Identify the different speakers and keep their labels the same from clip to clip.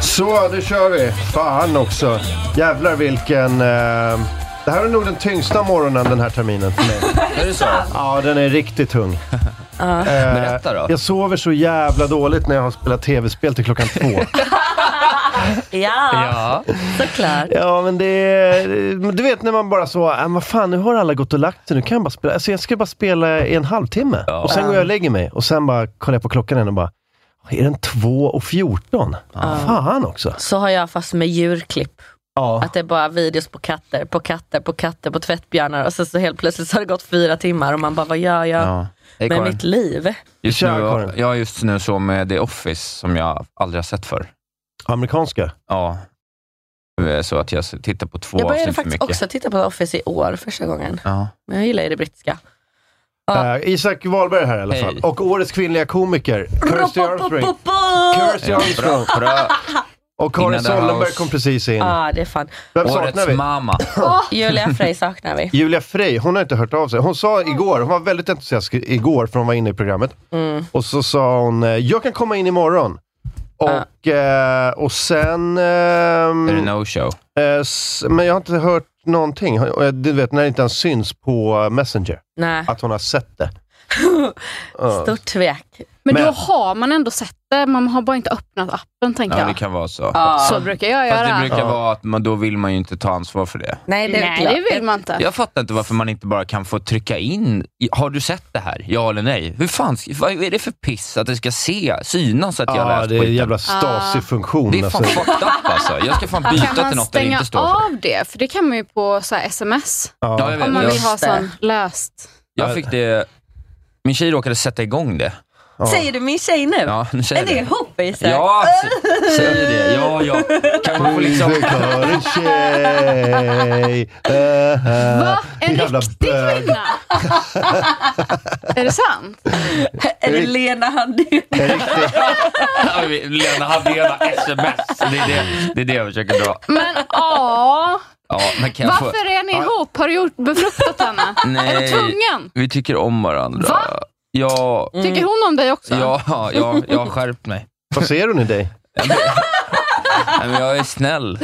Speaker 1: Så, nu kör vi. Fan också. Jävlar vilken... Eh, det här är nog den tyngsta morgonen den här terminen för mig.
Speaker 2: Är det så?
Speaker 1: Ja, den är riktigt tung. Eh,
Speaker 2: Berätta då.
Speaker 1: Jag sover så jävla dåligt när jag har spelat tv-spel till klockan två.
Speaker 3: Ja,
Speaker 2: Ja.
Speaker 3: såklart.
Speaker 1: ja, men det är... men Du vet när man bara så, äh, vad fan, nu har alla gått och lagt sig, nu kan jag bara spela. Alltså, jag ska bara spela i en halvtimme. Och sen går jag och lägger mig. Och sen bara kollar jag på klockan igen och bara, är den två och fjorton? Fan också.
Speaker 3: Så har jag fast med djurklipp.
Speaker 1: Ja.
Speaker 3: Att det är bara videos på katter, på katter, på katter, på tvättbjörnar och sen så helt plötsligt så har det gått fyra timmar och man bara, vad gör jag
Speaker 2: ja. Hej,
Speaker 3: med
Speaker 2: Karin.
Speaker 3: mitt liv?
Speaker 2: Just nu,
Speaker 1: Kör, Karin.
Speaker 2: jag är just nu så med The Office som jag aldrig har sett förr.
Speaker 1: Amerikanska.
Speaker 2: Ja. Eh, Så att jag tittar på två
Speaker 3: Jag började
Speaker 2: avsnitt för
Speaker 3: faktiskt
Speaker 2: mycket.
Speaker 3: också titta på Office i år första gången.
Speaker 2: Ja.
Speaker 3: Men jag gillar ju det brittiska. Ja.
Speaker 1: Eh, Isak Wahlberg här i alla
Speaker 2: Hej.
Speaker 1: fall. Och årets kvinnliga komiker, Kirsty Armstrong. Kirsty
Speaker 2: Ja,
Speaker 1: Armstrong.
Speaker 2: bra, bra.
Speaker 1: Och Karin
Speaker 2: Innan The
Speaker 1: Sollenberg
Speaker 2: House.
Speaker 1: kom precis in.
Speaker 3: Ja, det är fan.
Speaker 1: Vem saknar
Speaker 2: Årets
Speaker 1: vi?
Speaker 2: mamma.
Speaker 4: Ah!
Speaker 3: Julia Frey saknar vi.
Speaker 1: Julia Frey, hon har inte hört av sig. Hon sa igår, hon var väldigt entusiastisk igår för hon var inne i programmet.
Speaker 3: Mm.
Speaker 1: Och så sa hon, eh, jag kan komma in imorgon. Och, eh, och sen... ehm,
Speaker 2: Är det no-show?
Speaker 1: eh, s- men jag har inte hört någonting. Eh, Du vet, när det inte ens syns på Messenger.
Speaker 3: Nej,
Speaker 1: Att hon har sett det.
Speaker 2: Ah.
Speaker 1: Ja.
Speaker 3: stort tvek.
Speaker 5: Men, då
Speaker 1: Men-
Speaker 5: har man ändå sett det, man har bara inte öppnat appen tänker
Speaker 2: Ja, det
Speaker 5: jag.
Speaker 2: kan vara så.
Speaker 4: Ah.
Speaker 5: Så brukar jag
Speaker 2: Fast det
Speaker 5: göra.
Speaker 2: brukar
Speaker 1: Ja.
Speaker 2: vara att man, då vill man ju inte ta ansvar för det.
Speaker 3: Nej, det är
Speaker 5: Nej,
Speaker 3: klart.
Speaker 5: det vill man inte.
Speaker 2: Jag fattar inte varför man inte bara kan få trycka in, i- har du sett det här? Ja eller nej? Hur fan, ska- vad är det för piss att det ska se, synas att jag har
Speaker 1: Ja,
Speaker 2: läst
Speaker 1: det är en
Speaker 2: skiten?
Speaker 1: jävla
Speaker 5: Ah.
Speaker 1: Stasi-funktion.
Speaker 2: Det är fan
Speaker 1: alltså.
Speaker 2: fucked up alltså. Jag ska fan
Speaker 5: Kan
Speaker 2: byta till
Speaker 5: man
Speaker 2: något där det
Speaker 5: stänga
Speaker 2: inte står så.
Speaker 5: av det? För det kan man ju på så här, sms.
Speaker 2: Ja, jag,
Speaker 5: Om man
Speaker 2: vet,
Speaker 5: vill ha
Speaker 2: jag,
Speaker 3: Just det.
Speaker 5: sån löst.
Speaker 2: jag fick det, min tjej råkade sätta igång det.
Speaker 3: Säger du min tjej nu?
Speaker 2: Ja, nu säger
Speaker 3: är
Speaker 2: jag
Speaker 3: det
Speaker 2: det.
Speaker 3: hoppis?
Speaker 2: Ja, s- säger det. Ja, ja. Kan man få liksom...
Speaker 1: Musikalen tjej. eh,
Speaker 5: Va? En
Speaker 1: jävla
Speaker 5: riktig
Speaker 1: bög.
Speaker 5: kvinna? är det sant?
Speaker 3: Är det Lena Handin?
Speaker 2: Lena Hadena sms. Det är det, det är det jag försöker dra.
Speaker 5: Men ja,
Speaker 2: Ja, men kan jag få...
Speaker 5: varför är ni ihop? Har du gjort, befruktat henne? Är du
Speaker 2: Nej.
Speaker 5: tvungen?
Speaker 2: Vi tycker om varandra.
Speaker 5: Va?
Speaker 2: Ja,
Speaker 5: Tycker hon om dig också?
Speaker 2: ja, ja, jag har skärpt mig.
Speaker 1: Vad ser hon i dig?
Speaker 2: Nej, men jag är snäll.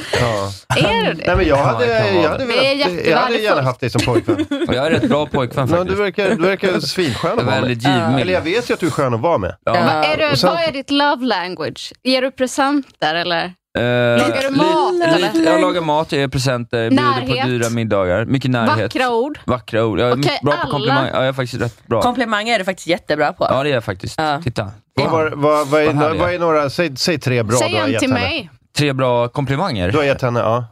Speaker 5: Är du det?
Speaker 1: Nej, men jag hade,
Speaker 2: det kan vara
Speaker 1: jag hade,
Speaker 5: Det är
Speaker 1: velat, jag hade gärna
Speaker 5: jättevärdefullt. haft
Speaker 1: haft dig som pojkvän.
Speaker 2: Och jag är rätt bra pojkvän
Speaker 1: No, du
Speaker 2: faktiskt.
Speaker 1: verkar, du verkar svinskön
Speaker 2: Jag
Speaker 1: att
Speaker 2: är
Speaker 1: vara med.
Speaker 2: väldigt givmild.
Speaker 1: Eller jag vet ju att du är skön att vara med.
Speaker 5: Vad
Speaker 2: Ja.
Speaker 5: är, du,
Speaker 1: Och sen-
Speaker 5: vad är ditt love language? Ger du presenter eller? Lagar du mat,
Speaker 2: Eh, Lite,
Speaker 5: eller?
Speaker 2: lite, jag lagar mat, jag ger presenter, bjuder
Speaker 5: Närhet.
Speaker 2: på dyra middagar. Mycket närhet.
Speaker 5: Vackra ord?
Speaker 2: Vackra ord. Jag är
Speaker 5: Okej,
Speaker 2: mycket bra på
Speaker 5: alla.
Speaker 2: komplimanger. Ja, jag är faktiskt rätt bra.
Speaker 3: Komplimanger är du faktiskt jättebra på.
Speaker 2: Ja, det är jag faktiskt.
Speaker 3: Ja.
Speaker 2: Titta.
Speaker 1: Vad, var- vad, vad, är,
Speaker 2: Vad härliga.
Speaker 1: vad är några, säg, säg tre bra
Speaker 5: Säg
Speaker 1: du har
Speaker 5: en
Speaker 1: gett
Speaker 5: till
Speaker 1: henne.
Speaker 5: mig.
Speaker 2: Tre bra komplimanger.
Speaker 1: Du har gett henne, ja.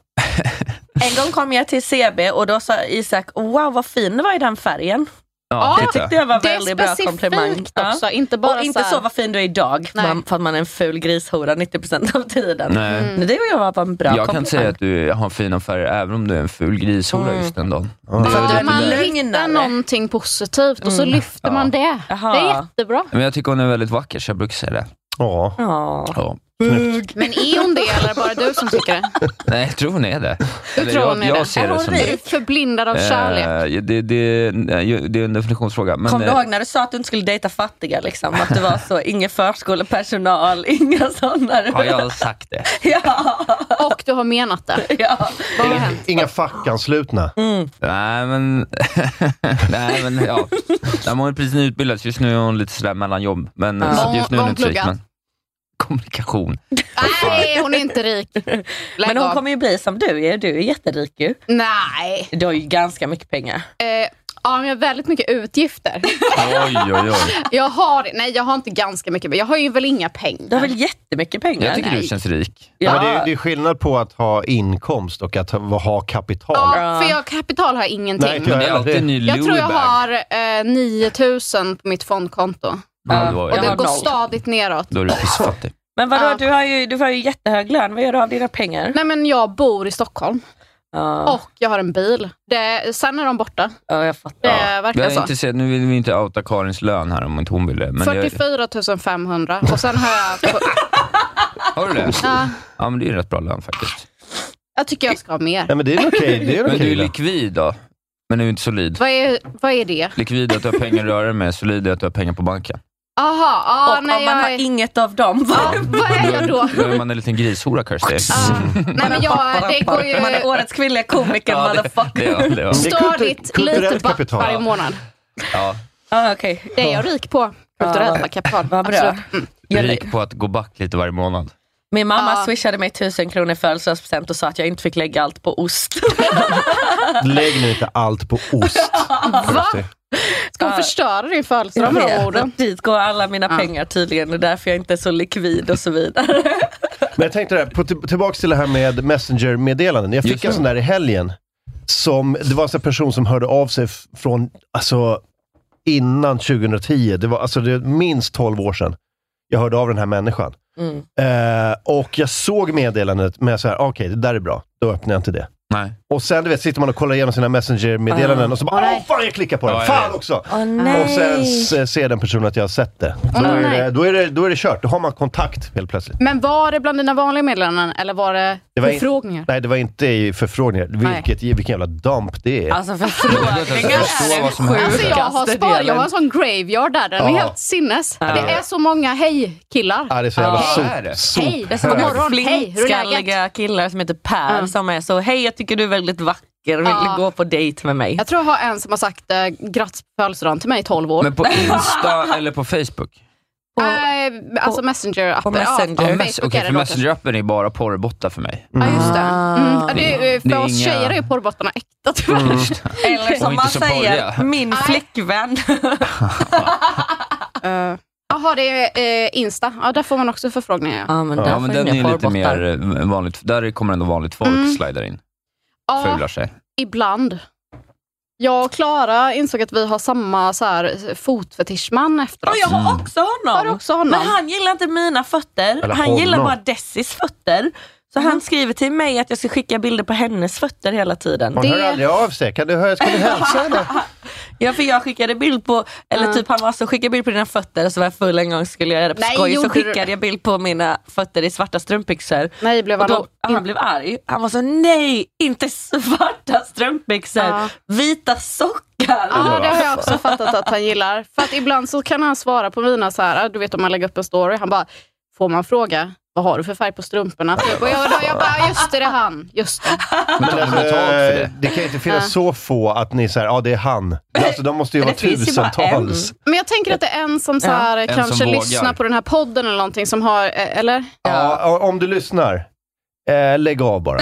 Speaker 3: En gång kom jag till CB och då sa Isak, wow vad fin du var i den färgen.
Speaker 2: Ja,
Speaker 5: Ja,
Speaker 2: titta.
Speaker 3: Det var
Speaker 5: Det är
Speaker 3: väldigt bra komplimang.
Speaker 5: specifikt också, inte bara
Speaker 3: och inte så,
Speaker 5: så här-
Speaker 3: vad fin du är idag,
Speaker 5: Nej.
Speaker 3: man, för att man är en ful grishora 90% av tiden.
Speaker 2: Nej.
Speaker 5: Mm.
Speaker 3: Men det var jag var en Mm. bra
Speaker 2: Jag kan
Speaker 3: komplimang.
Speaker 2: säga att du har fina färger även om du är en ful grishora
Speaker 3: Mm.
Speaker 2: just den dagen.
Speaker 3: För att du är
Speaker 5: man
Speaker 3: lite
Speaker 5: hittar
Speaker 3: lugnare.
Speaker 5: någonting positivt och så lyfter man det.
Speaker 3: Jaha.
Speaker 5: Det är jättebra.
Speaker 2: Men jag tycker hon är väldigt vacker så jag brukar säga det.
Speaker 1: Ja.
Speaker 3: Ja.
Speaker 2: Ja.
Speaker 1: Snyggt.
Speaker 5: Men är hon det eller bara du som tycker det?
Speaker 2: Nej, jag tror hon är det.
Speaker 5: Du
Speaker 2: Eller
Speaker 5: tror hon
Speaker 2: jag,
Speaker 5: är
Speaker 2: jag
Speaker 5: det?
Speaker 2: ser det som
Speaker 5: Är du
Speaker 2: det.
Speaker 5: förblindad av kärlek?
Speaker 2: Eh, det, det, nej, det är en definitionsfråga. Men,
Speaker 3: Kom du
Speaker 2: eh,
Speaker 3: ihåg när du sa att du inte skulle dejta fattiga? Liksom? Att du var så, ingen förskolepersonal, inga sådana.
Speaker 2: har jag sagt det?
Speaker 3: ja,
Speaker 5: Och du har menat det?
Speaker 3: ja.
Speaker 5: Vad har hänt?
Speaker 1: Inga fackanslutna.
Speaker 2: Nej, men... nej, men ja. Nej, men Hon är precis nyutbildad, så just nu är hon lite sådär mellanjobb. Men
Speaker 3: Ja.
Speaker 2: så att just nu är
Speaker 5: Vad
Speaker 2: hon
Speaker 5: har
Speaker 2: inte
Speaker 5: hon
Speaker 2: rik,
Speaker 5: pluggat?
Speaker 2: men Kommunikation.
Speaker 5: Nej, hon är inte rik. Lägg
Speaker 3: Men hon
Speaker 5: av.
Speaker 3: kommer ju bli som du är. Du är jätterik ju.
Speaker 5: Nej.
Speaker 3: Du har ju ganska mycket pengar.
Speaker 5: Eh, ja, men jag har väldigt mycket utgifter.
Speaker 2: Oj, oj, oj.
Speaker 5: Jag har det. Nej, jag har inte ganska mycket. men Jag har ju väl inga pengar.
Speaker 3: Du har väl jättemycket pengar?
Speaker 2: Jag tycker du
Speaker 5: nej.
Speaker 2: känns rik.
Speaker 1: Ja.
Speaker 3: ja.
Speaker 1: Men det, är, det är skillnad på att ha inkomst och att ha, ha kapital.
Speaker 5: Ja, för jag, kapital har jag ingenting.
Speaker 1: Nej,
Speaker 2: Men det är alltid en ny
Speaker 5: jag tror jag
Speaker 2: Louis bag.
Speaker 5: har eh, 9000 på mitt fondkonto.
Speaker 2: Ja, då,
Speaker 5: Och
Speaker 3: Jag
Speaker 5: det
Speaker 3: har
Speaker 2: är-
Speaker 5: går eh,
Speaker 3: noll.
Speaker 5: stadigt neråt.
Speaker 2: då är du pissfattig.
Speaker 3: Men vadå,
Speaker 5: Ja.
Speaker 3: du, har ju, du har ju jättehög lön. Vad gör du av dina pengar?
Speaker 5: Nej, men jag bor i Stockholm
Speaker 3: Ja,
Speaker 5: och jag har en bil. Det, sen är de borta.
Speaker 3: ja, jag fattar.
Speaker 5: Det
Speaker 2: Ja.
Speaker 5: verkar
Speaker 2: Jag är
Speaker 5: så.
Speaker 2: intresserad, nu vill vi inte outa Karins lön här om inte hon vill det. Men jag,
Speaker 5: 44 500 och sen har jag...
Speaker 2: har du det?
Speaker 5: Ja,
Speaker 2: Ja, men det är en rätt bra lön faktiskt.
Speaker 5: jag tycker jag ska ha mer.
Speaker 1: Nej, men det är en okej det är en
Speaker 2: Men du
Speaker 1: okej
Speaker 2: är
Speaker 1: lön.
Speaker 2: likvid då? Men du är inte solid.
Speaker 5: Vad är, vad är det?
Speaker 2: Likvid är att du har pengar att röra dig med, solid är att du har pengar på banken.
Speaker 5: Aha, ah,
Speaker 3: och om
Speaker 5: nej,
Speaker 3: man
Speaker 5: jag
Speaker 3: har
Speaker 5: är,
Speaker 3: inget av dem,
Speaker 5: ah, vad är jag då?
Speaker 2: Då är man en liten grishora, Kirsty.
Speaker 5: Ah, nej, men jag, det går ju
Speaker 3: Man är årets kvinnliga komiker,
Speaker 2: Ja, det,
Speaker 3: motherfucker.
Speaker 2: det, ja, det, ja.
Speaker 1: Det är kultur-
Speaker 5: stadigt
Speaker 1: kulturellt
Speaker 5: lite back
Speaker 1: kapital.
Speaker 5: varje månad.
Speaker 2: Ja,
Speaker 3: Ah, okej.
Speaker 5: Det är jag rik på. Kulturella kapital.
Speaker 3: Vad bra.
Speaker 5: Absolut.
Speaker 3: Jag-
Speaker 2: rik på att gå back lite varje månad.
Speaker 3: Min mamma
Speaker 5: Ja.
Speaker 3: swishade mig 1000 kronor i födelsedagspresent och sa att jag inte fick lägga allt på ost.
Speaker 1: Lägg nu inte allt på ost.
Speaker 5: Va? Ska hon
Speaker 3: Ja.
Speaker 5: förstöra din födelsedag
Speaker 3: Jag
Speaker 5: med de
Speaker 3: vet.
Speaker 5: orden?
Speaker 3: Dit går alla mina
Speaker 5: Ja.
Speaker 3: pengar tydligen, det är därför jag inte är så likvid och så vidare.
Speaker 1: Men jag tänkte det här, på, till- tillbaka till det här med Messenger-meddelanden. Jag
Speaker 2: Just
Speaker 1: fick en
Speaker 2: det.
Speaker 1: sån där i helgen. Som, det var en sån här person som hörde av sig f- från, alltså, innan 2010. Det var alltså, det är minst 12 år sedan jag hörde av den här människan.
Speaker 3: Mm.
Speaker 1: Eh, och jag såg meddelandet, men jag sa, "Ah, okej, det där är bra. Då öppnar jag inte det.
Speaker 2: Nej.
Speaker 1: Och sen du vet, sitter man och kollar igenom sina Messenger-meddelanden
Speaker 3: Ah.
Speaker 1: och så bara, åh fan jag klickar på den,
Speaker 2: Ja, jag
Speaker 1: fan
Speaker 2: vet.
Speaker 1: också!
Speaker 3: Åh
Speaker 1: Och sen s- ser den personen att jag har sett det. Då,
Speaker 5: Åh,
Speaker 1: är,
Speaker 5: nej.
Speaker 1: det, eh, då, är, det då är det kört, då har man kontakt helt plötsligt.
Speaker 5: Men var det bland dina vanliga meddelanden eller var det,
Speaker 1: Det var in-
Speaker 5: förfrågningar?
Speaker 1: Nej, det var inte i förfrågningar. Vilket, vilken jävla dump det är.
Speaker 3: Alltså
Speaker 2: Jag
Speaker 3: förfrågningar
Speaker 2: förstår
Speaker 3: är den
Speaker 2: vad som händer.
Speaker 5: Alltså jag har,
Speaker 3: sjukaste
Speaker 5: spar, jag har
Speaker 3: delen.
Speaker 5: en sån graveyard där, den är
Speaker 1: Ja.
Speaker 5: helt sinnes.
Speaker 3: Ja.
Speaker 5: Det är så många hej-killar.
Speaker 1: Ja, det är så jävla
Speaker 2: Ja.
Speaker 1: sop,
Speaker 2: Är det?
Speaker 1: sop.
Speaker 5: Hej, det är så
Speaker 1: hög.
Speaker 5: God morgon, hej, hur är läget?
Speaker 3: Flintskalliga killar som heter Per
Speaker 5: Mm.
Speaker 3: som är så, hej jag tycker du är väldigt vacker, vill
Speaker 5: Ja.
Speaker 3: du gå på dejt med mig?
Speaker 5: Jag tror jag har en som har sagt eh, grattis på födelsedagen till mig i 12 år.
Speaker 2: Men på Insta eller på Facebook?
Speaker 5: eh, alltså
Speaker 3: på
Speaker 5: Messenger-appen.
Speaker 3: Messenger.
Speaker 5: Ja,
Speaker 2: Ja,
Speaker 5: Facebook
Speaker 2: mess-
Speaker 5: är
Speaker 2: Okej,
Speaker 5: det
Speaker 2: för
Speaker 5: då
Speaker 2: Messenger-appen är bara porrbottar för mig.
Speaker 5: kanske. Ja, just det. Mm.
Speaker 3: Ah.
Speaker 5: Ja, det är, eh, för
Speaker 2: Det är
Speaker 5: oss
Speaker 2: inga-
Speaker 5: tjejer är ju porrbottarna äkta typ. tyvärr.
Speaker 3: Eller
Speaker 2: Och
Speaker 3: som
Speaker 2: inte
Speaker 3: man
Speaker 2: så
Speaker 3: säger,
Speaker 2: borgerliga.
Speaker 3: min
Speaker 5: Nej.
Speaker 3: flickvän. Mm.
Speaker 5: Eh, Jaha, det är eh, Insta. Ja, där får man också förfrågningar. Ja.
Speaker 3: Ja men,
Speaker 2: Ja, men den är ju lite mer eh, vanligt. Där kommer ändå vanligt folk
Speaker 5: Mm.
Speaker 2: slidar in,
Speaker 3: Ah,
Speaker 5: Ja,
Speaker 2: fular sig.
Speaker 5: ibland. Jag och Klara insåg att vi har samma så här, eh, fotfetischman efter
Speaker 3: Och
Speaker 5: oss.
Speaker 3: jag har också
Speaker 5: Har du
Speaker 3: honom.
Speaker 5: också honom?
Speaker 3: Mm. Men han gillar inte mina fötter,
Speaker 1: Eller
Speaker 3: han gillar
Speaker 1: honom.
Speaker 3: bara Dessis fötter. Så han skriver till mig att jag ska skicka bilder på hennes fötter hela tiden.
Speaker 1: Hon hör
Speaker 5: Det-
Speaker 1: aldrig av sig. Kan du, höra- ska du hälsa henne?
Speaker 3: Ja, för jag skickade bild på, eller
Speaker 5: Mm.
Speaker 3: typ han var så skicka bild på dina fötter och så var jag full en gång skulle jag göra det på
Speaker 5: Nej,
Speaker 3: skoj
Speaker 5: gjorde
Speaker 3: så
Speaker 5: du
Speaker 3: skickade jag bild på mina fötter i svarta strumpbyxor.
Speaker 5: Nej, blev
Speaker 3: Och
Speaker 5: han
Speaker 3: då, han blev arg. Han var så nej, inte svarta strumpbyxor,
Speaker 5: Ja.
Speaker 3: vita sockar.
Speaker 5: Ja, det har jag
Speaker 2: Alltså.
Speaker 5: också fattat att han gillar. För att ibland så kan han svara på mina så här, "Ah, du vet om man lägger upp en story, han bara, får man fråga, vad har du för färg på strumporna? Typ. Och jag, jag bara, just det, det är han. Just det.
Speaker 2: Men tar du
Speaker 1: Alltså,
Speaker 2: betalt för det?
Speaker 1: det kan ju inte finnas
Speaker 5: Ja.
Speaker 1: så få att ni säger, ja det är han. Alltså, de måste ju
Speaker 3: Men
Speaker 1: vara
Speaker 3: det finns ju bara
Speaker 1: tusentals.
Speaker 5: Men jag tänker att det är en som så här,
Speaker 2: som
Speaker 5: kanske
Speaker 2: vågar.
Speaker 5: lyssnar på den här podden eller någonting som har, eh, eller?
Speaker 1: Ja, o- om du lyssnar, eh, lägg av bara.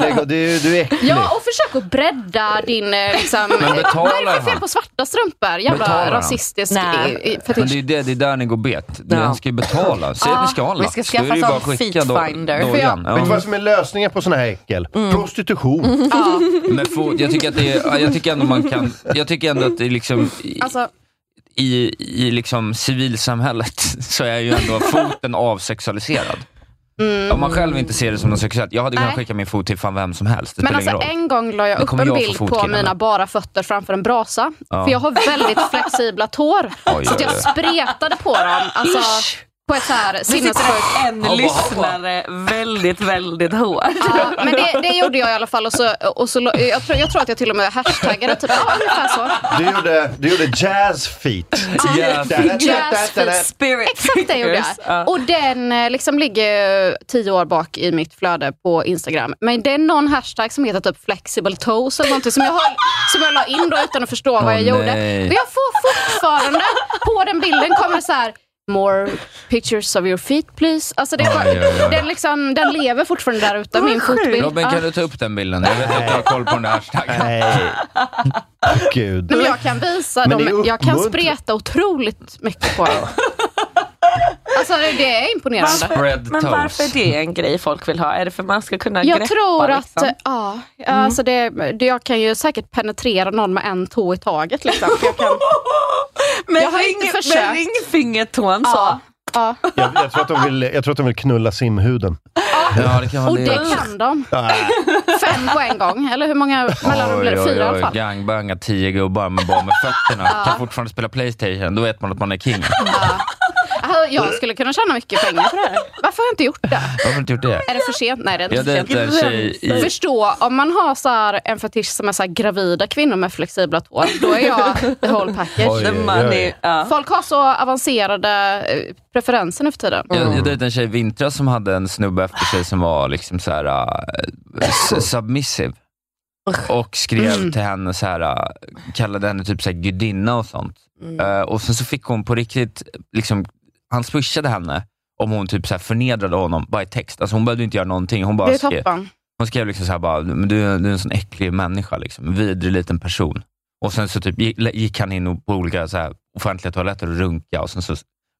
Speaker 1: lägg av, du, du är äcklig.
Speaker 5: Ja, och försök att bredda din, eh, liksom,
Speaker 2: Men
Speaker 5: vad är
Speaker 2: betalar
Speaker 5: det för fel
Speaker 2: han?
Speaker 5: på svarta strumpor? Jävla
Speaker 2: Betalar han?
Speaker 5: rasistisk
Speaker 3: Nej.
Speaker 5: i- i-
Speaker 2: Men det är
Speaker 5: fetisch.
Speaker 2: ju det, det är där ni går bet.
Speaker 3: Ja.
Speaker 2: Han ska ju betala. Säg att ni ska ha en
Speaker 3: vi
Speaker 2: lapp,
Speaker 3: ska
Speaker 2: då är det
Speaker 3: skaffa
Speaker 2: ju bara
Speaker 3: sån
Speaker 2: att skicka
Speaker 3: feet
Speaker 2: då-
Speaker 3: finder.
Speaker 2: då
Speaker 3: För
Speaker 2: igen.
Speaker 1: Vet du
Speaker 2: Ja.
Speaker 1: vad som är lösningen på sån här äckel? Prostitution.
Speaker 5: Ja,
Speaker 2: Men få- jag tycker att det är, ja, jag tycker ändå man kan, jag tycker ändå att det är liksom, i,
Speaker 5: alltså,
Speaker 2: i, i liksom civilsamhället så är ju ändå foten avsexualiserad. Om man själv inte ser det som något sexuellt. Jag hade kunnat
Speaker 5: Mm. Nej.
Speaker 2: skicka min fot till fan vem som helst. Det
Speaker 5: Men
Speaker 2: spelar
Speaker 5: alltså
Speaker 2: ingen roll.
Speaker 5: en gång la jag
Speaker 2: Nu
Speaker 5: upp
Speaker 2: kommer
Speaker 5: en
Speaker 2: jag få
Speaker 5: bild på
Speaker 2: fotkillarna.
Speaker 5: mina bara fötter framför en brasa.
Speaker 2: Ja.
Speaker 5: För jag har väldigt flexibla tår.
Speaker 2: Oj,
Speaker 5: Så att jag
Speaker 2: oj, oj.
Speaker 5: spretade på dem. Alltså, på ett så här
Speaker 3: Vi sitter
Speaker 5: sinnessjukt...
Speaker 3: en lyssnare väldigt, väldigt hårt.
Speaker 5: Ja, men det, det gjorde jag i alla fall. Och så, och så, la- jag, tror, jag tror att jag till och med hashtaggade typ, ja, ungefär så.
Speaker 1: Du gjorde, du gjorde jazz feet.
Speaker 2: Jazz
Speaker 5: Jazzfeet.
Speaker 3: Spirit
Speaker 5: Exakt det gjorde
Speaker 3: fingers.
Speaker 5: jag. Och den eh, liksom ligger eh, tio år bak i mitt flöde på Instagram. Men det är någon hashtag som heter typ flexible toes eller någonting som jag, höll, som jag la in då utan att förstå vad
Speaker 2: Åh,
Speaker 5: jag gjorde.
Speaker 2: nej.
Speaker 5: Och jag får fortfarande, på den bilden kommer det så här More pictures of your feet please. Alltså det är bara,
Speaker 2: Oj, oj, oj.
Speaker 5: Den, liksom, den lever fortfarande där ute, min fotbild.
Speaker 2: Robin,
Speaker 5: Ja.
Speaker 2: kan du ta upp den bilden? Jag vet att du har koll på den där hashtaggen.
Speaker 6: Nej. Gud.
Speaker 5: Nej, men jag kan visa
Speaker 6: Men det är
Speaker 5: dem. Jag kan
Speaker 6: uppmuntrat.
Speaker 5: spreta otroligt mycket på dem. Alltså det- det är imponerande.
Speaker 2: Spread
Speaker 3: Men
Speaker 2: toes.
Speaker 3: varför är det en grej folk vill ha? Är det för att man ska kunna
Speaker 5: Jag
Speaker 3: greppa?
Speaker 5: tror att, eh,
Speaker 3: liksom?
Speaker 5: ja, alltså det, det, jag kan ju säkert penetrera någon med en tå i taget. Liksom. Jag kan,
Speaker 3: Med,
Speaker 5: jag har inte
Speaker 3: ring, med
Speaker 5: försökt.
Speaker 3: ringfingertån så.
Speaker 5: ja, ja.
Speaker 6: Jag, jag, tror att de vill, jag tror att de vill knulla simhuden.
Speaker 2: Ja, det kan
Speaker 5: Och
Speaker 2: vara det.
Speaker 5: det kan de. Fem på en gång, eller hur många mellanrum blir det? Fyra i alla fall.
Speaker 2: gangbanga tio gubbar men bara med fötterna. Kan fortfarande spela Playstation, då vet man att man är king.
Speaker 5: Alltså, Jag skulle kunna tjäna mycket pengar på det här. Varför har jag inte gjort det?
Speaker 2: Varför har du inte gjort det?
Speaker 5: Är det för sent? Nej, det är inte
Speaker 2: Jag
Speaker 5: för sent.
Speaker 2: dejtade en tjej i...
Speaker 5: Förstå, om man har så här en fetisch som är så här gravida kvinnor med flexibla tår, då är jag the whole package.
Speaker 6: Oj,
Speaker 3: The
Speaker 6: oj, oj.
Speaker 3: money. Ja.
Speaker 5: Folk har så avancerade eh, preferenser nu för tiden.
Speaker 2: Jag, jag dejtade en tjej i vintras som hade en snubbe efter sig som var liksom så här, eh, s- submissive. Och skrev
Speaker 5: Mm.
Speaker 2: till henne, så här, eh, kallade henne typ så här gudinna och sånt.
Speaker 5: Mm.
Speaker 2: Eh, och sen så fick hon på riktigt, liksom, han swishade henne om hon typ så här förnedrade honom bara i text. Alltså hon behövde inte göra någonting. Hon bara
Speaker 5: Det är
Speaker 2: skrev,
Speaker 5: toppen.
Speaker 2: hon skrev liksom så här bara, "Men du, är- du är en sån äcklig människa, liksom. en vidrig liten person. Och sen så typ gick, gick han in och- på olika så här offentliga toaletter och runka och sen så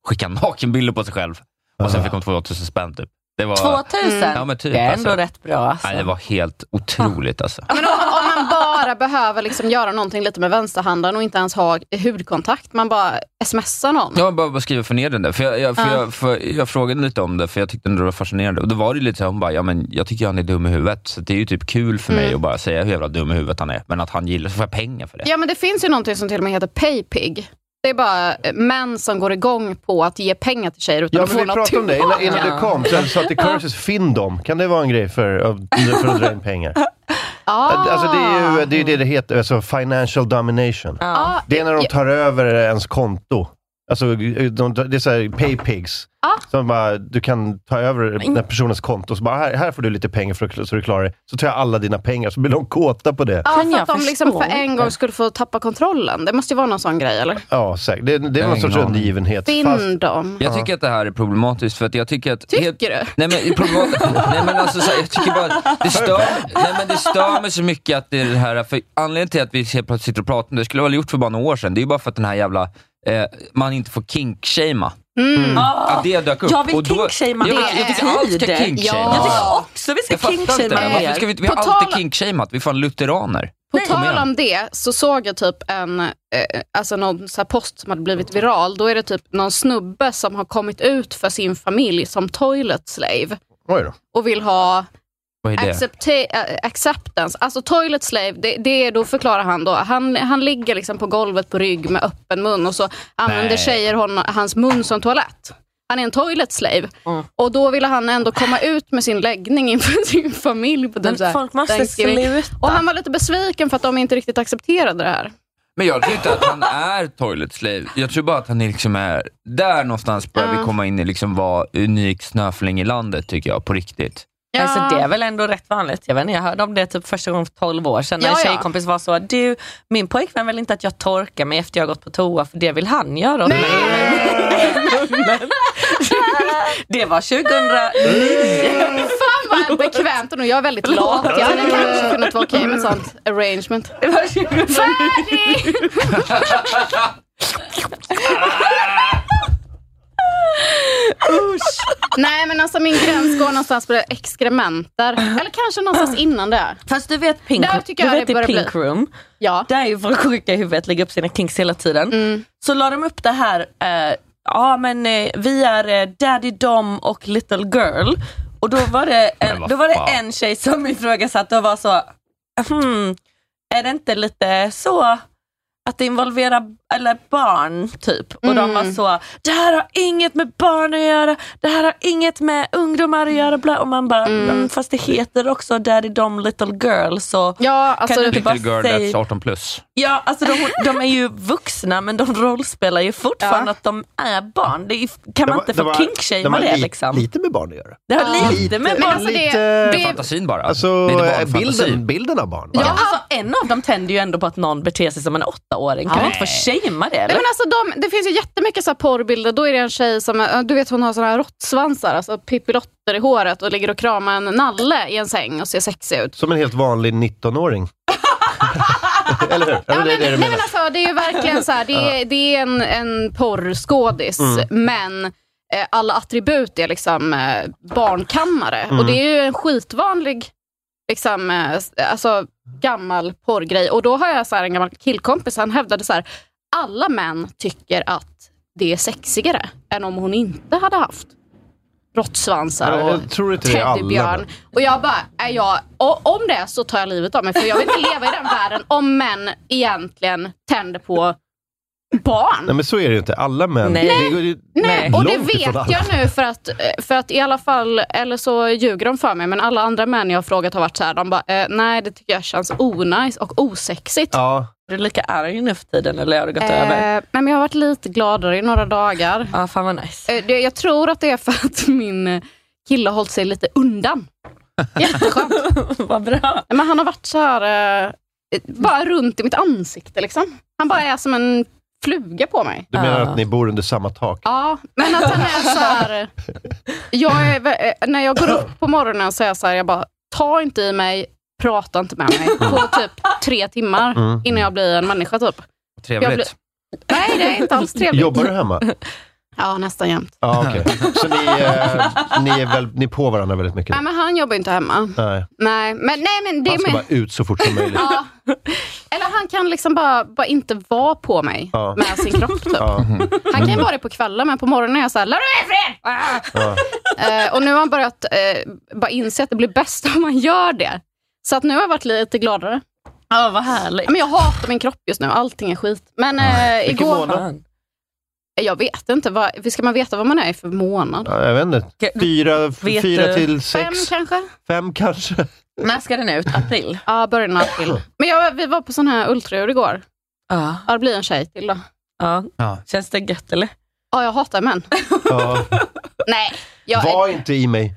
Speaker 2: skickade han nakenbilder på sig själv. Och sen fick hon 2000 spänn typ. Det var,
Speaker 3: 2000?
Speaker 2: Ja, men typ,
Speaker 3: det är
Speaker 2: alltså.
Speaker 3: ändå rätt bra. Alltså.
Speaker 2: nej, det var helt otroligt alltså.
Speaker 5: Men om, om man bara behöver liksom göra någonting lite med vänsterhanden och inte ens ha hudkontakt, man bara smsar någon.
Speaker 2: Jag bara, bara skriver förnedrande. För jag, jag, för
Speaker 3: Ah.
Speaker 5: Ja.
Speaker 2: jag, för jag frågade lite om det, för jag tyckte det var fascinerande. Och då var det lite så här, hon bara, ja, men jag tycker han är dum i huvudet. Så det är ju typ kul för
Speaker 3: Mm.
Speaker 2: mig att bara säga hur jävla dum i huvudet han är. Men att han gillar, så får jag pengar för det.
Speaker 5: Ja, men det finns ju någonting som till och med heter paypig. Det är bara eh, män som går igång på att ge pengar till tjejer utan
Speaker 6: Ja,
Speaker 5: att
Speaker 6: men
Speaker 5: få
Speaker 6: vi
Speaker 5: något
Speaker 6: pratade om det innan, innan
Speaker 3: Ja.
Speaker 6: du kom. Så jag sa till Curses, finn dem. Kan det vara en grej för, av- för att dra in pengar?
Speaker 5: Ah.
Speaker 6: Alltså, det är ju det, är ju det, det heter, alltså financial domination.
Speaker 5: Ah,
Speaker 6: Det är när de tar över ens konto. Alltså, de, det är såhär paypigs. Som bara, du kan ta över den här personens konto, så bara, här, här får du lite pengar för, att- så du klarar det. Så tar jag alla dina pengar, så blir de kåta på det.
Speaker 5: Ja,
Speaker 3: Kan
Speaker 5: för
Speaker 3: jag
Speaker 5: att de liksom
Speaker 3: förstå
Speaker 5: för en
Speaker 3: inte.
Speaker 5: gång skulle få tappa kontrollen. Det måste ju vara någon sån grej, eller?
Speaker 6: Ja, säkert. Det, det
Speaker 2: Jag
Speaker 6: är
Speaker 2: har
Speaker 6: någon sorts
Speaker 2: ingen aning.
Speaker 6: undergivenhet.
Speaker 5: Finn
Speaker 6: Fast,
Speaker 5: dem.
Speaker 2: Jag tycker att det här är problematiskt, för att jag tycker att...
Speaker 5: Tycker
Speaker 2: helt-
Speaker 5: du?
Speaker 2: Nej men, problematiskt, nej, men alltså, så här, jag tycker bara att det stör, nej, men det stör mig så mycket att det är det här, för anledningen till att vi helt plötsligt sitter och pratar om det, det skulle jag väl gjort för bara några år sedan, det är ju bara för att den här jävla, eh, man inte får kinkshamea.
Speaker 3: Mm.
Speaker 2: Att det dök upp.
Speaker 3: Jag vill
Speaker 2: Och då-
Speaker 3: kinkshamea
Speaker 2: Jag,
Speaker 3: med
Speaker 2: jag tycker allt ska
Speaker 3: tid.
Speaker 2: kinkshamea.
Speaker 3: Jag tycker också vi
Speaker 2: Jag
Speaker 3: ska
Speaker 2: fattar inte det.
Speaker 3: kinkshamea
Speaker 2: Varför ska
Speaker 3: mer.
Speaker 2: vi, inte- vi har
Speaker 5: På
Speaker 2: alltid
Speaker 5: tal-
Speaker 2: kinkshameat, vi är fan lutheraner.
Speaker 5: På
Speaker 2: Nej. Kom
Speaker 5: tal
Speaker 2: igen.
Speaker 5: om det så såg jag typ en eh, alltså någon så här post som hade blivit viral. Då är det typ någon snubbe som har kommit ut för sin familj som toilet slave
Speaker 6: oj då.
Speaker 5: och vill ha
Speaker 2: Vad är det?
Speaker 5: accepte- eh, acceptance. Alltså toilet slave, det, det är då förklarar han då. Han, han ligger liksom på golvet på rygg med öppen mun och så använder
Speaker 6: Nej.
Speaker 5: tjejer hon, hans mun som toalett. Han är en toilet slave.
Speaker 3: Mm.
Speaker 5: Och då ville han ändå komma ut med sin läggning inför sin familj. På typ så
Speaker 3: Men
Speaker 5: här
Speaker 3: folk måste
Speaker 5: Thanksgiving.
Speaker 3: sluta.
Speaker 5: Och han var lite besviken för att de inte riktigt accepterade det här.
Speaker 2: Men jag tror inte att han är toilet slave. Jag tror bara att han är liksom är, där någonstans börjar vi komma in i liksom vad unik snöfling i landet tycker jag, på riktigt.
Speaker 3: Alltså, det är väl ändå rätt vanligt. Jag, vet inte, jag hörde om det typ första gången för 12 år sedan när en
Speaker 5: Ja, ja.
Speaker 3: tjejkompis var så, du min pojkvän vill inte att jag torkar mig efter jag har gått på toa för det vill han göra åt mig. det var 2009.
Speaker 5: Fan vad bekvämt och jag är väldigt lat. Jag hade kanske kunnat vara okej med sånt arrangement.
Speaker 3: Det var 2009.
Speaker 5: Färdig! Usch. Nej men alltså min gräns går någonstans på det exkrementer. Eller kanske någonstans innan det.
Speaker 3: Fast du vet Pink,
Speaker 5: Där tycker
Speaker 3: du
Speaker 5: jag
Speaker 3: vet
Speaker 5: det
Speaker 3: i
Speaker 5: börjar bli.
Speaker 3: Pink Room,
Speaker 5: Ja.
Speaker 3: där är ju folk sjuka i huvudet, lägger upp sina kinks hela tiden. Så la de upp det här, eh, ja men eh, vi är eh, Daddy Dom och Little Girl. Och då var det en,
Speaker 2: Men vad
Speaker 3: då var det
Speaker 2: fan.
Speaker 3: en tjej som ifrågasatte och var så, hmm, är det inte lite så att det involverar eller barn typ. Och de var så, det här har inget med barn att göra, det här har inget med ungdomar att göra. Bla. Och man bara, mm. fast det heter också Daddy Dom Little Girl. Så
Speaker 5: Ja,
Speaker 3: Kan
Speaker 5: alltså,
Speaker 3: du-
Speaker 2: Little
Speaker 3: bara
Speaker 2: girl
Speaker 3: säg-
Speaker 2: that's 18 plus.
Speaker 3: Ja, alltså de, de är ju vuxna men de rollspelar ju fortfarande
Speaker 5: Ja.
Speaker 3: att de är barn. Det är, ju- kan man inte få
Speaker 1: de
Speaker 3: kinkshamea
Speaker 1: har
Speaker 3: det
Speaker 1: li-
Speaker 3: liksom?
Speaker 1: Lite med barn att göra.
Speaker 3: det har
Speaker 5: Ja.
Speaker 3: lite med
Speaker 5: men
Speaker 3: barn
Speaker 5: alltså det,
Speaker 1: lite-
Speaker 5: det,
Speaker 2: Fantasin bara.
Speaker 1: Alltså
Speaker 2: det är inte
Speaker 1: eh,
Speaker 2: barnfantasi.
Speaker 1: bilden, bilden av barn.
Speaker 3: Ja,
Speaker 1: bara.
Speaker 3: alltså, en av dem tänder ju ändå på att någon beter sig som en åttaåring. Kan man inte få shamea det? Eller?
Speaker 5: Nej, men alltså de, det finns ju jättemycket så här porrbilder. Då är det en tjej som eh, du vet, hon har såna här råttsvansar, alltså pippilotter i håret och ligger och kramar en nalle i en säng och ser sexig ut.
Speaker 1: Som en helt vanlig 19-åring. Eller hur?
Speaker 5: Ja,
Speaker 1: Eller
Speaker 5: men,
Speaker 1: det är det du
Speaker 5: nej, men
Speaker 1: menar.
Speaker 5: alltså, det är ju verkligen så här, det är, det är en, en porrskådis,
Speaker 1: Mm.
Speaker 5: men eh, alla attribut är liksom eh, barnkammare.
Speaker 1: Mm.
Speaker 5: Och det är ju en skitvanlig liksom, eh, s- alltså, gammal porrgrej. Och då har jag så här, en gammal killkompis, han hävdade så här, alla män tycker att det är sexigare än om hon inte hade haft råttsvansar och
Speaker 1: Jag tror inte det är alla.
Speaker 5: teddybjörn. Och jag bara, är jag, o- om det är så tar jag livet av mig. För jag vill inte leva i den världen om män egentligen tänder på barn.
Speaker 1: Nej men så är det ju inte. Alla män.
Speaker 3: Nej.
Speaker 1: Det går ju
Speaker 5: Nej, och det
Speaker 1: långt ifrån
Speaker 5: vet
Speaker 1: alla.
Speaker 5: jag nu för att, för att i alla fall, eller så ljuger de för mig, men alla andra män jag har frågat har varit så här, de bara, eh, nej det tycker jag känns onajs och osexigt.
Speaker 1: Ja,
Speaker 3: Är du lika arg nu för tiden eller har du gått
Speaker 5: eh,
Speaker 3: över?
Speaker 5: nej, men jag har varit lite gladare i några dagar.
Speaker 3: Ja, fan vad nice.
Speaker 5: Eh, det, jag tror att det är för att min eh, kille har hållit sig lite undan. Jätteskönt.
Speaker 3: Eh, vad bra.
Speaker 5: Nej, Men han har varit så här, eh, bara runt i mitt ansikte. Liksom. Han bara är som en fluga på mig.
Speaker 1: du menar
Speaker 3: Ja.
Speaker 1: att ni bor under samma tak?
Speaker 5: Ah. Ja, men att han är så här... eh, Jag är, vä- eh, när jag går upp på morgonen så är jag så här, jag bara, ta inte i mig, prata inte med mig på typ tre timmar
Speaker 1: Mm.
Speaker 5: innan jag blir en människa. Typ.
Speaker 2: Trevligt.
Speaker 5: jag blir- Nej, det är inte alls trevligt.
Speaker 1: Jobbar du hemma?
Speaker 5: Ja, nästan jämt.
Speaker 1: Ja, okej. Så ni, eh, ni, är väl, ni är på varandra väldigt mycket?
Speaker 5: Nej, men han jobbar ju inte hemma.
Speaker 1: Nej.
Speaker 5: Nej, men, nej, men det
Speaker 1: Han
Speaker 5: är...
Speaker 1: ska
Speaker 5: med-
Speaker 1: bara ut så fort som möjligt.
Speaker 5: Ja. Eller han kan liksom bara, bara inte vara på mig
Speaker 1: Ja.
Speaker 5: med sin kropp. Typ.
Speaker 1: Ja.
Speaker 5: Han kan ju vara det på kvällen, men på morgonen är jag såhär, lämna mig i fred! Ah!
Speaker 1: Ja.
Speaker 5: Eh, och nu har han börjat eh, bara inse att det blir bäst om man gör det. Så att nu har jag varit lite gladare.
Speaker 3: Ja, vad härligt.
Speaker 5: Ja, Men jag hatar min kropp just nu, allting är skit. Men eh,
Speaker 1: Vilken
Speaker 5: igår...
Speaker 1: månad?
Speaker 3: Fan.
Speaker 5: Jag vet inte, vad, ska man veta vad man är i för månad?
Speaker 1: Ja, jag vet inte.
Speaker 3: Okej,
Speaker 1: Fyra,
Speaker 3: Vet
Speaker 1: fyra
Speaker 3: du-
Speaker 1: till
Speaker 5: Fem
Speaker 1: sex,
Speaker 5: kanske?
Speaker 1: fem kanske.
Speaker 3: När ska den ut? April?
Speaker 5: Ja, början av april. Men jag, vi var på sån här ultraljud igår.
Speaker 3: Ja.
Speaker 5: Ja, det blir en tjej till då.
Speaker 3: ja.
Speaker 2: Ja.
Speaker 3: Känns det gött eller?
Speaker 5: Ja, jag hatar män.
Speaker 1: Ja.
Speaker 5: Nej, jag,
Speaker 1: Var inte i mig.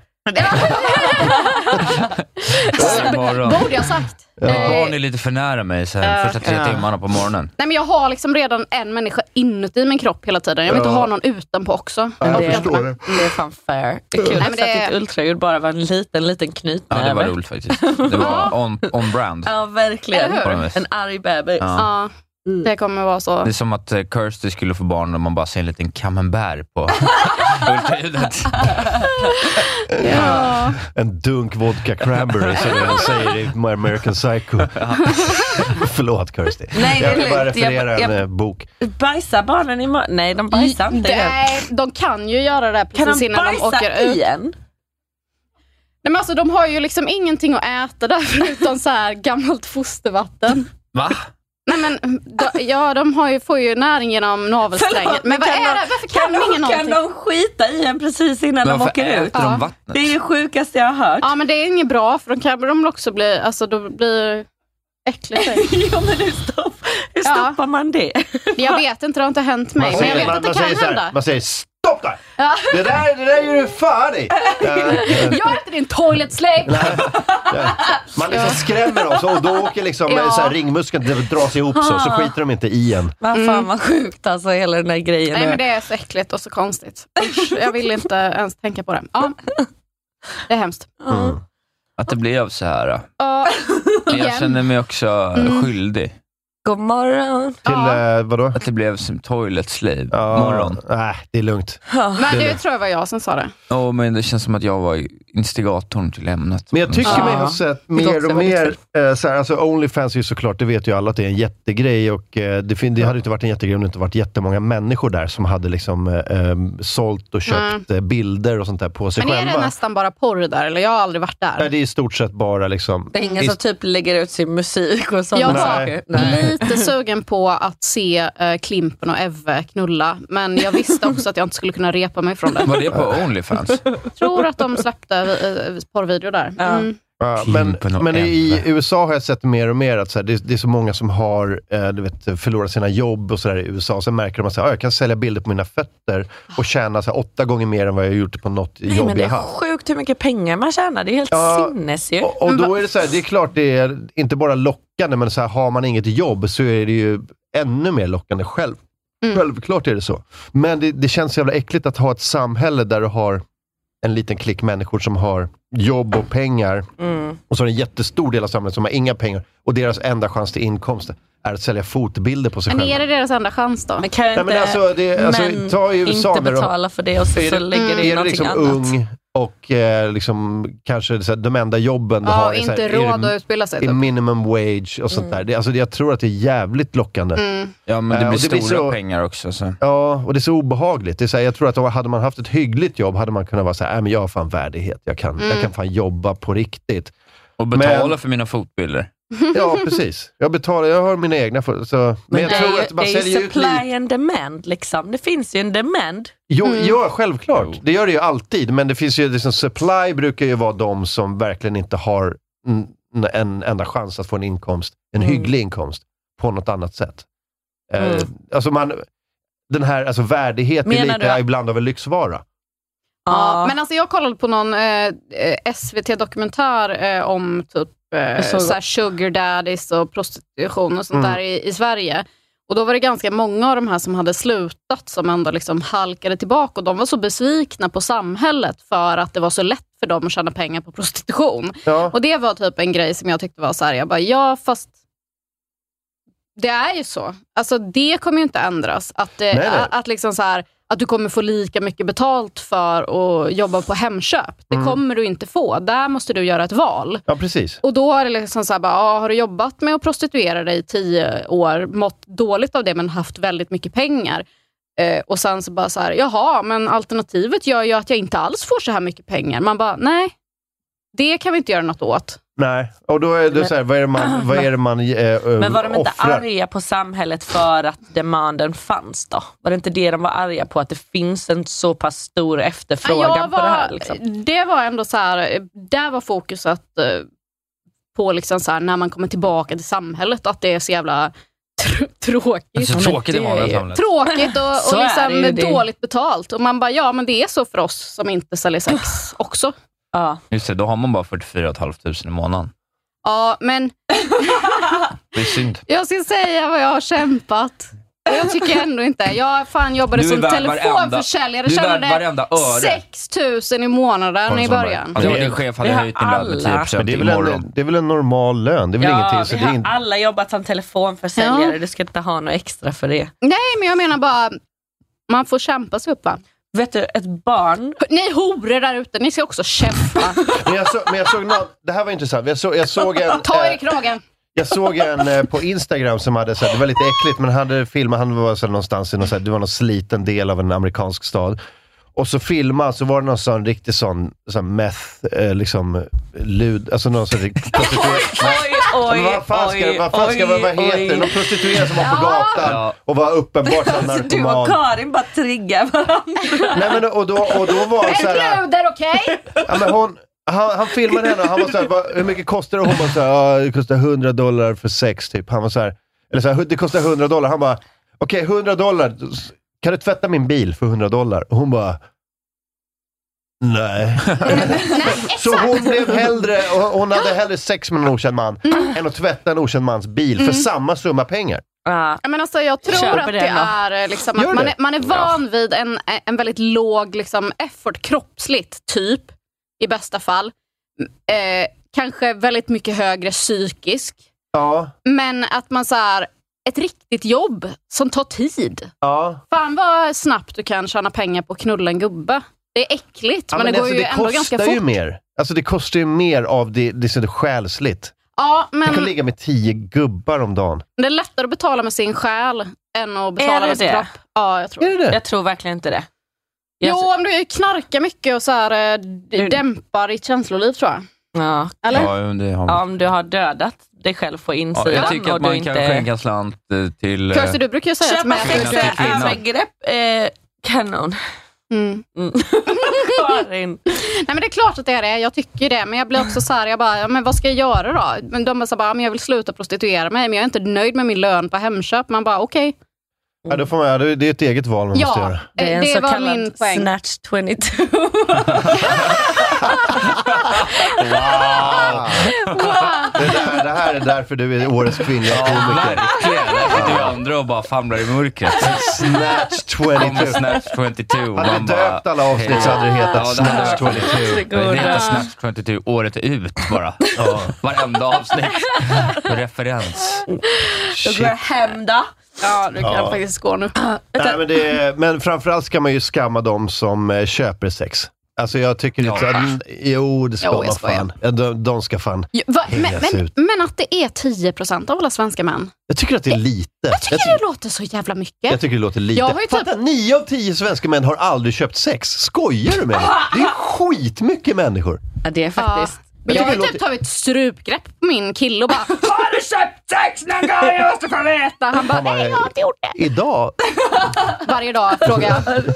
Speaker 2: Imorgon.
Speaker 5: borde jag sagt. Eh,
Speaker 2: Barn är lite för nära mig så här,
Speaker 5: Ja.
Speaker 2: första tre
Speaker 3: Ja.
Speaker 2: timmarna på morgonen.
Speaker 5: Nej, men jag har liksom redan en människa inuti min kropp hela tiden. Jag vill inte
Speaker 1: Ja.
Speaker 5: ha någon utanpå också.
Speaker 1: Jag
Speaker 3: det-
Speaker 1: förstår det.
Speaker 3: Det är fan fair. Det är kul
Speaker 5: men
Speaker 3: också
Speaker 5: det-
Speaker 3: att ditt ultraljud bara var en liten, liten
Speaker 2: Ja, det var
Speaker 3: knytnäve.
Speaker 2: roligt faktiskt. Det var on, on brand.
Speaker 3: Ja, verkligen.
Speaker 5: Eller hur?
Speaker 2: På något vis.
Speaker 3: En arg bebis.
Speaker 2: Ja.
Speaker 5: Ja,
Speaker 3: Mm.
Speaker 5: det kommer vara så.
Speaker 2: Det är som att eh, Kirsty skulle få barn och man bara ser en liten camembert på ultraljudet.
Speaker 5: Ja.
Speaker 1: En dunk vodka cranberry som den säger i My American Psycho. Förlåt Kirsty.
Speaker 3: Nej, det är
Speaker 1: jag vill bara
Speaker 3: lugnt. Jag-
Speaker 1: referera en
Speaker 3: jag-
Speaker 1: eh, bok.
Speaker 3: Bajsar barnen i ma- Nej, de bajsar inte. igen.
Speaker 5: Nej, de kan ju göra det här
Speaker 3: Kan
Speaker 5: precis
Speaker 3: de
Speaker 5: innan de
Speaker 3: bajsa
Speaker 5: åker ut.
Speaker 3: igen?
Speaker 5: Nej, men alltså, de har ju liksom ingenting att äta där förutom så här gammalt fostervatten.
Speaker 2: Va?
Speaker 5: Nej, men, de, ja, de har ju, får ju näring genom navelsträngen.
Speaker 3: Förlåt,
Speaker 5: Men vad
Speaker 3: kan
Speaker 5: är
Speaker 3: de-
Speaker 5: det? Varför kan, de ingen
Speaker 3: kan
Speaker 5: någonting?
Speaker 3: de skita i en precis innan
Speaker 2: Men
Speaker 3: de
Speaker 2: varför
Speaker 3: åker ut?
Speaker 2: äter
Speaker 5: Ja.
Speaker 2: de vattnet?
Speaker 3: Det är det sjukaste jag har hört.
Speaker 5: Ja, men det är inget bra för de kan de också bli, alltså då blir äckligt.
Speaker 3: jo, men hur, stopp, hur
Speaker 5: Ja.
Speaker 3: stoppar man det?
Speaker 5: Jag vet inte, det har inte hänt mig. Men jag vet att det kan
Speaker 1: säger så här,
Speaker 5: hända.
Speaker 1: man säger stopp där!
Speaker 5: Ja.
Speaker 1: Det där, det där gör du fan i! Eh,
Speaker 5: Jag är inte din toilet slave!
Speaker 1: Man liksom skrämmer dem så, och då åker liksom
Speaker 5: Ja.
Speaker 1: eh, så här, ringmuskeln, det dras ihop så, så skiter de inte i en. Mm.
Speaker 3: Vad fan vad sjukt alltså hela den här grejen.
Speaker 5: Mm. Nej men det är så äckligt och så konstigt. Usch, jag vill inte ens tänka på det. Ja. Det är hemskt.
Speaker 2: Att det blev så här. då.
Speaker 5: Ja,
Speaker 2: Men Jag
Speaker 5: Igen.
Speaker 2: känner mig också skyldig.
Speaker 3: God morgon.
Speaker 1: Till
Speaker 5: Ja.
Speaker 1: eh, vadå?
Speaker 2: Att det blev som toilet slave
Speaker 1: Ja,
Speaker 2: morgon.
Speaker 1: Nej, det är lugnt.
Speaker 5: men det tror jag var jag som sa det.
Speaker 2: Ja, men det känns som att jag var instigatorn till ämnet.
Speaker 1: Men jag tycker
Speaker 5: Ja.
Speaker 1: mig ha sett
Speaker 5: låter
Speaker 1: mer och
Speaker 5: väldigt
Speaker 1: mer, eh, så här, alltså Onlyfans är ju såklart, det vet ju alla att det är en jättegrej och eh, det, fin- det hade inte varit en jättegrej om det inte varit jättemånga människor där som hade liksom eh, eh, sålt och köpt eh, bilder och sånt där på sig
Speaker 5: Men är det
Speaker 1: själva.
Speaker 5: nästan bara porr där? Eller jag har aldrig varit
Speaker 1: Nej,
Speaker 5: där.
Speaker 1: det är i stort sett bara liksom...
Speaker 3: Det är ingen
Speaker 1: i-
Speaker 3: som typ lägger ut sin musik och
Speaker 5: Jag
Speaker 3: sådana
Speaker 5: bara,
Speaker 3: saker. Nej.
Speaker 5: lite sugen på att se eh, Klimpen och Evve knulla, men jag visste också att jag inte skulle kunna repa mig från det.
Speaker 2: Mm. Var det på Onlyfans?
Speaker 5: Jag tror att de släppte eh, porrvideo där.
Speaker 3: Ja.
Speaker 5: Mm.
Speaker 1: Ja, men
Speaker 2: Klumpen och
Speaker 1: men i
Speaker 2: ämne.
Speaker 1: USA har jag sett mer och mer att så här, det, det är så många som har eh, du vet, förlorat sina jobb och så där i USA. Sen märker de att så här, "Ah, jag kan sälja bilder på mina fötter och tjäna så här, åtta gånger mer än vad jag har gjort på något
Speaker 3: Nej,
Speaker 1: jobb
Speaker 3: men det
Speaker 1: jag
Speaker 3: är
Speaker 1: haft.
Speaker 3: sjukt hur mycket pengar man tjänar. Det är helt
Speaker 1: Ja,
Speaker 3: sinnes ju.
Speaker 1: Och, och då är det så här, det är klart det är inte bara lockande, men så här, har man inget jobb så är det ju ännu mer lockande. Själv.
Speaker 5: Mm.
Speaker 1: Självklart är det så. Men det, det känns så jävla äckligt att ha ett samhälle där du har en liten klick människor som har jobb och pengar
Speaker 3: Mm.
Speaker 1: och så har en jättestor del av samhället som har inga pengar och deras enda chans till inkomst är att sälja fotbilder på sig
Speaker 5: Men är
Speaker 1: själva.
Speaker 5: det deras enda chans då?
Speaker 3: Men kan jag
Speaker 1: Nej,
Speaker 3: inte,
Speaker 1: men alltså, det, alltså,
Speaker 3: män
Speaker 1: ta i USA
Speaker 3: inte
Speaker 1: när du har-
Speaker 3: betala för det och så,
Speaker 1: Är
Speaker 3: så
Speaker 1: det-
Speaker 3: lägger du in
Speaker 1: är det
Speaker 3: någonting
Speaker 1: liksom
Speaker 3: annat?
Speaker 1: ung och eh, liksom, kanske så här, de enda jobben du har
Speaker 5: Ja,
Speaker 1: är, så här,
Speaker 5: inte
Speaker 1: är, det-
Speaker 5: råd att utbilda sig.
Speaker 1: är
Speaker 5: Typ.
Speaker 1: minimum wage och
Speaker 3: Mm.
Speaker 1: sånt där. Det, alltså, det- jag tror att det är jävligt lockande.
Speaker 5: Mm.
Speaker 2: Ja, men
Speaker 1: Eh,
Speaker 2: det
Speaker 1: och
Speaker 2: blir
Speaker 1: det blir
Speaker 2: stora
Speaker 1: så-
Speaker 2: pengar också. Så.
Speaker 1: Ja, och det är så obehagligt. Det är så här, jag tror att om- hade man haft ett hyggligt jobb hade man kunnat vara så här, "Nej, men jag har fan värdighet. Jag kan, jag
Speaker 3: Mm.
Speaker 1: kan fan jobba på riktigt.
Speaker 2: Och betala
Speaker 1: Men-
Speaker 2: för mina fotbilder.
Speaker 1: Ja, precis. Jag betalar, jag har mina egna. fo- Så, men,
Speaker 3: Men
Speaker 1: jag
Speaker 3: det,
Speaker 1: tror
Speaker 3: är,
Speaker 1: att man
Speaker 3: ju- det är
Speaker 1: säljer
Speaker 3: ju
Speaker 1: ut lite.
Speaker 3: supply and demand. Liksom. Det finns ju en demand.
Speaker 1: Jo, Ja, självklart.
Speaker 2: Jo.
Speaker 1: Det gör det ju alltid. Men det finns ju, liksom, supply brukar ju vara de som verkligen inte har en, en enda chans att få en inkomst, en
Speaker 3: Mm.
Speaker 1: hygglig inkomst, på något annat sätt. Eh,
Speaker 3: Mm.
Speaker 1: alltså man, den här alltså värdighet är
Speaker 3: Menar
Speaker 1: lite
Speaker 3: du att-
Speaker 1: ibland av en lyxvara.
Speaker 5: Ja, men alltså jag kollade på någon eh, SVT-dokumentär eh, om typ eh,
Speaker 3: såg-
Speaker 5: så här sugar daddies och prostitution och sånt
Speaker 1: Mm.
Speaker 5: där i, i Sverige. Och då var det ganska många av de här som hade slutat som ändå liksom halkade tillbaka och de var så besvikna på samhället för att det var så lätt för dem att tjäna pengar på prostitution.
Speaker 1: Ja.
Speaker 5: Och det var typ en grej som jag tyckte var så här, jag bara, ja fast det är ju så. Alltså det kommer ju inte ändras. Att, eh,
Speaker 1: nej.
Speaker 5: a- att liksom så här, att du kommer få lika mycket betalt för att jobba på Hemköp. Det
Speaker 1: Mm.
Speaker 5: kommer du inte få. Där måste du göra ett val.
Speaker 1: ja, precis.
Speaker 5: Och då är det liksom så här, bara, ah, har du jobbat med att prostituera dig i tio år, mått dåligt av det men haft väldigt mycket pengar. Eh, och sen så bara så här, jaha, men alternativet gör ju att jag inte alls får så här mycket pengar. Man bara, nej, det kan vi inte göra något åt.
Speaker 1: Nej, och då är det
Speaker 3: Men-
Speaker 1: så här, vad är det man, vad är det man eh,
Speaker 3: Men var de inte
Speaker 1: offrar?
Speaker 3: arga på samhället för att demanden fanns då? Var det inte det de var arga på? Att det finns en så pass stor
Speaker 5: Nej,
Speaker 3: efterfrågan
Speaker 5: jag
Speaker 3: på det här? Liksom?
Speaker 5: det var ändå så här, eh, där var fokuset eh, på liksom så här, när man kommer tillbaka till samhället, att det är så jävla tr- tråkigt.
Speaker 2: Så tråkigt det var med samhället.
Speaker 5: Tråkigt och,
Speaker 3: Så
Speaker 5: och
Speaker 3: är det ju,
Speaker 5: liksom
Speaker 3: det-
Speaker 5: dåligt betalt. Och man bara, ja men det är så för oss som inte säljer sex också.
Speaker 3: Ja.
Speaker 2: Just det, då har man bara 44 500 i månaden.
Speaker 5: Ja, men
Speaker 2: Det är synd.
Speaker 5: jag ska säga vad jag har kämpat. Och Jag tycker ändå inte, jag fan jobbade
Speaker 2: Du är
Speaker 5: som
Speaker 2: värd
Speaker 5: telefonförsäljare,
Speaker 2: Du är värd
Speaker 5: tjänade
Speaker 2: varenda öre.
Speaker 5: 6 000 i månaden i början.
Speaker 2: Alltså, din chef hade
Speaker 3: Vi har
Speaker 2: höjt din lön
Speaker 3: alla.
Speaker 2: med 10
Speaker 1: Men
Speaker 2: procent
Speaker 1: det är, väl
Speaker 2: imorgon.
Speaker 1: en, det är väl en normal lön? Det är väl
Speaker 3: Ja,
Speaker 1: ingenting.
Speaker 3: vi
Speaker 1: Så det är
Speaker 3: har
Speaker 1: in...
Speaker 3: alla jobbat som telefonförsäljare,
Speaker 5: Ja.
Speaker 3: du ska inte ha något extra för det.
Speaker 5: Nej, men jag menar bara, man får kämpa sig upp va?
Speaker 3: Vet du, ett barn
Speaker 5: Ni horor där ute, ni ska också kämpa.
Speaker 1: men, jag så, men jag såg någon, det här var intressant. Jag, så, jag såg en...
Speaker 5: Ta er i
Speaker 1: eh,
Speaker 5: kragen.
Speaker 1: Jag såg en eh, på Instagram som hade, så här, det var lite äckligt, men han hade filmat, han var så här, någonstans i någon, så här, det var någon sliten del av en amerikansk stad. Och så filmade han, så var det någon sån riktig sån, sån meth, eh, liksom, lud, alltså någon sån riktig prostituerad.
Speaker 3: Oj, oj,
Speaker 1: Men vad fan ska,
Speaker 3: oj,
Speaker 1: vad, fan ska, vad, vad heter det? Någon prostituerad som var på gatan
Speaker 2: Ja.
Speaker 1: och var uppenbart en
Speaker 3: Alltså, du och
Speaker 1: narkoman.
Speaker 3: Karin bara triggar varandra.
Speaker 1: Nej, men, och, då, och då var han så här,
Speaker 5: Bruder, okej?
Speaker 1: Ja, men hon, han, han filmade henne och han var såhär, "Va, hur mycket kostar det? Och hon bara såhär, "Ja, det kostar 100 dollar för sex typ. Han var såhär, eller såhär, det kostar 100 dollar. Han bara, okej 100 dollar, kan du tvätta min bil för 100 dollar? Och hon bara, nej. Så hon blev hellre, och hon hade hellre sex med en okänd man,
Speaker 5: Mm.
Speaker 1: än att tvätta en okänd mans bil för samma summa pengar.
Speaker 3: Ja.
Speaker 5: Ja, men alltså, jag tror
Speaker 3: Kör på
Speaker 5: att
Speaker 3: det
Speaker 5: det
Speaker 3: då.
Speaker 5: är eh, liksom,
Speaker 1: Gör
Speaker 5: att man
Speaker 1: det.
Speaker 5: är, man är van vid en, eh, en väldigt låg liksom, effort kroppsligt, typ, i bästa fall. Eh, kanske väldigt mycket högre psykisk.
Speaker 1: Ja,
Speaker 5: Men att man så här, ett riktigt jobb som tar tid.
Speaker 1: ja.
Speaker 5: Fan vad snabbt du kan tjäna pengar på att knulla en gubbe. Det är äckligt,
Speaker 1: Ja,
Speaker 5: men, det går
Speaker 1: alltså,
Speaker 5: ju ändå ganska
Speaker 1: kostar
Speaker 5: fort.
Speaker 1: ju mer. Alltså det kostar ju mer av det, det som är själsligt.
Speaker 5: Ja, men...
Speaker 1: Jag kan ligga med tio gubbar om dagen.
Speaker 5: Det är lättare att betala med sin själ än att betala
Speaker 3: Är det
Speaker 5: med sin
Speaker 3: det?
Speaker 5: kropp. Ja, jag tror
Speaker 1: Är det det?
Speaker 3: Jag tror verkligen inte det. Jag-
Speaker 5: alltså- Jo, om du knarkar mycket och så här, eh, d-
Speaker 3: Du-
Speaker 5: dämpar ditt känsloliv tror jag.
Speaker 3: Ja.
Speaker 5: Eller?
Speaker 2: Ja, det har man.
Speaker 3: Ja, om du har dödat dig själv på
Speaker 2: Ja,
Speaker 3: insidan
Speaker 2: jag tycker
Speaker 3: och
Speaker 2: att man
Speaker 3: du
Speaker 2: kan
Speaker 3: inte...
Speaker 2: skänka slant eh, till... eh,
Speaker 5: Kirsty, du brukar ju säga att
Speaker 3: Köpa
Speaker 5: män
Speaker 2: sex-
Speaker 5: brukar...
Speaker 2: till kvinnan.
Speaker 3: sexövergrepp, eh, kanon.
Speaker 5: Mm.
Speaker 3: Mm. Karin.
Speaker 5: Nej men det är klart att det är det, jag tycker det. Men jag blir också så här, jag bara, ja, men vad ska jag göra då? Men de bara, så här, bara, men jag vill sluta prostituera mig, men jag är inte nöjd med min lön på Hemköp. Man bara, okej.
Speaker 1: Ja, då får man, det det är ett eget val man måste
Speaker 5: Ja,
Speaker 1: göra.
Speaker 5: eh, det, var min poäng.
Speaker 3: snatch 22.
Speaker 1: Wow. det, där, det här är därför du är årets kvinnliga komiker.
Speaker 2: Verkligen! Där sitter vi andra och bara famlar i mörkret.
Speaker 1: Snatch
Speaker 2: Kommer
Speaker 1: 22.
Speaker 2: Snatch 22. och
Speaker 1: Hade
Speaker 2: man
Speaker 1: du
Speaker 2: bara,
Speaker 1: döpt alla avsnitt så hade det hetat
Speaker 2: Ja, det hade
Speaker 1: Snatch
Speaker 2: varit
Speaker 1: 22.
Speaker 2: Det heter Snatch 22 året ut bara. Ja. Varenda avsnitt. Referens.
Speaker 3: Då går jag hem då.
Speaker 5: Ja, du kan
Speaker 1: Ja.
Speaker 5: faktiskt gå nu.
Speaker 1: Nej, men, det är, men framförallt ska man ju skamma dem som eh, köper sex. Alltså jag tycker
Speaker 2: Ja.
Speaker 1: inte att, jo det ska
Speaker 5: Jo, jag
Speaker 1: man
Speaker 5: skojar.
Speaker 1: fan. Ja, De, de ska fan.
Speaker 5: Ja, va, men,
Speaker 1: Yes,
Speaker 5: men,
Speaker 1: ut.
Speaker 5: men att det är 10 procent av alla svenska män.
Speaker 1: Jag tycker att det är lite. Jag
Speaker 5: Tycker
Speaker 1: ty-
Speaker 5: det låter så jävla
Speaker 1: jag
Speaker 5: mycket?
Speaker 1: tycker det låter lite.
Speaker 5: Jag har ju typ-
Speaker 1: Fatta, nio av tio svenska män har aldrig köpt sex. Skojar du med mig? Det är skitmycket människor.
Speaker 7: Ja, det är faktiskt.
Speaker 5: Jag,
Speaker 1: tycker
Speaker 5: har ju
Speaker 1: det
Speaker 5: typ
Speaker 1: låter-
Speaker 5: tagit strupgrepp på min kille och bara,
Speaker 4: Har du köpt sex någon gång? Jag måste få veta!
Speaker 5: han bara,
Speaker 1: Han bara,
Speaker 5: nej jag har inte gjort det.
Speaker 1: Idag?
Speaker 5: Varje dag frågar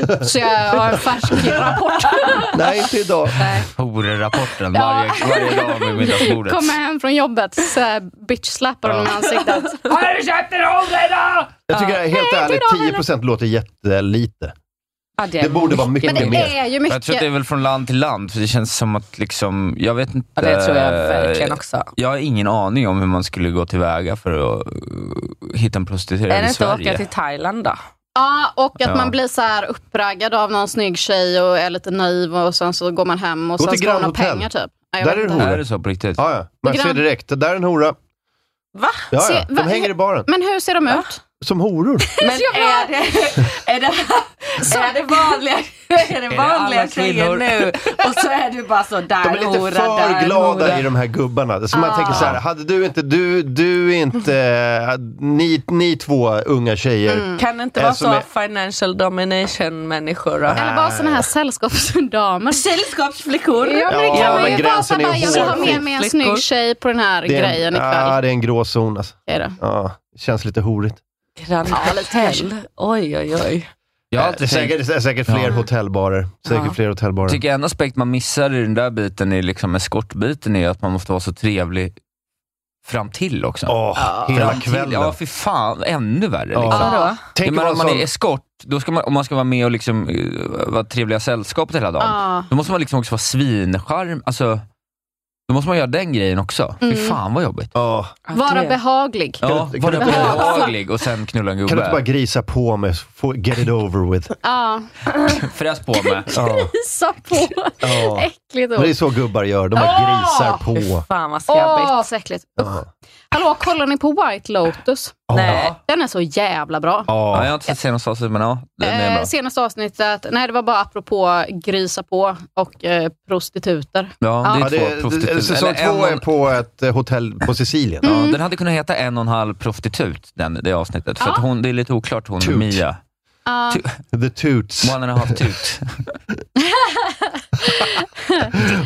Speaker 5: jag. Så jag har en färsk rapport.
Speaker 1: Nej, inte idag.
Speaker 2: Horerapporten varje, varje dag vid middagsbordet.
Speaker 5: Kommer hem fråfrån jobbet, så här bitch-slappar honom i ansiktet.
Speaker 4: Har du köpt en hora idag?
Speaker 1: Jag tycker helt ärligt, 10 procent låter jättelite.
Speaker 7: Ja, det, är
Speaker 1: Det borde vara mycket
Speaker 5: Men det,
Speaker 1: mer.
Speaker 5: det är ju
Speaker 2: Jag tror att det är
Speaker 5: mycket.
Speaker 2: väl från land till land, för det känns som att liksom, jag vet inte.
Speaker 7: Ja, det tror jag
Speaker 2: Eh,
Speaker 7: verkligen också.
Speaker 2: Jag har ingen aning om hur man skulle gå tillväga för att eh, hitta en
Speaker 3: Är
Speaker 2: prostituerad
Speaker 3: det
Speaker 2: i
Speaker 3: inte att
Speaker 2: Sverige.
Speaker 3: åka till Thailand då?
Speaker 5: Ja, och att
Speaker 2: Ja.
Speaker 5: man blir så här uppraggad av någon snygg tjej och är lite naiv och sen så går man hem och
Speaker 1: Gå
Speaker 5: sen
Speaker 1: till
Speaker 5: ska hon ha
Speaker 1: Grandhotell.
Speaker 5: pengar typ. Nej, jag
Speaker 1: Där
Speaker 5: vet
Speaker 1: är det
Speaker 5: inte.
Speaker 1: hora.
Speaker 2: Är det så på riktigt?
Speaker 1: Ja, ja. Man
Speaker 5: Lite
Speaker 1: ser
Speaker 5: grann.
Speaker 1: direkt, där är en hora.
Speaker 3: Va?
Speaker 1: Ja,
Speaker 5: Se,
Speaker 1: ja.
Speaker 5: va-
Speaker 1: De hänger i baren.
Speaker 5: Men hur ser de ut?
Speaker 1: Som horor.
Speaker 3: Men är det, är det, är det vanliga, är det
Speaker 2: det
Speaker 3: vanliga
Speaker 2: alla
Speaker 3: tjejer
Speaker 2: kvinnor?
Speaker 3: nu och så är du bara så där
Speaker 1: De är lite
Speaker 3: hora,
Speaker 1: för
Speaker 3: där hora.
Speaker 1: glada i de här gubbarna. Så man tänker så här, hade du inte, du, du inte, eh, ni, ni två unga tjejer.
Speaker 3: Kan det inte
Speaker 1: Eh,
Speaker 3: vara
Speaker 1: som
Speaker 3: så
Speaker 1: är-
Speaker 3: financial domination människor? då?
Speaker 5: Eller bara såna här sällskapsdamer.
Speaker 3: Sällskapsflickor.
Speaker 5: Ja, men det
Speaker 1: Ja,
Speaker 5: kan man
Speaker 1: men
Speaker 5: ju vara
Speaker 1: gränsen
Speaker 5: så här,
Speaker 1: är
Speaker 5: bara, jag vill ha med
Speaker 1: hårfin.
Speaker 5: mig en
Speaker 3: Flickor.
Speaker 5: snygg tjej på den här
Speaker 1: Det är en-
Speaker 5: grejen
Speaker 1: Ja,
Speaker 5: ikväll.
Speaker 1: det är en gråzon alltså.
Speaker 5: Det är det.
Speaker 1: Ja, det känns lite horigt.
Speaker 3: Grand Hotel. Oj, oj, oj.
Speaker 2: Jag har
Speaker 1: Det är
Speaker 2: alltid tänkt,
Speaker 1: Eh, säkert, det är säkert fler
Speaker 2: Ja.
Speaker 1: hotellbarer. Säkert
Speaker 3: Ja.
Speaker 1: fler hotellbarer.
Speaker 2: tycker en aspekt man missar i den där biten, i liksom eskortbiten, är att man måste vara så trevlig fram till också.
Speaker 1: Åh, hela
Speaker 2: Fram till-
Speaker 1: kvällen.
Speaker 2: Ja, för fan. Ännu värre.
Speaker 1: Ja.
Speaker 2: Liksom.
Speaker 3: Vadå?
Speaker 1: Tänk
Speaker 2: Jag
Speaker 1: om
Speaker 2: menar,
Speaker 1: man,
Speaker 2: om man
Speaker 1: sån-
Speaker 2: är eskort, då ska man, om man ska vara med och liksom, eh, vara trevliga sällskapet hela dagen,
Speaker 5: Ja.
Speaker 2: då måste man liksom också vara svincharm. Alltså, då måste man göra den grejen också. Fy
Speaker 5: Mm.
Speaker 2: fan vad jobbigt.
Speaker 1: Ja.
Speaker 5: Vara behaglig.
Speaker 2: Ja,
Speaker 1: du- kan
Speaker 2: vara
Speaker 1: du inte-
Speaker 2: behaglig och sen knulla en
Speaker 1: Kan du inte bara
Speaker 2: gubbe.
Speaker 1: grisa på mig, så får- get it over with.
Speaker 5: Ja. Mm.
Speaker 2: Fräs på med.
Speaker 1: Ja.
Speaker 5: Pissa på.
Speaker 1: Ja.
Speaker 5: Äckligt
Speaker 1: Men
Speaker 5: ord.
Speaker 1: det är så gubbar gör, de bara grisar på.
Speaker 3: Fan vad skabbigt.
Speaker 5: Åh, så äckligt.
Speaker 1: Ja.
Speaker 5: Hallå, kollar ni på White Lotus?
Speaker 3: Nej.
Speaker 5: Den är så jävla bra.
Speaker 2: Ja, jag
Speaker 1: Ja.
Speaker 2: har inte sett senaste avsnittet, men ja, den är
Speaker 5: Eh,
Speaker 2: bra.
Speaker 5: senaste avsnittet, nej det var bara apropå grisa på och eh, prostituter.
Speaker 2: Ja, det
Speaker 1: Ja,
Speaker 2: är
Speaker 1: det,
Speaker 2: två prostitut-
Speaker 1: säsong
Speaker 2: eller en
Speaker 1: två är på
Speaker 2: och-
Speaker 1: ett eh, hotell på Sicilien.
Speaker 2: Ja, Den hade kunnat heta en och en halv prostitut, den, det avsnittet. För
Speaker 5: Ja.
Speaker 2: att hon, det är lite oklart hon,
Speaker 1: Tut.
Speaker 2: Mia.
Speaker 5: Ja,
Speaker 2: Ty-
Speaker 1: The Toots.
Speaker 2: One and a half tut.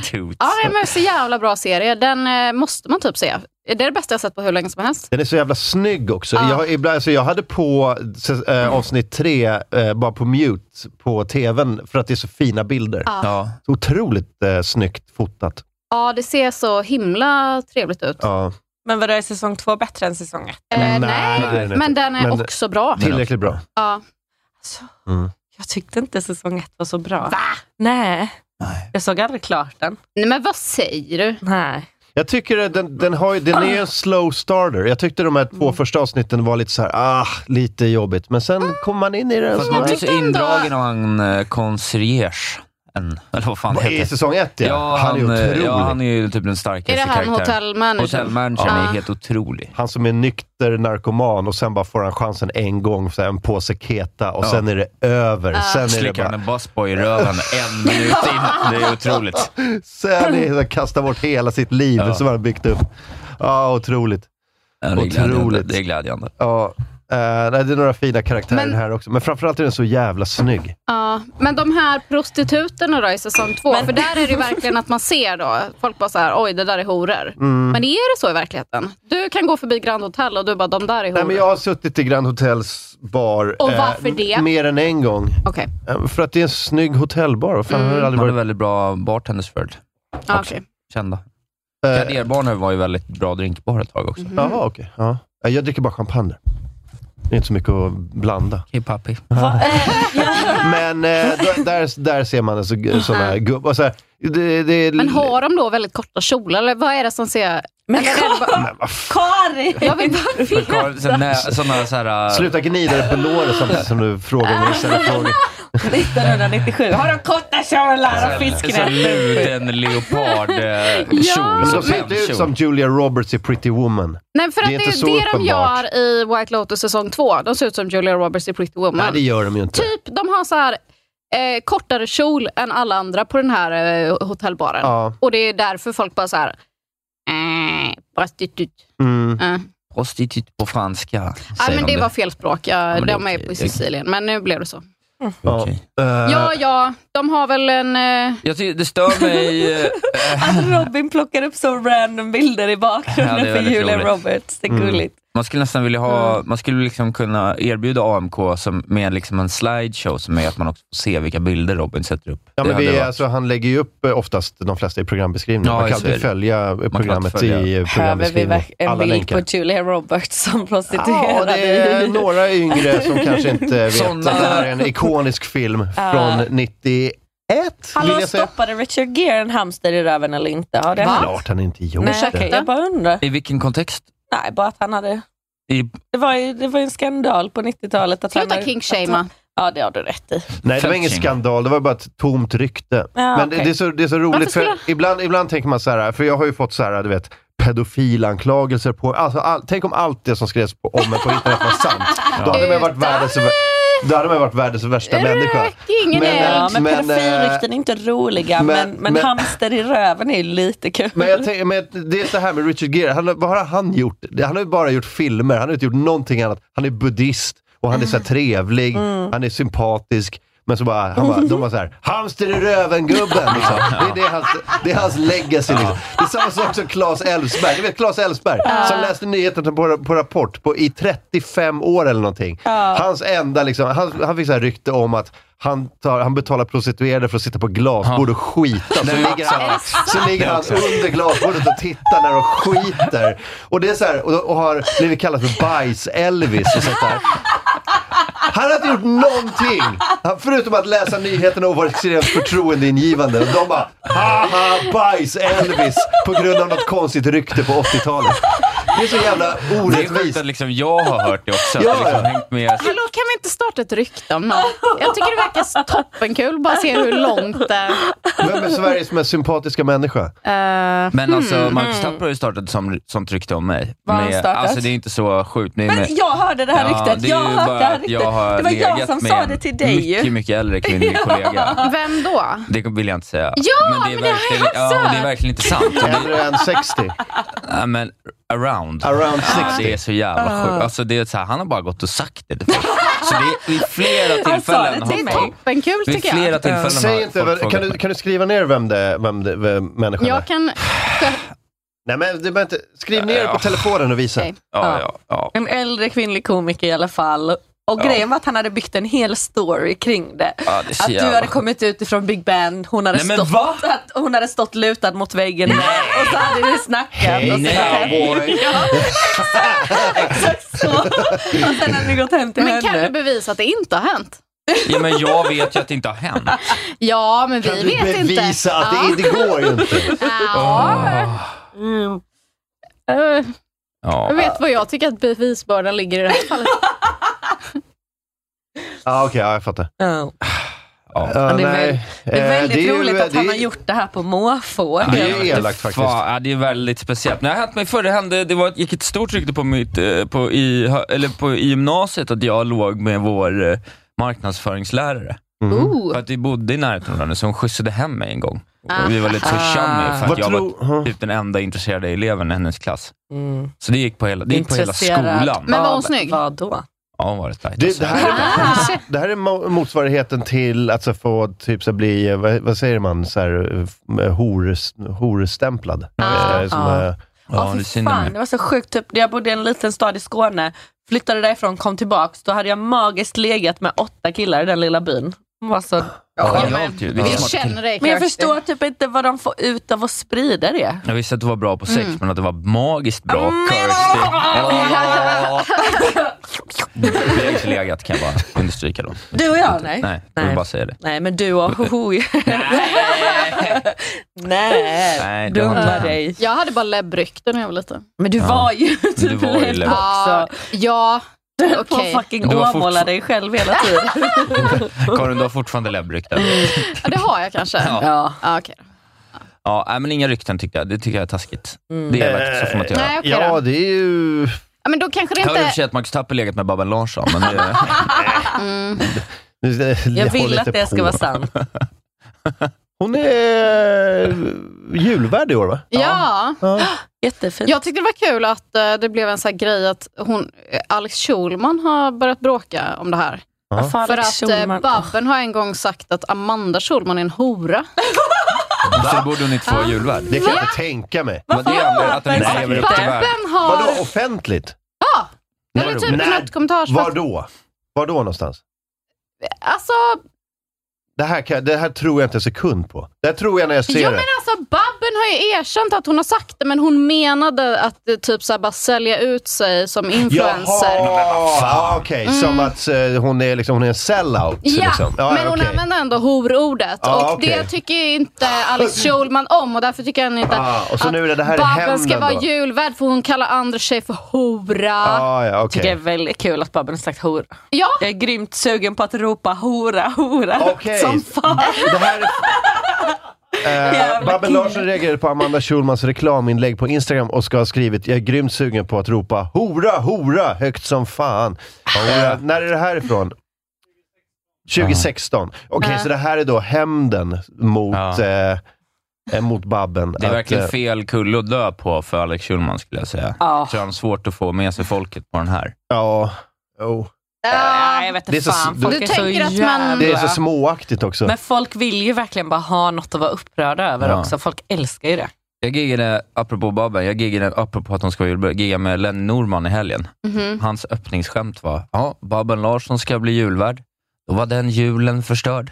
Speaker 2: tut.
Speaker 5: ja det är så jävla bra serie. Den eh, måste man typ se. Det är det bästa jag sett på hur länge som helst.
Speaker 1: Den är så jävla snygg också.
Speaker 5: Ja.
Speaker 1: Jag, ibland, alltså jag hade på se- eh, avsnitt tre eh, bara på mute på tvn för att det är så fina bilder.
Speaker 2: Ja.
Speaker 1: Så otroligt eh, snyggt fotat.
Speaker 5: Ja, det ser så himla trevligt ut.
Speaker 1: Ja.
Speaker 3: Men vadå, är säsong två bättre än säsong ett?
Speaker 5: Eh,
Speaker 1: Nej,
Speaker 5: nej,
Speaker 1: det är den
Speaker 5: men den är
Speaker 1: Men-
Speaker 5: också bra.
Speaker 1: Tillräckligt bra.
Speaker 5: Ja.
Speaker 3: Alltså,
Speaker 1: Mm.
Speaker 3: Jag tyckte inte säsong ett var så bra. Va? Nej. Jag såg aldrig klart den.
Speaker 5: Nej, men vad säger du?
Speaker 3: Nej.
Speaker 1: Jag tycker att den, den, har, ju- den är en slow starter. Jag tyckte de här två första avsnitten var lite så här, ah, lite jobbigt. Men sen kommer man in i den.
Speaker 2: Fast
Speaker 1: Så
Speaker 2: man
Speaker 1: här,
Speaker 2: blir så indragen av han eh, concierge. En, eller vad fan det
Speaker 1: I
Speaker 2: heter.
Speaker 1: säsong ett ja.
Speaker 2: Ja,
Speaker 1: han, är otrolig.
Speaker 2: ja, han
Speaker 1: han,
Speaker 2: är ju typ den
Speaker 5: Är
Speaker 2: starkaste
Speaker 5: det han
Speaker 2: karaktären.
Speaker 5: hotellmanager?
Speaker 2: Hotellmanagern
Speaker 5: Ja.
Speaker 2: är helt otrolig.
Speaker 1: som är nykter narkoman och sen bara får han chansen en gång, så här, en påse keta och sen är det över. Sen är det
Speaker 2: Slickar han
Speaker 1: bara,
Speaker 2: en busboy i röven en minut in. Det är otroligt.
Speaker 1: sen är det, kastar bort hela sitt liv
Speaker 2: Ja.
Speaker 1: som han har byggt upp. Ja, otroligt.
Speaker 2: Ja, det är
Speaker 1: Otroligt.
Speaker 2: glädjande. Det är glädjande.
Speaker 1: Ja. Eh, nej, det är några fina karaktärer
Speaker 5: Men-
Speaker 1: här också, men framförallt är den så jävla snygg.
Speaker 5: Ja, men de här prostituterna då i säsong två,
Speaker 3: Men-
Speaker 5: för där är det ju verkligen att man ser då, folk bara så här, oj det där är horor.
Speaker 1: Mm.
Speaker 5: Men är det så i verkligheten? Du kan gå förbi Grand Hotel och du bara, de där är
Speaker 1: Nej,
Speaker 5: horor.
Speaker 1: men jag har suttit i Grand Hotels bar
Speaker 5: Och varför
Speaker 1: eh,
Speaker 5: det?
Speaker 1: mer än en gång.
Speaker 5: Okej,
Speaker 1: Eh, För att det är en snygg hotellbar. Vad Fan, har det
Speaker 2: De
Speaker 1: aldrig
Speaker 2: hade
Speaker 1: varit...
Speaker 2: väldigt bra bartenders förut.
Speaker 5: Ja,
Speaker 2: Också.
Speaker 5: okej.
Speaker 2: Kända.
Speaker 3: Eh,
Speaker 2: Garderbarnen var ju väldigt bra drinkbar ett tag också.
Speaker 1: Eh, Jaha, okej. Ja. Ja, Jag dricker bara champagne där. Det är inte så mycket att blanda.
Speaker 2: Hej pappi.
Speaker 1: Men eh, då- där, där ser man en så, sån här gubb. Och så här, det, det,
Speaker 5: Men har de då väldigt korta kjolar? Eller vad är det som ser...
Speaker 3: Men Karin!
Speaker 5: Jag vill bara veta.
Speaker 2: Sådana så här... äh,
Speaker 1: Sluta gnida dig på låret samtidigt som du frågar mig ställer frågor.
Speaker 3: 1997. Har de korta
Speaker 1: Alltså,
Speaker 3: kjolar och
Speaker 2: så här
Speaker 3: fisknät?
Speaker 2: luden eh, leopardkjol.
Speaker 5: Ja.
Speaker 1: Men de ser inte ut som Julia Roberts i Pretty Woman.
Speaker 5: Nej, för
Speaker 1: Det
Speaker 5: att
Speaker 1: är
Speaker 5: det
Speaker 1: inte så
Speaker 5: är ju det de
Speaker 1: uppenbart.
Speaker 5: gör i White Lotus säsong två. De ser ut som Julia Roberts i Pretty Woman.
Speaker 1: Nej, det gör de ju inte.
Speaker 5: Typ, de har så här eh, kortare kjol än alla andra på den här eh, hotellbaren.
Speaker 1: Ja.
Speaker 5: Och det är därför folk bara så här... Eh, prostitut.
Speaker 1: Mm.
Speaker 5: Eh.
Speaker 2: Prostitut på franska.
Speaker 5: Nej,
Speaker 2: säger
Speaker 5: men
Speaker 2: de
Speaker 5: det var fel språk. Ja,
Speaker 2: men det är
Speaker 5: de är
Speaker 2: okej.
Speaker 5: på Sicilien, men nu blev det så.
Speaker 1: Ja.
Speaker 2: Okej.
Speaker 1: Eh,
Speaker 5: Ja, ja, de har väl en... Eh,
Speaker 2: Jag tycker det stör mig... eh,
Speaker 3: Att Robin plockar upp så random bilder i bakgrunden
Speaker 2: Ja, det är
Speaker 3: för
Speaker 2: väldigt
Speaker 3: Julia
Speaker 2: roligt.
Speaker 3: Roberts. Det är
Speaker 5: Mm.
Speaker 3: gulligt.
Speaker 2: Man skulle nästan vilja ha, man skulle liksom kunna erbjuda AMK som, med liksom en slideshow som är att man också får se vilka bilder Robin sätter upp.
Speaker 1: Ja,
Speaker 2: Det
Speaker 1: men
Speaker 2: hade
Speaker 1: vi,
Speaker 2: varit-
Speaker 1: alltså, han lägger ju upp eh, oftast de flesta i programbeskrivningen.
Speaker 2: Ja,
Speaker 1: man kan
Speaker 2: så är
Speaker 1: alltid
Speaker 2: det.
Speaker 1: följa eh,
Speaker 2: kan alltid
Speaker 1: programmet i
Speaker 2: följa.
Speaker 1: eh,
Speaker 3: Behöver vi
Speaker 1: programbeskrivningen.
Speaker 3: verk- en
Speaker 1: Alla
Speaker 3: bild
Speaker 1: länkar.
Speaker 3: på Julia Roberts som
Speaker 1: Ja,
Speaker 3: prostituerad?
Speaker 1: det är några yngre som kanske inte vet
Speaker 2: Såna-
Speaker 1: att det här är en ikonisk film från 91.
Speaker 3: Hallå,
Speaker 1: vill jag säga.
Speaker 3: stoppade Richard Gere en hamster i röven eller inte? Har det hänt?
Speaker 1: Klart han inte gjort
Speaker 3: Nej,
Speaker 1: det.
Speaker 3: okej, jag bara undrar.
Speaker 2: I vilken kontext?
Speaker 3: Nej, bara att han hade...
Speaker 2: I
Speaker 3: Det var ju, det var ju en skandal på 90-talet. Att
Speaker 5: sluta
Speaker 3: han hade-
Speaker 5: kinkshama.
Speaker 3: Ja, det har du rätt i.
Speaker 1: Nej, det var ingen
Speaker 2: Fetching.
Speaker 1: skandal. Det var bara ett tomt rykte.
Speaker 3: Ja,
Speaker 1: Men det,
Speaker 3: okej.
Speaker 1: det, är så, det är så roligt,
Speaker 5: Varför
Speaker 1: för
Speaker 5: skulle-
Speaker 1: ibland, ibland tänker man så här, för jag har ju fått så här, du vet, pedofilanklagelser på... Alltså, all, tänk om allt det som skrevs på, om mig på internet var sant. Då hade man ju varit världens, då hade man ju varit världens värsta människa.
Speaker 5: Ingen
Speaker 1: Men,
Speaker 5: är...
Speaker 2: eh,
Speaker 3: Ja, men,
Speaker 1: men, eh,
Speaker 3: pedofilrykten är inte roliga,
Speaker 1: men-
Speaker 3: men, men,
Speaker 1: men-
Speaker 3: hamster i röven är ju lite kul.
Speaker 1: Men, jag tänker, men det är så här med Richard Gere, han, har- vad har han gjort? Det- Han har ju bara gjort filmer, han har inte gjort någonting annat. Han är buddhist och han är så här trevlig, han är sympatisk. Men så bara, han bara, de var så här, hamster i röven-gubben. Liksom. Det, är det, hans, det är hans legacy. Liksom. Det är samma sak som Claes Elfsberg. Du vet Claes Elfsberg som läste nyheterna på, på Rapport på, i 35 år eller någonting. Hans enda, liksom, han, han fick så här rykte om att han, tar, han betalar prostituerade för att sitta på glasbord och skita. Så ligger han, så ligger han under glasbordet och tittar när de skiter. Och det är så här, och, och har blivit kallad för bajs-Elvis och sånt där. Han har inte gjort någonting! Han, förutom att läsa nyheterna och vara extremt förtroendeingivande. Och de bara haha bajs-Elvis på grund av något konstigt rykte på 80-talet. Det är så jävla
Speaker 2: det är sjukt
Speaker 1: orättvist.
Speaker 2: att liksom jag har hört det också. Att
Speaker 1: Ja,
Speaker 2: det liksom
Speaker 1: ja.
Speaker 2: hängt med.
Speaker 5: Hallå, kan vi inte starta ett rykte om någon? Jag tycker det verkar toppenkul. Bara se hur långt det...
Speaker 1: Vem är Sveriges mest sympatiska människa?
Speaker 5: eh,
Speaker 2: Men alltså, Marcus Tapper har ju startat som, som tryckte om mig.
Speaker 3: Vad Mm. har han startat?
Speaker 2: alltså det är inte så sjukt. Men,
Speaker 3: Men jag hörde det här ryktet.
Speaker 2: det är
Speaker 3: Jag
Speaker 2: ju
Speaker 3: hörde
Speaker 2: bara
Speaker 3: det här
Speaker 2: att jag har
Speaker 3: ryktet. Det var jag
Speaker 2: legat
Speaker 3: som
Speaker 2: med
Speaker 3: sa
Speaker 2: en
Speaker 3: det till dig ju.
Speaker 2: Mycket, mycket äldre kvinnlig kollega.
Speaker 5: vem då?
Speaker 2: Det vill jag inte säga.
Speaker 5: Ja,
Speaker 2: är
Speaker 5: men det har jag
Speaker 2: verkligen- ja, och det är
Speaker 5: hört.
Speaker 2: verkligen inte sant. Och det,
Speaker 1: Äldre än 60?
Speaker 2: ja, men around.
Speaker 1: Around 60?
Speaker 2: Det är så
Speaker 3: Ah.
Speaker 2: jävla sjukt. Alltså, det är så här, han har bara gått och sagt det. Så det är, vid flera tillfällen
Speaker 3: det till
Speaker 2: har
Speaker 3: mig.
Speaker 2: folk...
Speaker 5: Toppenkul
Speaker 2: Vid
Speaker 5: tycker
Speaker 2: flera
Speaker 5: jag.
Speaker 2: tillfällen har
Speaker 1: Säg inte,
Speaker 2: folk
Speaker 1: vem- kan
Speaker 2: frågat
Speaker 1: du,
Speaker 2: mig.
Speaker 1: kan du skriva ner vem det vem det, vem människan är?
Speaker 5: Jag kan...
Speaker 1: Nej men, du behöver inte, skriv ner det på telefonen och visa.
Speaker 5: Okej.
Speaker 2: Ja, ja, ja.
Speaker 3: En äldre kvinnlig komiker i alla fall. Och grejen var att han hade byggt en hel story kring det.
Speaker 2: Ja, det är så
Speaker 3: att du
Speaker 2: jävla
Speaker 3: hade
Speaker 2: sjukt.
Speaker 3: kommit ut ifrån Big Ben, hon hade,
Speaker 2: Nej, men va?
Speaker 3: stått, att hon hade stått lutad mot väggen där och så hade ni snackat. och så,
Speaker 2: cowboy!
Speaker 3: exakt så. Och sen hade ni gått hem till
Speaker 5: Men kan du
Speaker 3: henne.
Speaker 5: bevisa att det inte har hänt?
Speaker 2: Ja, men jag vet ju att det inte har hänt.
Speaker 5: Ja, men vi
Speaker 1: Kan du
Speaker 5: vet inte.
Speaker 1: bevisa att det, inte- det går ju inte?
Speaker 5: Ja. Mm. Eh, Jag
Speaker 2: Ah. Ja.
Speaker 5: vet vad jag tycker att bevisbördan ligger i det här fallet.
Speaker 1: Ja, Okej, ja, jag fattar.
Speaker 3: Ja.
Speaker 2: Ja.
Speaker 1: Ja,
Speaker 3: det är
Speaker 1: nej.
Speaker 3: väl- Det är
Speaker 1: Eh,
Speaker 3: väldigt
Speaker 1: ju-
Speaker 3: roligt att
Speaker 1: det
Speaker 3: han
Speaker 1: är-
Speaker 3: har gjort det här på måfå.
Speaker 1: Det är ju elakt faktiskt.
Speaker 2: Fan, ja, det är väldigt speciellt. Men det har hänt mig förr. Det, hände, det var, gick ett stort rykte på, mitt, eh, på, i, hö- eller på i gymnasiet att jag låg med vår eh, marknadsföringslärare.
Speaker 1: Mm.
Speaker 2: För
Speaker 5: Oh.
Speaker 2: att vi bodde i närheten av varandra, så hon skjutsade hem mig en gång. Och vi var
Speaker 5: Ah.
Speaker 2: lite så chummy, för
Speaker 1: Vad
Speaker 2: att jag
Speaker 1: tror-
Speaker 2: var typ den enda intresserade eleven i hennes klass. Så det gick på hela, det gick på hela
Speaker 3: Intresserad.
Speaker 2: skolan.
Speaker 5: Men var hon
Speaker 3: Mm. Vad-
Speaker 5: snygg?
Speaker 3: Vad då?
Speaker 2: Ja, hon var rätt tajt.
Speaker 1: Det, det,
Speaker 2: alltså.
Speaker 1: här
Speaker 3: Ah.
Speaker 1: är, det här är mo- motsvarigheten till att så få typ, så bli, eh, vad, vad säger man, så här, eh, hores, horestämplad.
Speaker 3: Ah,
Speaker 1: Eh, som,
Speaker 3: ah.
Speaker 1: eh,
Speaker 2: Ja,
Speaker 3: Ja,
Speaker 2: det är
Speaker 3: fy
Speaker 2: synd om
Speaker 3: fan,
Speaker 2: mig.
Speaker 3: det var så sjukt. Typ, jag bodde i en liten stad i Skåne, flyttade därifrån, kom tillbaks. Då hade jag magiskt legat med åtta killar i den lilla byn. Man Var så...
Speaker 2: Ja,
Speaker 5: men-
Speaker 2: jag, typ,
Speaker 5: Vi
Speaker 2: visste att-
Speaker 5: känner dig
Speaker 3: Men jag
Speaker 5: Kirsty.
Speaker 3: förstår typ inte vad de får ut av att sprida det.
Speaker 2: jag visste att du var bra på sex, men att du var magiskt bra. Kirsty. Vi har inte legat, kan jag bara understryka då.
Speaker 3: Du och jag? Nej.
Speaker 2: Nej, jag vill
Speaker 3: Nej.
Speaker 2: bara säga det.
Speaker 3: Nej, men du och hohoj. Nej,
Speaker 2: Nej, det har
Speaker 3: dumma
Speaker 2: inte hänt.
Speaker 3: dig.
Speaker 5: Jag hade bara läbbrykten när jag var liten.
Speaker 3: Men du
Speaker 2: Ja.
Speaker 3: var ju
Speaker 2: Men du
Speaker 3: typ
Speaker 2: var ju
Speaker 3: lätt
Speaker 2: lätt.
Speaker 3: också.
Speaker 5: Ja,
Speaker 3: Du höll på
Speaker 5: Ah, okej.
Speaker 3: att fucking
Speaker 2: Du var fortfar-
Speaker 3: åmåla dig själv hela tiden.
Speaker 2: Karin, du har fortfarande läbbrykten.
Speaker 5: ja, det har jag kanske. Ja.
Speaker 3: ja.
Speaker 5: okej då.
Speaker 2: Ja, nej, men inga rykten tyckte jag. Det tycker jag är taskigt. Det är elakt, så får man inte göra.
Speaker 5: Nej, okej
Speaker 1: ja,
Speaker 5: då.
Speaker 1: det är ju...
Speaker 5: Ja, men då kanske det
Speaker 2: Jag har i och för
Speaker 5: inte...
Speaker 2: sig att Max Tapper legat med Babben Larsson, men det,
Speaker 5: Mm.
Speaker 1: Jag
Speaker 3: Jag vill att det ska vara sant.
Speaker 1: Hon är eh, julvärd i år, va?
Speaker 5: Ja.
Speaker 3: Jättefint.
Speaker 5: Jag tyckte det var kul att eh, det blev en sån här grej att hon, eh, Alex Schulman har börjat bråka om det här.
Speaker 1: Ja.
Speaker 3: Fan,
Speaker 5: För
Speaker 3: Alex
Speaker 5: att eh,
Speaker 3: Schulman.
Speaker 5: Babben har en gång sagt att Amanda Schulman är en hora.
Speaker 2: så det borde hon inte få vara julvärd.
Speaker 1: Det kan jag inte tänka mig.
Speaker 2: Vad det gör att hon inte
Speaker 3: Nej,
Speaker 2: lever upp till världen.
Speaker 5: Babben har...
Speaker 1: Vadå offentligt?
Speaker 5: Eller typ
Speaker 1: Nej.
Speaker 5: något kommentarsfält.
Speaker 1: Var då? Var då någonstans?
Speaker 5: Alltså,
Speaker 1: Det här, kan, det här tror jag inte en sekund på. Det här tror jag när jag ser
Speaker 5: jag
Speaker 1: det.
Speaker 5: menar alltså, Babben har ju erkänt att hon har sagt det, men hon menade att eh, typ så här, bara sälja ut sig som influencer.
Speaker 1: Jaha! Okej, som att eh, hon, är liksom, hon är en sellout.
Speaker 5: Ja,
Speaker 1: liksom.
Speaker 5: men hon
Speaker 1: okej.
Speaker 5: använder ändå horordet.
Speaker 1: Ja,
Speaker 5: och
Speaker 1: okej. Alltså,
Speaker 5: det tycker ju inte Alex Schulman om och därför tycker han inte
Speaker 1: Ah, och så
Speaker 5: att
Speaker 1: nu är det- det här är
Speaker 5: Babben ska
Speaker 1: hämnden
Speaker 5: vara
Speaker 1: då.
Speaker 5: julvärd för hon kallar andra tjejer för hora.
Speaker 1: Ah, ja,
Speaker 3: tycker det
Speaker 1: okej.
Speaker 3: är väldigt kul att Babben har sagt hora.
Speaker 5: Ja,
Speaker 3: Jag är grymt sugen på att ropa hora, hora.
Speaker 1: Okej.
Speaker 3: Som fan.
Speaker 1: Det här är... Eh,
Speaker 3: Jävla
Speaker 1: Babben
Speaker 3: kille.
Speaker 1: Larsson reagerade på Amanda Schulmans reklaminlägg på Instagram och ska ha skrivit “Jag är grymt sugen på att ropa hora, hora högt som fan”. Eh, när är det här ifrån? 2016. Okej, så det här är då hämnden mot,
Speaker 2: Ah. Ja.
Speaker 1: eh, eh, mot Babben.
Speaker 2: Det är
Speaker 1: Att, eh,
Speaker 2: verkligen fel kulle att dö på för Alex Schulman, skulle jag säga.
Speaker 3: Ja.
Speaker 2: Jag tror han har svårt att få med sig folket på den här.
Speaker 1: Ja.
Speaker 2: Oh.
Speaker 1: Jo.
Speaker 3: Nej, jag vet
Speaker 1: Det är
Speaker 3: inte
Speaker 1: så-
Speaker 3: fan.
Speaker 1: du-
Speaker 3: Folk
Speaker 5: Du
Speaker 3: är så
Speaker 5: tänker att man-
Speaker 1: Det är
Speaker 3: jävla-
Speaker 1: så småaktigt också.
Speaker 3: Men folk vill ju verkligen bara ha något att vara upprörda över
Speaker 2: Ja.
Speaker 3: också. Folk älskar ju det.
Speaker 2: Jag giggade, apropå Babben, jag giggade, apropå att hon ska vara julbärd, giggade med Lenny Norman i helgen.
Speaker 5: Mhm.
Speaker 2: Hans öppningsskämt var, ja, Babben Larsson ska bli julvärd. Då var den julen förstörd.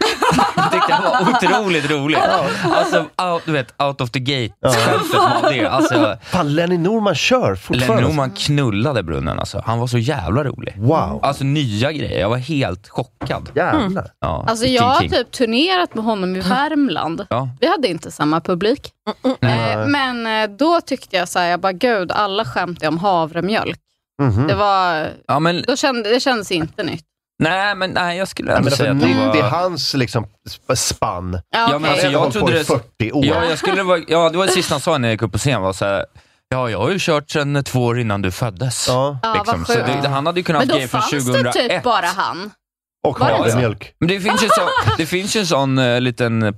Speaker 2: Det tyckte jag var otroligt roligt. Alltså, out, du vet, out of the gate-skämtet var det. Alltså,
Speaker 1: Fan, Lenny Norman kör fortfarande.
Speaker 2: Lenny Norman knullade brunnen alltså. Han var så jävla rolig.
Speaker 1: Wow.
Speaker 2: Alltså nya grejer. Jag var helt chockad.
Speaker 1: Jävlar.
Speaker 2: Ja,
Speaker 5: alltså
Speaker 2: king,
Speaker 5: jag har
Speaker 2: king.
Speaker 5: typ turnerat med honom i Värmland.
Speaker 2: Ja.
Speaker 5: Vi hade inte samma publik. Eh, men eh, då tyckte jag så här, jag bara gud, alla skämt är om havremjölk.
Speaker 1: Mhm.
Speaker 5: Det, var,
Speaker 2: Ja, men,
Speaker 5: då kände, det kändes inte nytt.
Speaker 2: nej, men nej, jag skulle
Speaker 1: Nej,
Speaker 2: ändå
Speaker 1: men alltså,
Speaker 2: säga att
Speaker 1: det,
Speaker 2: det
Speaker 1: det är
Speaker 2: var...
Speaker 1: hans liksom, sp- spann.
Speaker 5: Ja,
Speaker 2: Ja, men
Speaker 5: okej.
Speaker 2: alltså,
Speaker 1: Han har
Speaker 2: jag
Speaker 1: hållit på
Speaker 2: trodde
Speaker 1: i
Speaker 2: det-
Speaker 1: 40 år.
Speaker 2: Ja, jag skulle vara, ja, det var det sista han sa när jag gick upp på scen. Var så här, ja, jag har ju kört sedan två år innan du föddes.
Speaker 1: Ja.
Speaker 5: Ja, vad
Speaker 2: liksom, Så
Speaker 5: sjukt.
Speaker 2: det, han hade ju kunnat
Speaker 5: men
Speaker 2: haft
Speaker 5: då
Speaker 2: grejer från Eh,
Speaker 5: fanns
Speaker 2: 2001.
Speaker 5: det typ bara han.
Speaker 1: Och
Speaker 5: Var det
Speaker 2: så?
Speaker 1: havremjölk.
Speaker 2: Men det finns ju, så, det finns ju en sån eh, liten eh,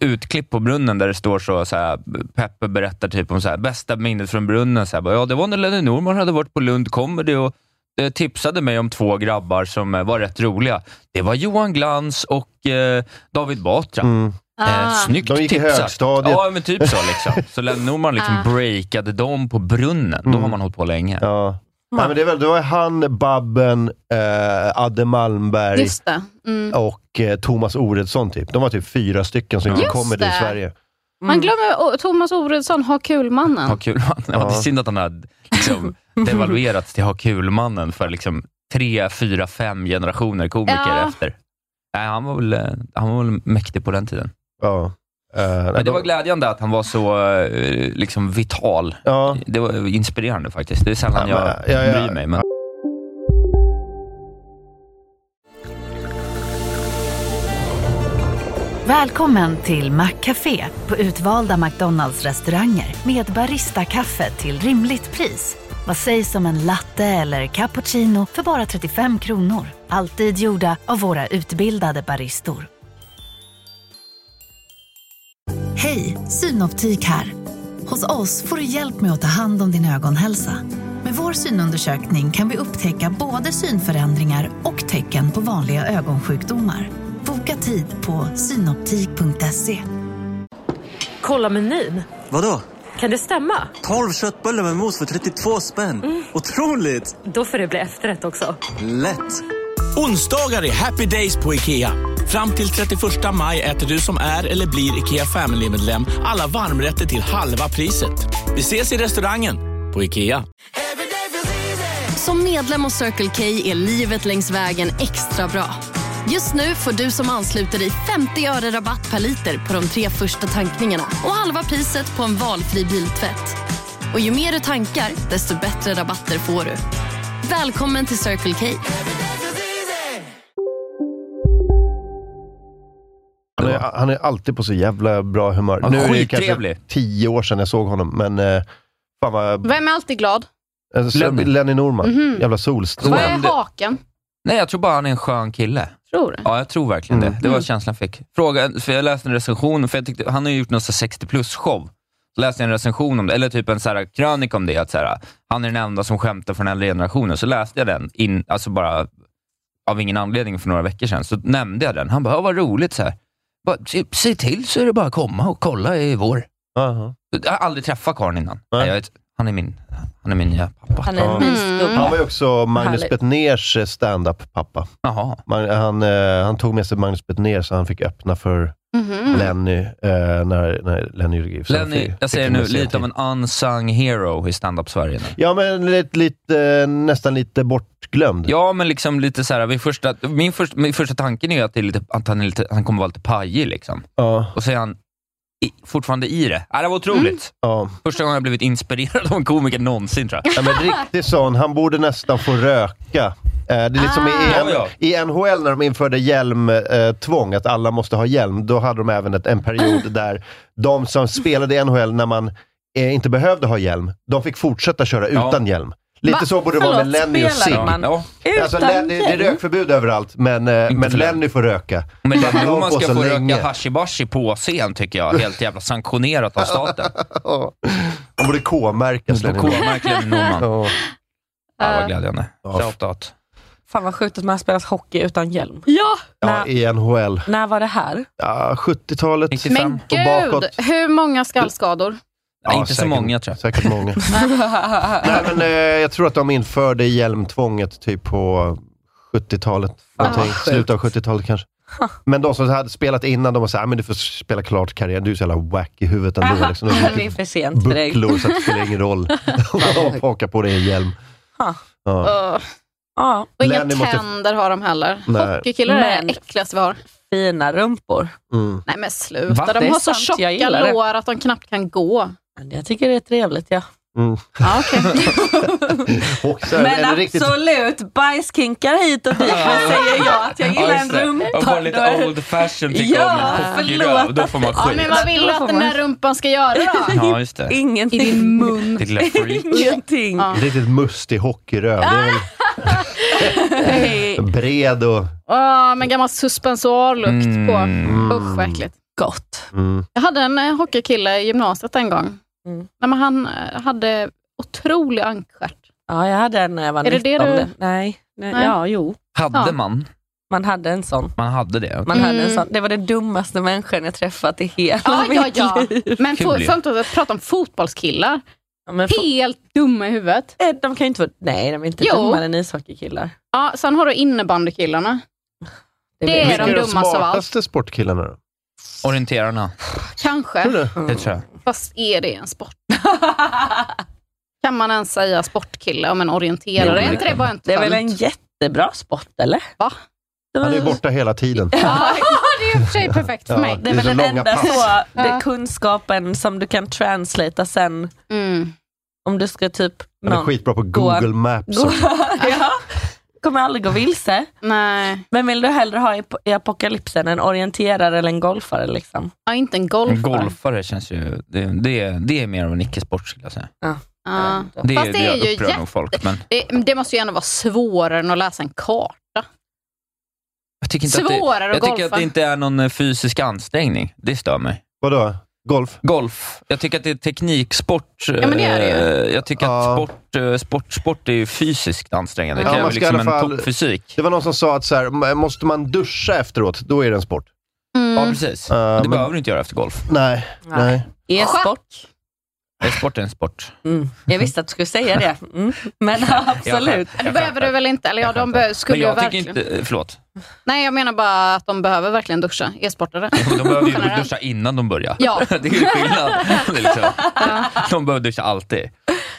Speaker 2: utklipp på brunnen där det står så, så här, Peppe berättar typ om så här, bästa minnet från brunnen. Så här, bara, ja, det var när Lenny Norman hade varit på Lund Comedy och eh, tipsade mig om två grabbar som eh, var rätt roliga. Det var Johan Glans och eh, David Batra.
Speaker 1: Mm,
Speaker 5: Ah,
Speaker 2: Eh, snyggt
Speaker 1: De gick i
Speaker 2: tipsat.
Speaker 1: högstadiet.
Speaker 2: Ja, men typ så. Liksom. Så Lenny Norman liksom breakade dem på brunnen. Då har man hållit på länge.
Speaker 1: Mm. Ja. Nej, men det, är väl, det var han, Babben, eh, Adde Malmberg
Speaker 5: Just det. Mm.
Speaker 1: och eh, Thomas Oredsson. Typ. De var typ fyra stycken som gjorde
Speaker 5: Just
Speaker 1: comedy i
Speaker 5: det.
Speaker 1: Sverige.
Speaker 3: Mm.
Speaker 5: Man glömmer o- Thomas Oredsson, Ha
Speaker 2: Ha
Speaker 5: kul-mannen.
Speaker 2: kul mannen. Ja. Det är synd att han har liksom, devaluerats till ha kul mannen för liksom tre, fyra, fem generationer komiker
Speaker 5: Ja.
Speaker 2: efter. Nej, han, var väl, eh, han var väl mäktig på den tiden.
Speaker 1: Ja. Eh, nej,
Speaker 2: Men det
Speaker 1: de-
Speaker 2: var glädjande att han var så eh, liksom, vital.
Speaker 1: ja.
Speaker 2: Det var inspirerande faktiskt. Det är sällan
Speaker 1: Ja, men,
Speaker 2: jag
Speaker 1: ja, ja.
Speaker 2: bryr mig. Men...
Speaker 8: Välkommen till Maccafé på utvalda McDonalds restauranger med Baristakaffe till rimligt pris. Vad sägs om en latte eller cappuccino för bara 35 kronor? Alltid gjorda av våra utbildade baristor. Hej, Synoptik här. Hos oss får du hjälp med att ta hand om din ögonhälsa. Med vår synundersökning kan vi upptäcka både synförändringar och tecken på vanliga ögonsjukdomar. Boka tid på synoptik.se.
Speaker 9: Kolla menyn.
Speaker 10: Vadå?
Speaker 9: Kan det stämma?
Speaker 10: 12 köttbullar med mos för 32 spänn. Otroligt!
Speaker 9: Då får det bli efterrätt också.
Speaker 10: Lätt!
Speaker 11: Onsdagar är happy days på IKEA. Fram till 31 maj äter du som är eller blir IKEA Family-medlem alla varmrätter till halva priset. Vi ses i restaurangen på IKEA.
Speaker 12: Som medlem hos Circle K är livet längs vägen extra bra. Just nu får du som ansluter dig 50 öre rabatt per liter på de tre första tankningarna och halva priset på en valfri biltvätt. Och ju mer du tankar, desto bättre rabatter får du. Välkommen till Circle K.
Speaker 1: Han är, han är alltid på så jävla bra humör.
Speaker 2: Ja,
Speaker 1: nu är det kanske
Speaker 2: skittrevlig.
Speaker 1: tio år sedan jag såg honom, men... Eh, fan vad...
Speaker 5: Vem är alltid glad?
Speaker 1: Alltså, Lenny.
Speaker 2: Lenny.
Speaker 1: Norman.
Speaker 5: Mhm.
Speaker 1: Jävla
Speaker 5: Vad
Speaker 1: solstråle.
Speaker 5: är haken?
Speaker 2: Nej, jag tror bara han är en skön kille.
Speaker 5: Tror du?
Speaker 2: Ja, jag tror verkligen det. Det var känslan jag fick. Fråga, för jag läste en recension, för jag tyckte, han har ju gjort någon sån här 60 plus-show. Så läste jag en recension om det, eller typ en så här krönika om det, att så här, han är den enda som skämtar från äldre generationen. Så läste jag den, in, alltså bara av ingen anledning för några veckor sedan, så nämnde jag den. Han bara, "Ja, vad roligt. Så här. Bara, "Se- Se till så är det bara att komma och kolla i vår.
Speaker 1: Aha.
Speaker 2: Jag har aldrig träffat karln innan. Nej, jag vet, han, är min, han är min nya pappa.
Speaker 3: Han är en
Speaker 1: Ja. Mm.
Speaker 3: mysgubbe.
Speaker 1: Han var ju också Magnus
Speaker 3: Härligt.
Speaker 1: Betnérs eh, stand-up-pappa.
Speaker 2: Jaha.
Speaker 1: Man, han, eh, han tog med sig Magnus Betnér så han fick öppna för
Speaker 5: Mhm.
Speaker 1: Lenny eh, när, när Lenny gjorde GIF. Så han
Speaker 2: Mm. Lenny,
Speaker 1: fick-
Speaker 2: jag
Speaker 1: fick
Speaker 2: säger
Speaker 1: han
Speaker 2: nu,
Speaker 1: med sig
Speaker 2: lite av en unsung hero i standup-Sverige nu.
Speaker 1: Ja, men lite, lite, nästan lite bortglömd.
Speaker 2: Ja, men liksom lite så här, vid första, min, först, min första tanken är ju att, det är lite, att han, är lite, han kommer vara lite pajig. Liksom.
Speaker 1: Ja,
Speaker 2: Och så är han i, fortfarande i det. Äh, det var otroligt.
Speaker 1: ja.
Speaker 2: Första gången jag blivit inspirerad av en komiker någonsin, tror jag.
Speaker 1: Ja, men riktigt sån. Han borde nästan få röka. Eh, Det är lite som i, EM,
Speaker 2: Ah. Ja,
Speaker 1: i NHL när de införde hjälmtvång, att alla måste ha hjälm. Då hade de även ett, en period där de som spelade i NHL när man eh, inte behövde ha hjälm, de fick fortsätta köra
Speaker 2: Ja.
Speaker 1: utan hjälm. Lite
Speaker 3: Va?
Speaker 1: så borde det vara med
Speaker 3: Förlåt,
Speaker 1: Lenny och
Speaker 3: spelar
Speaker 1: Sing.
Speaker 3: man?
Speaker 2: Ja.
Speaker 3: Utan
Speaker 1: Alltså, Lenny, det är
Speaker 3: hjälm.
Speaker 1: rökförbud överallt, men, eh, men
Speaker 2: för Lenny.
Speaker 1: Lenny får röka.
Speaker 2: Men
Speaker 1: Han
Speaker 2: det är
Speaker 1: har
Speaker 2: då man
Speaker 1: hållit på
Speaker 2: ska
Speaker 1: så
Speaker 2: få
Speaker 1: länge.
Speaker 2: röka hashibashi på scen, tycker jag. Helt jävla sanktionerat av staten.
Speaker 1: Ja. Han borde K-märkas. Lenny.
Speaker 2: K-märkligen Norman.
Speaker 1: Ja.
Speaker 2: Ja, vad glädjande.
Speaker 1: Ja.
Speaker 2: Shoutout.
Speaker 3: Fan vad sjukt att man har spelat hockey utan hjälm.
Speaker 5: Ja!
Speaker 1: Ja, E
Speaker 3: När,
Speaker 1: i NHL.
Speaker 3: när var det här?
Speaker 1: Ja, 70-talet.
Speaker 2: 95.
Speaker 5: Men
Speaker 2: Men,
Speaker 5: gud,
Speaker 1: bakåt.
Speaker 5: hur många skallskador?
Speaker 2: ja, inte så
Speaker 1: säkert-
Speaker 2: många, tror jag.
Speaker 1: Säkert många. Nej, men, eh, jag tror att de införde hjälmtvånget typ på 70-talet. någonting. Slutet av 70-talet kanske. Men de som hade spelat innan, de var såhär, "Ah, men du får spela klart karriären. Du är så jävla wack i huvudet ändå. Liksom. De har
Speaker 3: Det är för sent för dig.
Speaker 1: bucklor, så att det spelar ingen roll. de hakar på dig en hjälm.
Speaker 3: Ha.
Speaker 1: Ja.
Speaker 5: Öh,
Speaker 3: Ja,
Speaker 5: och inga
Speaker 1: Lenny måste-
Speaker 5: tänder har de heller.
Speaker 1: Nej.
Speaker 5: Hockeykillar är
Speaker 3: Men-
Speaker 5: det äckligaste vi har.
Speaker 3: fina rumpor.
Speaker 1: Mm.
Speaker 5: Nej men sluta,
Speaker 2: Va?
Speaker 3: Det
Speaker 5: de
Speaker 3: är
Speaker 5: har så
Speaker 3: sant, jag
Speaker 5: tjocka
Speaker 3: gillar det.
Speaker 5: lår att de knappt kan gå.
Speaker 3: Men Jag tycker det är trevligt ja.
Speaker 5: Ja, okej.
Speaker 1: Och så här,
Speaker 3: Men
Speaker 1: en riktigt
Speaker 3: absolut, bajskinkar hit och dit. Men säger jag att jag gillar en
Speaker 2: Och
Speaker 3: rumpa.
Speaker 2: bara
Speaker 3: då är
Speaker 2: lite
Speaker 3: det-
Speaker 2: old fashion tycker
Speaker 3: Ja,
Speaker 2: jag om en hockeygröv.
Speaker 3: förlåt.
Speaker 2: Då får man
Speaker 5: ja, men vad
Speaker 2: skit.
Speaker 5: vill du att den där rumpan ska göra då?
Speaker 2: Ja, just det.
Speaker 5: I
Speaker 3: Ingenting.
Speaker 5: din mun.
Speaker 2: Ditt lilla freak.
Speaker 3: Ingenting.
Speaker 5: Ja.
Speaker 1: Riktigt mustig hockeyröv. Det är
Speaker 3: Nej,
Speaker 1: väl bred och...
Speaker 5: Åh, men gammal suspensoarlukt på.
Speaker 2: Mm.
Speaker 5: Usch vad äckligt.
Speaker 3: gott.
Speaker 1: Mm.
Speaker 5: Jag hade en eh, hockeykille i gymnasiet en gång.
Speaker 3: Mm.
Speaker 5: Nej, men han eh, hade otrolig ankstjärt.
Speaker 3: Ja, jag hade en när jag var
Speaker 5: Är det
Speaker 3: 19.
Speaker 5: det du-
Speaker 3: Nej. Nej.
Speaker 5: Nej.
Speaker 3: Ja, jo.
Speaker 2: Hade
Speaker 5: Ja.
Speaker 2: man?
Speaker 3: Man hade en sån.
Speaker 2: Man hade det.
Speaker 3: Man hade en
Speaker 5: Mm.
Speaker 3: sån. Det var den dummaste människan jag träffat i hela
Speaker 5: Ja, ja,
Speaker 3: mitt
Speaker 5: ja.
Speaker 3: liv.
Speaker 5: Men
Speaker 2: Kul
Speaker 5: få-
Speaker 2: ju.
Speaker 5: skönt att prata om fotbollskillar.
Speaker 3: Ja, men fan,
Speaker 5: Helt dumma i huvudet.
Speaker 3: eh, de kan ju inte vara... Nej, de är inte
Speaker 5: Jo.
Speaker 3: dummare än ishockeykillar.
Speaker 5: Ja, sen har du innebandykillarna. Det
Speaker 3: vet
Speaker 5: är
Speaker 1: Vilka
Speaker 3: jag.
Speaker 5: de
Speaker 1: är de
Speaker 5: dummaste av allt.
Speaker 1: smartaste sportkillarna då?
Speaker 2: Orienterarna.
Speaker 5: Kanske.
Speaker 2: Det tror jag.
Speaker 5: Fast är det en sport? kan man ens säga sportkille om en orienterare? Är inte det bara en
Speaker 3: Det är väl en
Speaker 5: tönt?
Speaker 3: jättebra sport, eller?
Speaker 5: Va?
Speaker 3: Det var-
Speaker 1: Han är ju borta hela tiden.
Speaker 5: Ja, det är i och för sig perfekt för
Speaker 1: Ja.
Speaker 5: mig.
Speaker 3: Det är
Speaker 1: Det är
Speaker 3: väl
Speaker 1: så
Speaker 3: den
Speaker 1: långa
Speaker 3: enda
Speaker 1: pass.
Speaker 3: så, det
Speaker 5: Ja.
Speaker 3: är kunskapen som du kan translata sen
Speaker 5: Mm.
Speaker 3: om du ska typ
Speaker 1: Han är
Speaker 3: någon,
Speaker 1: skitbra på Google Maps.
Speaker 3: gå, ja, kommer aldrig gå vilse.
Speaker 5: Nej,
Speaker 3: Men vill du hellre ha i, i apokalypsen, en orienterare eller en golfare? Liksom?
Speaker 5: ja, inte en golfare.
Speaker 2: En golfare känns ju... Det, det, det är mer av en icke-sport skulle jag säga.
Speaker 5: Ja.
Speaker 2: Det,
Speaker 5: Fast det är ju
Speaker 2: upprör
Speaker 5: jätte-
Speaker 2: nog folk, men
Speaker 5: Det, det måste ju ändå vara svårare än att läsa en karta.
Speaker 2: jag tycker inte att det,
Speaker 5: Svårare att
Speaker 2: jag tycker
Speaker 5: golfa.
Speaker 2: att det inte är någon eh, fysisk ansträngning. Det stör mig.
Speaker 1: Vadå? Golf?
Speaker 2: Golf. Jag tycker att det är tekniksport.
Speaker 1: Ja, men det är det ju.
Speaker 2: Eh, Jag tycker att sport, eh, sport, sport är ju fysiskt ansträngande. Det
Speaker 1: Ja,
Speaker 2: kräver
Speaker 1: man ska i
Speaker 2: liksom en
Speaker 1: alla fall-
Speaker 2: toppfysik.
Speaker 1: Det var någon som sa att så här, m- måste man duscha efteråt, då är det en sport.
Speaker 5: Mm.
Speaker 2: Ja, precis. Men det behöver du inte göra efter golf.
Speaker 1: Nej, nej.
Speaker 7: E-sport.
Speaker 2: Är sport är en sport.
Speaker 7: Jag visste att du skulle säga det. Mm. Men ja, absolut.
Speaker 5: Det behöver du väl inte? Eller ja, de be- skulle
Speaker 2: Men
Speaker 5: ju
Speaker 2: jag tycker
Speaker 5: verkligen...
Speaker 2: inte... eh, Förlåt.
Speaker 5: Nej, jag menar bara att de behöver verkligen duscha, e-sportare.
Speaker 1: Eh,
Speaker 2: De behöver ju
Speaker 5: Generellt.
Speaker 2: duscha innan de börjar.
Speaker 5: Ja.
Speaker 2: Det är ju skillnad. Det är liksom. De behöver duscha alltid.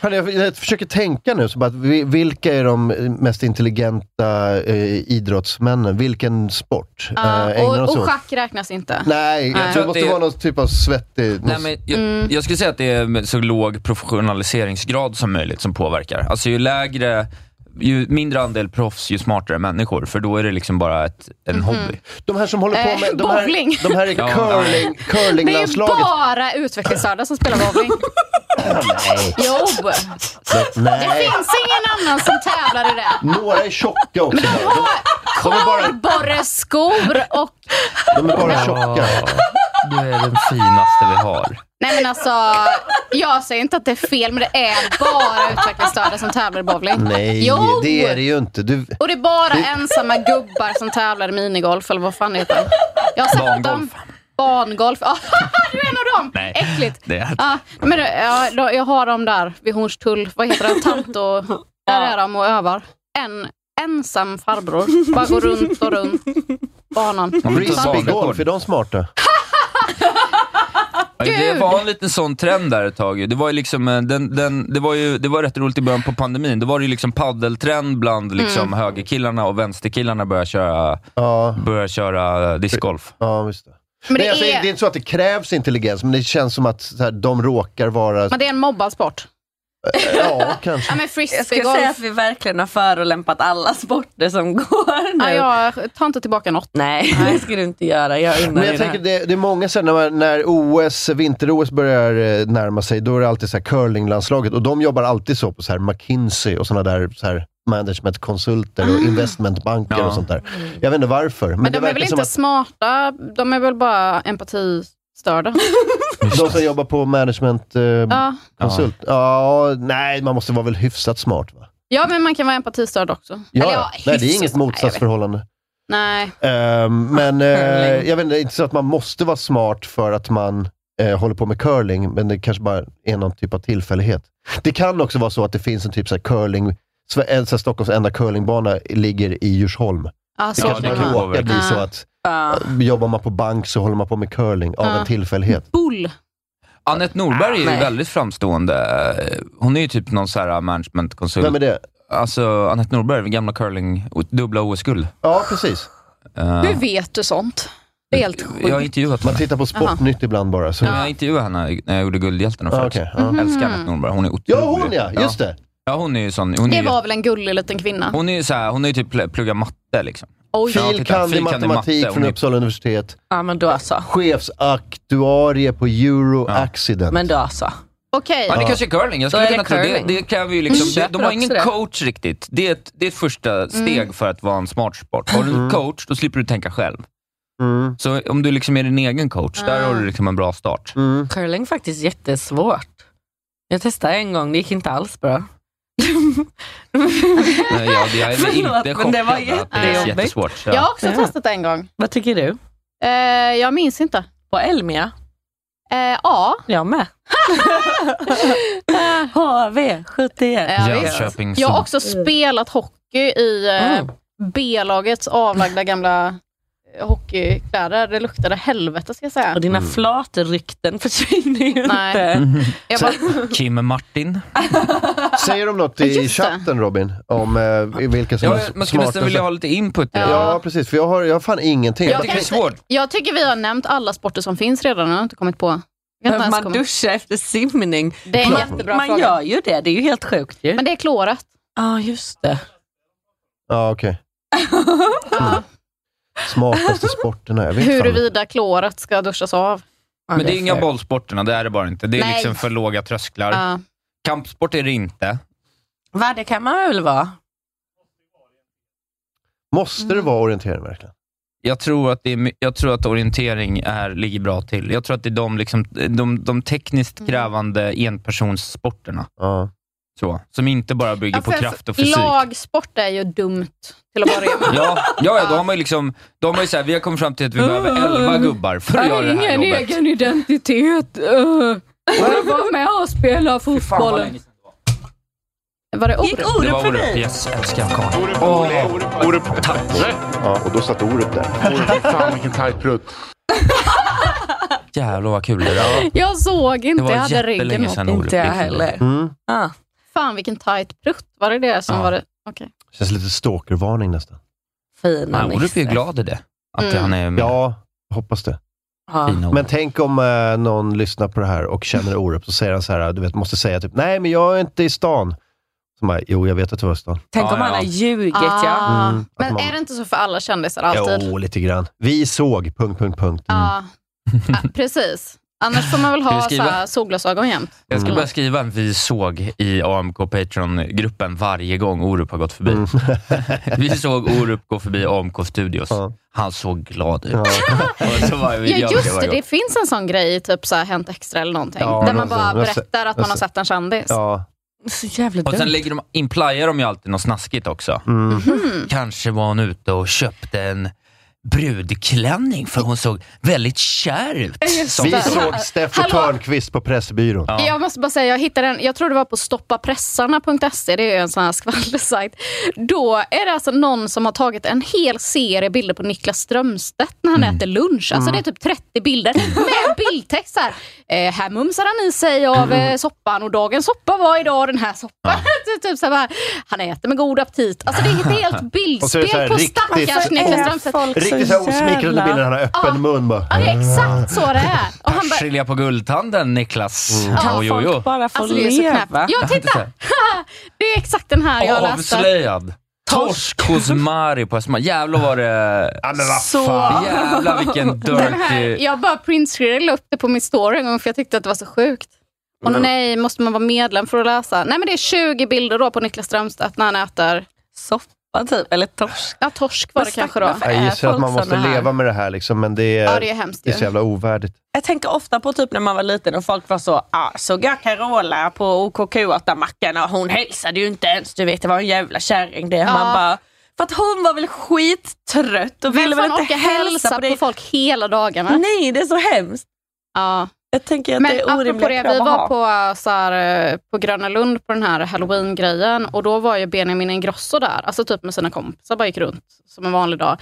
Speaker 1: Hörni, jag, jag försöker tänka nu, så bara, att vi- vilka är de mest intelligenta eh, idrottsmännen? Vilken sport eh,
Speaker 5: Ja,
Speaker 1: ägnar
Speaker 5: och,
Speaker 1: oss
Speaker 5: och
Speaker 1: åt?
Speaker 5: schack räknas inte.
Speaker 1: Nej, jag tror det måste
Speaker 2: Det-
Speaker 1: vara någon typ av svettig...
Speaker 2: Nej, men jag,
Speaker 5: Mm.
Speaker 2: jag skulle säga att det är så låg professionaliseringsgrad som möjligt som påverkar. Alltså ju lägre, ju mindre andel proffs, ju smartare människor. För då är det liksom bara ett, en
Speaker 5: Mhm.
Speaker 2: hobby.
Speaker 1: De här som håller på
Speaker 5: Eh,
Speaker 1: med... De här,
Speaker 5: bowling.
Speaker 1: de här är
Speaker 2: Ja,
Speaker 1: curling,
Speaker 2: nej.
Speaker 5: Det är ju
Speaker 1: curlinglandslaget.
Speaker 5: bara utvecklingsstörda som spelar bowling.
Speaker 1: Nej.
Speaker 5: Jo, det
Speaker 1: Nej.
Speaker 5: finns ingen annan som tävlar i det.
Speaker 1: Några är tjocka också. De, de är bara,
Speaker 5: Borreskor och...
Speaker 1: de är bara tjocka.
Speaker 2: Du är den finaste vi har.
Speaker 5: Nej men alltså, jag säger inte att det är fel, men det är bara utvecklingsstörda som tävlar i bowling.
Speaker 1: Nej,
Speaker 5: jo.
Speaker 1: det är det ju inte. Du,
Speaker 5: Och det är bara ensamma gubbar som tävlar i minigolf, eller vad fan det heter. Jag har sett dem. Bangolf. Ja, du är en av dem!
Speaker 2: Nej.
Speaker 5: Äckligt.
Speaker 2: Det är-
Speaker 5: Ja, men, ja, då- jag har dem där vid Hornstull. Vad heter det? Tanto. Där är de och övar. En ensam farbror. Bara går runt och runt banan.
Speaker 1: Frisbeegolf, är de smarta?
Speaker 2: Ja, Det var en liten sån trend där ett tag. ju. Det var ju, liksom, eh, den, den, det var ju det var rätt roligt i början på pandemin. Det var det ju liksom paddeltrend bland liksom
Speaker 1: Mm.
Speaker 2: högerkillarna och vänsterkillarna började köra, började köra eh, discgolf.
Speaker 1: Ja, just det.
Speaker 5: Men det
Speaker 1: Nej, alltså,
Speaker 5: är-
Speaker 1: det är inte så att det krävs intelligens, men det känns som att så här, de råkar vara...
Speaker 5: Men det är en mobbad sport.
Speaker 1: Ja, kanske.
Speaker 5: frisbeegolf.
Speaker 7: Jag skulle säga att vi verkligen har förolämpat alla sporter som går nu.
Speaker 5: Ja, jag tar inte tillbaka något.
Speaker 7: Nej, det ska du inte göra. Jag unnar
Speaker 1: Men jag
Speaker 7: dig det här.
Speaker 1: tänker, det, det är många sen när, man- när OS, vinter-OS börjar eh, närma sig, då är det alltid så här curlinglandslaget och de jobbar alltid så på så här McKinsey och sådana där så här managementkonsulter och investmentbanker och sånt där. Jag vet inte varför. Men,
Speaker 5: Ah. Men
Speaker 1: det
Speaker 5: de är
Speaker 1: verkar
Speaker 5: väl
Speaker 1: som
Speaker 5: inte
Speaker 1: att
Speaker 5: smarta? De är väl bara empatistörda?
Speaker 1: Mm. de som jobbar på
Speaker 5: Ja.
Speaker 1: managementkonsult, ja. nej, man måste vara väl hyfsat smart va?
Speaker 5: Ja, men man kan vara empatistörd också.
Speaker 1: Ja,
Speaker 5: Eller
Speaker 1: ja. Nej, det är
Speaker 5: hyfsat.
Speaker 1: inget motsatsförhållande.
Speaker 5: Nej.
Speaker 1: Ehm, men eh, jag vet inte, det är inte så att man måste vara smart för att man eh, håller på med curling, men det kanske bara är någon typ av tillfällighet. Det kan också vara så att det finns en typ så här curling, Sve- en så här Stockholms enda curlingbana ligger i Djursholm.
Speaker 5: Ja,
Speaker 1: det
Speaker 5: så
Speaker 1: kanske
Speaker 5: kan Ah.
Speaker 1: bara
Speaker 5: det vara.
Speaker 1: råkar bli så
Speaker 5: Ja.
Speaker 1: att eh, jobbar man på bank så håller man på med curling av
Speaker 5: Ja.
Speaker 1: en tillfällighet.
Speaker 5: Bull.
Speaker 2: Anette Norberg är ju
Speaker 5: Nej.
Speaker 2: väldigt framstående. Eh, Hon är ju typ någon så här managementkonsult.
Speaker 1: Vem är det?
Speaker 2: Alltså, Anette Norberg, gamla curling, o- dubbla OS-guld.
Speaker 1: Ja, precis.
Speaker 5: Hur vet du sånt? Det är helt sjukt.
Speaker 2: Jag har intervjuat henne.
Speaker 1: Man tittar på Sportnytt ibland bara. Så.
Speaker 2: Jag intervjuade henne när jag gjorde Guldhjältarna
Speaker 1: Ja,
Speaker 2: förut.
Speaker 1: Ah, okej, ja.
Speaker 2: Jag älskar Anette Norberg. Hon är otrolig.
Speaker 1: Ja, hon ja, just det.
Speaker 2: Ja, hon är ju sån. Hon är
Speaker 5: Mm. Det
Speaker 2: ju
Speaker 5: var väl en gullig liten kvinna?
Speaker 2: Hon är ju så här, hon har ju typ pl- pluggat matte liksom.
Speaker 5: Oj.
Speaker 2: Ja,
Speaker 1: Fil.
Speaker 2: titta,
Speaker 1: kand i
Speaker 2: fil. kand i
Speaker 1: matematik
Speaker 2: matte,
Speaker 1: från
Speaker 2: hon är-
Speaker 1: Uppsala universitet.
Speaker 7: Ja, men då så.
Speaker 1: Chefsaktuarie på Euro Accident.
Speaker 7: Men då så.
Speaker 5: Okej.
Speaker 2: Ja, det kanske är curling. Jag
Speaker 7: Då
Speaker 2: skulle
Speaker 7: är det
Speaker 2: kunna tro det.
Speaker 7: curling.
Speaker 2: Det kräver ju liksom,
Speaker 7: Köper
Speaker 2: de, de har ingen
Speaker 7: också det.
Speaker 2: coach riktigt. Det är, ett, det är ett första steg för att vara en smart sport. Har du en coach, då slipper du tänka själv.
Speaker 1: Mm,
Speaker 2: Så om du liksom är din egen coach, där har du liksom en bra start.
Speaker 1: mm.
Speaker 7: Curling är faktiskt jättesvårt. Jag testade en gång, det gick inte alls bra.
Speaker 2: Nej, Eh, ja, jag är
Speaker 7: Förlåt,
Speaker 2: inte
Speaker 7: men det var
Speaker 2: chockad att det är
Speaker 7: jättejobbigt.
Speaker 2: jättesvårt. så-
Speaker 5: Jag har också testat en gång.
Speaker 7: Vad tycker du?
Speaker 5: Eh, jag minns inte.
Speaker 7: På Elmia?
Speaker 5: Eh, ja.
Speaker 7: Jag med. HV71.
Speaker 5: eh, Ja, visst. Jag har också
Speaker 7: Mm.
Speaker 5: spelat hockey i eh,
Speaker 7: Oh.
Speaker 5: B-lagets avlagda gamla eh, hockeykläder. Det luktade helvete ska jag säga.
Speaker 7: Och dina
Speaker 2: Mm.
Speaker 7: flatrykten försvinner ju inte.
Speaker 5: Jag bara,
Speaker 2: Kim Martin.
Speaker 1: Säger de något i chatten Robin? Om eh, vilka som är
Speaker 2: Ja, man skulle nästan
Speaker 1: smartast?
Speaker 2: vilja ha lite input. i det.
Speaker 1: Ja, precis. För jag har, jag har fan ingenting.
Speaker 5: Jag kan inte- Jag tycker vi har nämnt alla sporter som finns redan. Jag har inte kommit på. Jag har inte
Speaker 7: Behöver
Speaker 5: ens
Speaker 7: man
Speaker 5: kommit-
Speaker 7: duscha efter simning?
Speaker 5: Det är en
Speaker 7: Man-
Speaker 5: jättebra
Speaker 7: Man
Speaker 5: fråga.
Speaker 7: gör ju det, det är ju helt sjukt ju.
Speaker 5: Men det är klorat.
Speaker 7: Ja, just det.
Speaker 1: Ja, okej. Mm. Smartaste sporterna, jag vet fan.
Speaker 5: Huruvida kloret ska duschas av.
Speaker 2: Men det är inga bollsporterna, det är det bara inte. Det är
Speaker 5: Nej.
Speaker 2: liksom för låga trösklar.
Speaker 5: Ja.
Speaker 2: Kampsport är det inte.
Speaker 7: Va, det kan man väl vara?
Speaker 1: Måste det vara orientering verkligen?
Speaker 2: Jag tror, att det är, my- jag tror att orientering är, ligger bra till. Jag tror att det är de, liksom, de, de tekniskt
Speaker 5: Mm.
Speaker 2: krävande enpersonssporterna. Så, som inte bara bygger på kraft och fysik.
Speaker 5: Lagsport är ju dumt till att börja med.
Speaker 2: Ja, ja, ja, då har man ju liksom, då har man ju så här, vi har kommit fram till att vi
Speaker 5: Mm.
Speaker 2: behöver elva gubbar för att göra det här
Speaker 13: ingen
Speaker 2: jobbet.
Speaker 13: egen identitet. Uh. Jag var med och spelade fotbollen.
Speaker 5: Var det
Speaker 13: Orup? Gick
Speaker 2: Det var Orup. Yes, älskar Karl. Orup, Orup, Orup. Tack.
Speaker 14: Ja, och då satt Orup där. Orup, fan vilken tajt prutt.
Speaker 2: Jävlar vad kul det var.
Speaker 5: Jag såg
Speaker 2: Det
Speaker 5: inte,
Speaker 2: var
Speaker 5: jag hade ryggen
Speaker 2: jättelänge
Speaker 5: mot.
Speaker 2: sedan Orup
Speaker 5: Inte jag
Speaker 2: gick in.
Speaker 5: heller.
Speaker 1: Mm.
Speaker 5: Ah. Fan vilken tight prutt. Var det det som var det? Okej.
Speaker 1: Känns lite stalkervarning nästan.
Speaker 2: Ja, Orup är ju glad i det. Att
Speaker 5: Mm.
Speaker 2: han är med.
Speaker 1: Ja, hoppas det.
Speaker 2: Fina
Speaker 1: Men tänk om eh, någon lyssnar på det här och känner Orup, så säger han så här, du vet, måste säga typ, nej men jag är inte i stan. Så bara, jo jag vet att du var i stan.
Speaker 7: Tänk om han har ljugit ja.
Speaker 1: Mm, att
Speaker 5: Ah. Men
Speaker 1: man-
Speaker 5: är det inte så för alla kändisar alltid?
Speaker 2: Mm.
Speaker 1: Jo, lite grann. Vi såg... Punkt, punkt, punkt.
Speaker 5: Ja, ah, precis. Annars får man väl
Speaker 2: Ska vi
Speaker 5: ha
Speaker 2: skriva?
Speaker 5: såhär solglasögon jämt.
Speaker 2: Jag skulle bara skriva en vi såg i AMK Patreon-gruppen varje gång Orup har gått
Speaker 1: Mm.
Speaker 2: förbi. vi såg Orup gå förbi AMK Studios. Han såg glad ut. Och så var vi-
Speaker 5: Ja
Speaker 2: jag- jag
Speaker 5: just
Speaker 2: var
Speaker 5: det, det
Speaker 2: glad.
Speaker 5: finns en sån grej i typ så här Hänt Extra eller någonting.
Speaker 2: Ja, Alltså,
Speaker 5: där man
Speaker 2: någonstans.
Speaker 5: bara
Speaker 2: Jag har se-
Speaker 5: berättar att
Speaker 2: jag
Speaker 5: man har
Speaker 2: se-
Speaker 5: sett en kändis.
Speaker 7: Så jävla
Speaker 2: Och sen lägger de, implyar de ju alltid något snaskigt också.
Speaker 5: Mm.
Speaker 2: Kanske var hon ute och köpte en brudklänning för hon såg väldigt kär ut. Som-
Speaker 1: Vi såg Steffo
Speaker 5: Hallå.
Speaker 1: Törnqvist på Pressbyrån.
Speaker 5: Jag måste bara säga, jag hittade en, jag tror det var på stoppapressarna.se, det är ju en sån här skvallersajt. Då är det alltså någon som har tagit en hel serie bilder på Niklas Strömstedt när han äter lunch. Alltså
Speaker 13: Mm.
Speaker 5: det är typ 30 bilder med bildtext så här. Eh, här mumsar han i sig av
Speaker 1: Mm.
Speaker 5: eh, soppan och dagens soppa var idag den här soppan. typ så här, bara, han äter med god aptit. Alltså det är ett helt
Speaker 1: Och så är det så här
Speaker 5: bildspel på stackars
Speaker 1: riktigt-
Speaker 5: Niklas Strömstedt.
Speaker 1: Riktigt så här osmickrande bilder, han har öppen mun bara. Mm.
Speaker 5: Ja, det är exakt så det är. Och han bara,
Speaker 2: Skilja på guldtanden Niklas.
Speaker 5: Ja,
Speaker 2: Oj, oj, oj.
Speaker 7: bara
Speaker 5: Alltså, det är så knäppt. Ja, titta! det är exakt den här jag läste.
Speaker 2: Avslöjad. Torsk hos Mari på Östermalm. Jävlar var det... Ja, men
Speaker 5: vad Så- fan.
Speaker 2: Jävlar vilken
Speaker 5: Den här,
Speaker 2: dirty...
Speaker 5: jag bara printscreenade upp det på min story en gång för jag tyckte att det var så sjukt. Och
Speaker 2: Mm.
Speaker 5: nej, måste man vara medlem för att läsa? Nej men det är 20 bilder då på Niklas Strömstedt när han äter...
Speaker 7: Soppa typ, eller torsk.
Speaker 5: Ja, torsk var det kanske då.
Speaker 1: Jag gissar att man måste leva med det här, liksom, men det är,
Speaker 7: Ja, det är hemskt
Speaker 1: det är
Speaker 7: ju.
Speaker 1: så jävla ovärdigt.
Speaker 7: Jag tänker ofta på typ när man var liten och folk var så, ah, såg jag Carola på OKQ8-macken och hon hälsade ju inte ens, du vet det var en jävla kärring det. Man bara, för att hon var väl skittrött och ville
Speaker 5: Vem
Speaker 7: väl
Speaker 5: fan
Speaker 7: inte
Speaker 5: orkar
Speaker 7: hälsa
Speaker 5: hälsa
Speaker 7: på, dig. Mm.
Speaker 5: på folk hela dagarna?
Speaker 7: Nej, det är så hemskt.
Speaker 5: Ja.
Speaker 7: Jag tänker att
Speaker 5: Men
Speaker 7: det är orimliga
Speaker 5: apropå det,
Speaker 7: krav
Speaker 5: vi
Speaker 7: att
Speaker 5: var
Speaker 7: ha.
Speaker 5: på, så här, eh, på Gröna Lund på den här halloween-grejen och då var ju Benjamin Ingrosso där, alltså typ med sina kompisar, bara gick runt som en vanlig dag.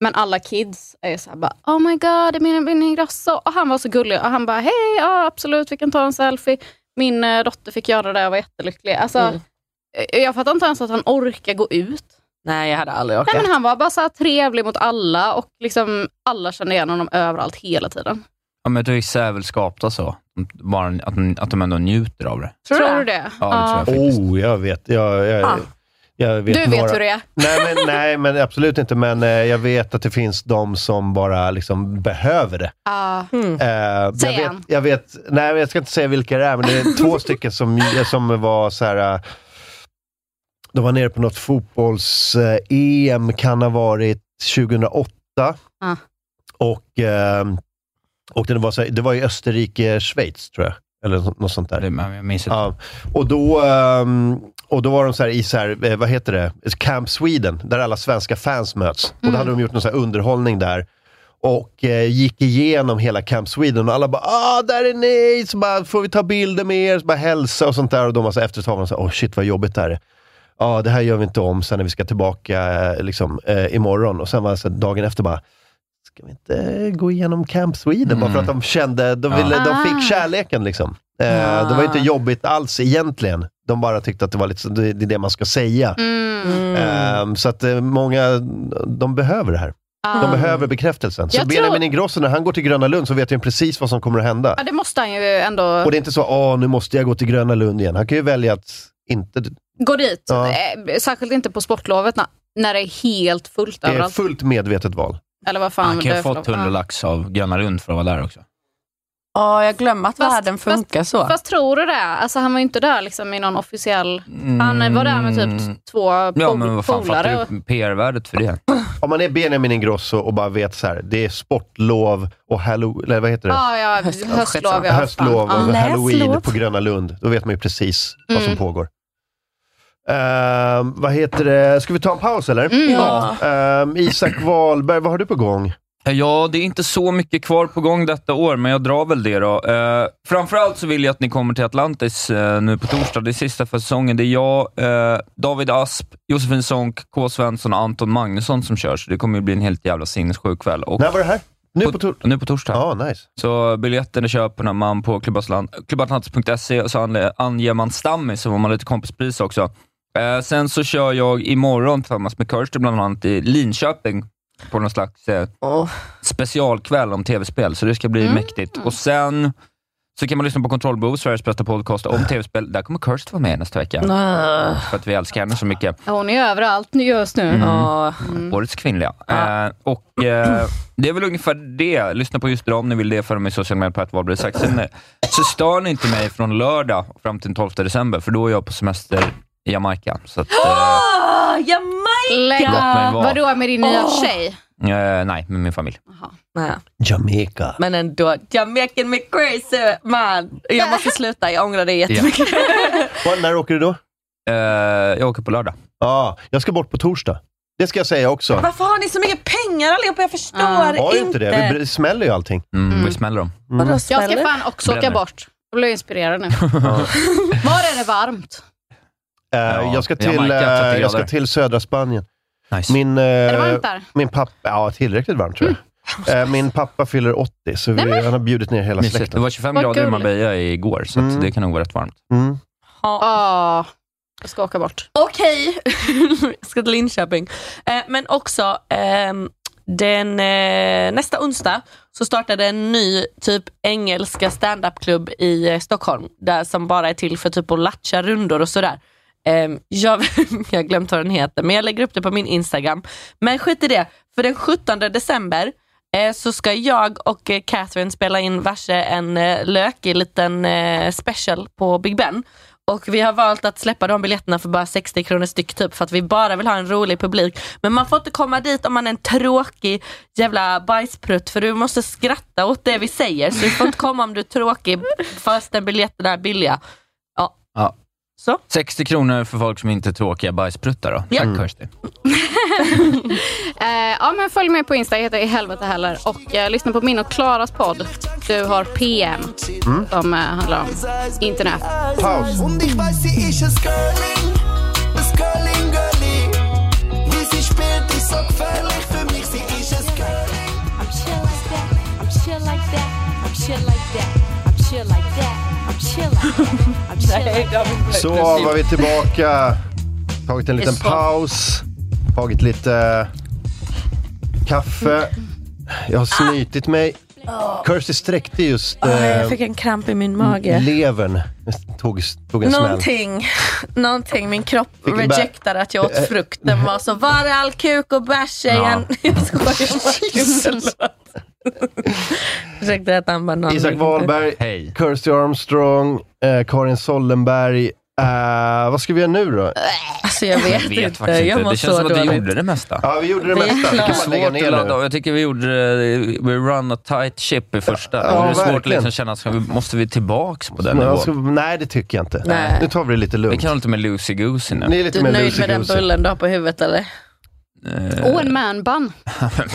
Speaker 5: Men alla kids är så här bara, oh my god, det är Benjamin Ingrosso. Och han var så gullig och han bara, hej, ja absolut, vi kan ta en selfie. Min eh, dotter fick göra det och var jättelycklig. Alltså,
Speaker 7: Mm.
Speaker 5: eh, Jag fattar inte ens att han orkar gå ut.
Speaker 7: Nej, jag hade aldrig orkat.
Speaker 5: Nej, men han var bara så här trevlig mot alla och liksom alla kände igen honom överallt hela tiden.
Speaker 2: Ja, men vissa är väl skapta så. Bara att, att de ändå njuter av det.
Speaker 5: Tror, du det?
Speaker 2: Ja, det tror jag
Speaker 1: Oh, jag vet. Jag, jag,
Speaker 5: Ah.
Speaker 1: jag vet
Speaker 5: Du vet
Speaker 1: några.
Speaker 5: hur det är.
Speaker 1: Nej men, nej, men absolut inte. Men eh, jag vet att det finns de som bara liksom behöver det.
Speaker 5: Ja.
Speaker 1: Eh, jag,
Speaker 5: Mm. Säg
Speaker 1: vet,
Speaker 5: en.
Speaker 1: jag vet, nej jag ska inte säga vilka det är, men det är två stycken som, som var så här. eh, De var nere på något fotbolls-EM, kan ha varit 2008.
Speaker 5: Ja.
Speaker 1: Och, eh, och det, var så här, det var i Österrike-Schweiz, tror jag. Eller nå- något sånt där.
Speaker 2: Jag minns
Speaker 1: inte. Ja. Och, då, ehm, och då var de så här i så här, eh, vad heter det? Camp Sweden, där alla svenska fans möts. Och då hade de gjort någon så här underhållning där. Och eh, gick igenom hela Camp Sweden och alla bara ”Ah, där är ni!” Så bara ”Får vi ta bilder med er?” Så bara hälsa och sånt där. Och de alltså efter tavlan så ”Åh shit vad jobbigt det här är.” ja, det här gör vi inte om sen när vi ska tillbaka eh, liksom, eh, imorgon. Och sen var det så här, dagen efter bara, ska vi inte gå igenom Camp Sweden? Bara för att de kände, de, ville,
Speaker 6: Ja.
Speaker 1: de
Speaker 6: Ah.
Speaker 1: fick kärleken liksom. Eh, Det var inte
Speaker 5: Ah.
Speaker 1: jobbigt alls egentligen. De bara tyckte att det var lite, så- det, det är det man ska säga.
Speaker 5: Mm.
Speaker 3: Mm.
Speaker 7: Mm.
Speaker 1: Eh, så att eh, många, de behöver det här.
Speaker 5: Ah.
Speaker 1: De behöver bekräftelsen. Så
Speaker 5: Jag
Speaker 1: Benjamin
Speaker 5: tror-
Speaker 1: Ingrosso, när han går till Gröna Lund så vet han precis vad som kommer att hända.
Speaker 5: Ja, det måste han ju ändå.
Speaker 1: Och det är inte så, åh, nu måste jag gå till Gröna Lund igen. Han kan ju välja att inte...
Speaker 5: Gå dit.
Speaker 1: Ja.
Speaker 5: Eh, Särskilt inte på sportlovet när, när det är helt fullt
Speaker 1: Det är
Speaker 5: överallt.
Speaker 1: fullt medvetet val.
Speaker 5: Eller vad fan
Speaker 2: Han kan
Speaker 5: det
Speaker 2: ju
Speaker 5: är
Speaker 2: ha
Speaker 5: för
Speaker 2: fått
Speaker 5: något.
Speaker 2: 100 lax av Gröna Lund för att vara där också.
Speaker 3: Ja, jag glömmer att världen funkar så.
Speaker 5: Fast tror du det? Alltså, han var ju inte där liksom, i någon officiell... Han var där med typ två
Speaker 2: Mm. Ja,
Speaker 5: pol-
Speaker 2: men vad fan
Speaker 5: polare.
Speaker 2: fattar du PR-värdet för det?
Speaker 1: Om man är Benjamin Ingrosso och bara vet så här, det är sportlov och halloween, eller vad heter det?
Speaker 5: Ja, ja,
Speaker 1: Höstlov.
Speaker 5: höstlov. Ja,
Speaker 1: Höstlov och
Speaker 5: fan. Ja.
Speaker 1: halloween
Speaker 5: Läslov.
Speaker 1: på Gröna Lund. Då vet man ju precis vad som
Speaker 5: Mm.
Speaker 1: pågår. Ehm, vad heter det? Ska vi ta en paus eller?
Speaker 2: Mm. Ja.
Speaker 1: Ehm, Isak Wahlberg, vad har du på gång?
Speaker 2: Ja, det är inte så mycket kvar på gång detta år, men jag drar väl det då. Eh, framförallt så vill jag att ni kommer till Atlantis eh, nu på torsdag. Det är sista för säsongen. Det är jag, eh, David Asp, Josefin Sonck, K. Svensson och Anton Magnusson som kör, så det kommer ju bli en helt jävla sinnessjuk kväll. Och
Speaker 1: När var det här? Nu på, tor-
Speaker 2: nu på torsdag.
Speaker 1: Ja, nice.
Speaker 2: Så biljetterna köper när man på klubbatlant- klubbatlantis.se och så anle- anger man stammis så får man lite kompispris också. Eh, sen så kör jag imorgon tillsammans med Kirsty bland annat i Linköping på någon slags eh, specialkväll om tv-spel, så det ska bli mäktigt. Och sen så kan man lyssna på Kontrollbehov, Sveriges bästa podcast om tv-spel. Där kommer Kirsty vara med nästa vecka.
Speaker 7: Mm.
Speaker 5: Nå.
Speaker 2: För att vi älskar henne så mycket.
Speaker 5: Ja, Hon är överallt just nu.
Speaker 2: Mm.
Speaker 5: Mm.
Speaker 2: Årets kvinnliga. Eh, och eh, det är väl ungefär det. Lyssna på just det om ni vill det för mig i sociala medier på ett Wahlberg Isak. Sen eh, så stör ni inte mig från lördag fram till den 12 december, för då är jag på semester i Jamaica. Så att, eh,
Speaker 3: Ah, Jamaica!
Speaker 5: Lägg
Speaker 2: Låt mig vara.
Speaker 5: Vadå med din nya
Speaker 3: Åh.
Speaker 5: tjej?
Speaker 2: eh, nej, med min familj.
Speaker 1: Jamaica.
Speaker 3: Men ändå, Jamaican me crazy man. Jag måste sluta, jag ångrar det jättemycket.
Speaker 1: Var, när åker du då?
Speaker 2: Eh, jag åker på lördag.
Speaker 1: Ja, jag ska bort på torsdag. Det ska jag säga också.
Speaker 3: Varför har ni så mycket pengar allihopa? Jag
Speaker 5: Ah.
Speaker 3: förstår
Speaker 1: Har ju
Speaker 3: inte.
Speaker 1: inte det. Vi smäller ju allting.
Speaker 2: Mm. Vi smäller dem.
Speaker 1: Mm.
Speaker 5: Jag ska fan också åka
Speaker 1: Bränner.
Speaker 5: bort. Jag blev inspirerad nu. Var är det varmt?
Speaker 1: Eh, jag, ska till,
Speaker 2: Jamaica,
Speaker 1: eh,
Speaker 2: 30
Speaker 1: jag ska
Speaker 2: grader.
Speaker 1: till södra Spanien. Min, eh,
Speaker 5: det varmt där?
Speaker 1: min pappa, ja tillräckligt varmt tror jag.
Speaker 3: Mm.
Speaker 1: Eh, min pappa fyller 80, så vi, han har bjudit ner hela
Speaker 2: Mysigt.
Speaker 1: släkten.
Speaker 2: Det var 25
Speaker 5: Vad
Speaker 2: grader i
Speaker 5: kul.
Speaker 2: Marbella igår, så att det kan nog vara rätt varmt.
Speaker 1: Mm.
Speaker 5: Ja. Jag ska åka bort.
Speaker 3: Okej, jag ska till Linköping. Eh, men också, ehm, den, eh, nästa onsdag så startade en ny typ engelska standupklubb i eh, Stockholm. Där som bara är till för typ att latcha rundor och sådär. Ehm, jag jag har glömt vad den heter, men jag lägger upp det på min Instagram. Men skit i det, för den 17 december eh, så ska jag och eh, Catherine spela in varse en eh, lökig liten eh, special på Big Ben. Och vi har valt att släppa de biljetterna för bara 60 kronor styck typ för att vi bara vill ha en rolig publik. Men man får inte komma dit om man är en tråkig jävla bajsprutt för du måste skratta åt det vi säger. Så du får inte komma om du är tråkig fastän biljetterna är billiga. Ja,
Speaker 2: Ja.
Speaker 3: Så?
Speaker 2: 60 kronor för folk som inte är tråkiga bajspruttar då.
Speaker 3: Ja.
Speaker 2: Tack
Speaker 3: Mm.
Speaker 2: Kirsty.
Speaker 5: Eh, ja, men följ med på Insta, jag heter i helvete heller. Och eh, lyssna på min och Klaras podd. Du har PM,
Speaker 1: Mm.
Speaker 5: som eh, handlar om internet.
Speaker 1: Paus.
Speaker 15: Um dich weiß sie ich es Girling, es Girling Girlie. Wie sie spielt, ich sorg völlig für mich, sie ich es Girling.
Speaker 16: I'm chill like that. I'm chill like that. I'm chill like that. I'm chill like that. I'm chill like that. I'm chill like that.
Speaker 1: Så var vi tillbaka. Tagit en liten
Speaker 16: Så.
Speaker 1: paus. Tagit lite kaffe. Jag har snytit mig. Kirsty sträckte just
Speaker 3: Åh,
Speaker 1: eh,
Speaker 3: Ah. jag fick en kramp i min mage.
Speaker 1: levern. Tog, tog en smäll.
Speaker 3: Någonting, någonting, min kropp
Speaker 1: Fick en bä- Eh,
Speaker 3: rejectade att jag åt frukt. Den var så, var är all kuk och bärs igen? Jag skojar bara. Förlåt. Ursäkta, jag äter en banan.
Speaker 1: Isak Wahlberg, Kirsty Armstrong, eh, Karin Sollenberg. Eh, vad ska vi göra nu då?
Speaker 3: Alltså jag vet, inte. Jag mår
Speaker 2: Det känns
Speaker 3: så
Speaker 2: som att vi
Speaker 3: dåligt.
Speaker 2: gjorde det mesta.
Speaker 1: Ja, vi gjorde det
Speaker 3: Det är
Speaker 1: mesta. Vi
Speaker 3: klart.
Speaker 1: kan bara
Speaker 2: Svårt
Speaker 1: lägga
Speaker 2: att
Speaker 1: ner
Speaker 2: ladda
Speaker 1: nu.
Speaker 2: av. Jag tycker vi gjorde, eh, we run a tight ship i första.
Speaker 1: Ja,
Speaker 2: och det är svårt att
Speaker 1: verkligen.
Speaker 2: liksom känna, att vi- måste vi tillbaks på den
Speaker 1: Men
Speaker 2: nivån?
Speaker 1: alltså, nej, det tycker jag inte.
Speaker 3: Nej.
Speaker 1: Nu tar vi det lite lugnt.
Speaker 2: Vi kan ha lite mer loosey-goosey nu.
Speaker 1: Ni är lite
Speaker 3: Du är nöjd med den bullen du har på huvudet eller?
Speaker 2: Eh.
Speaker 5: Och en manbun.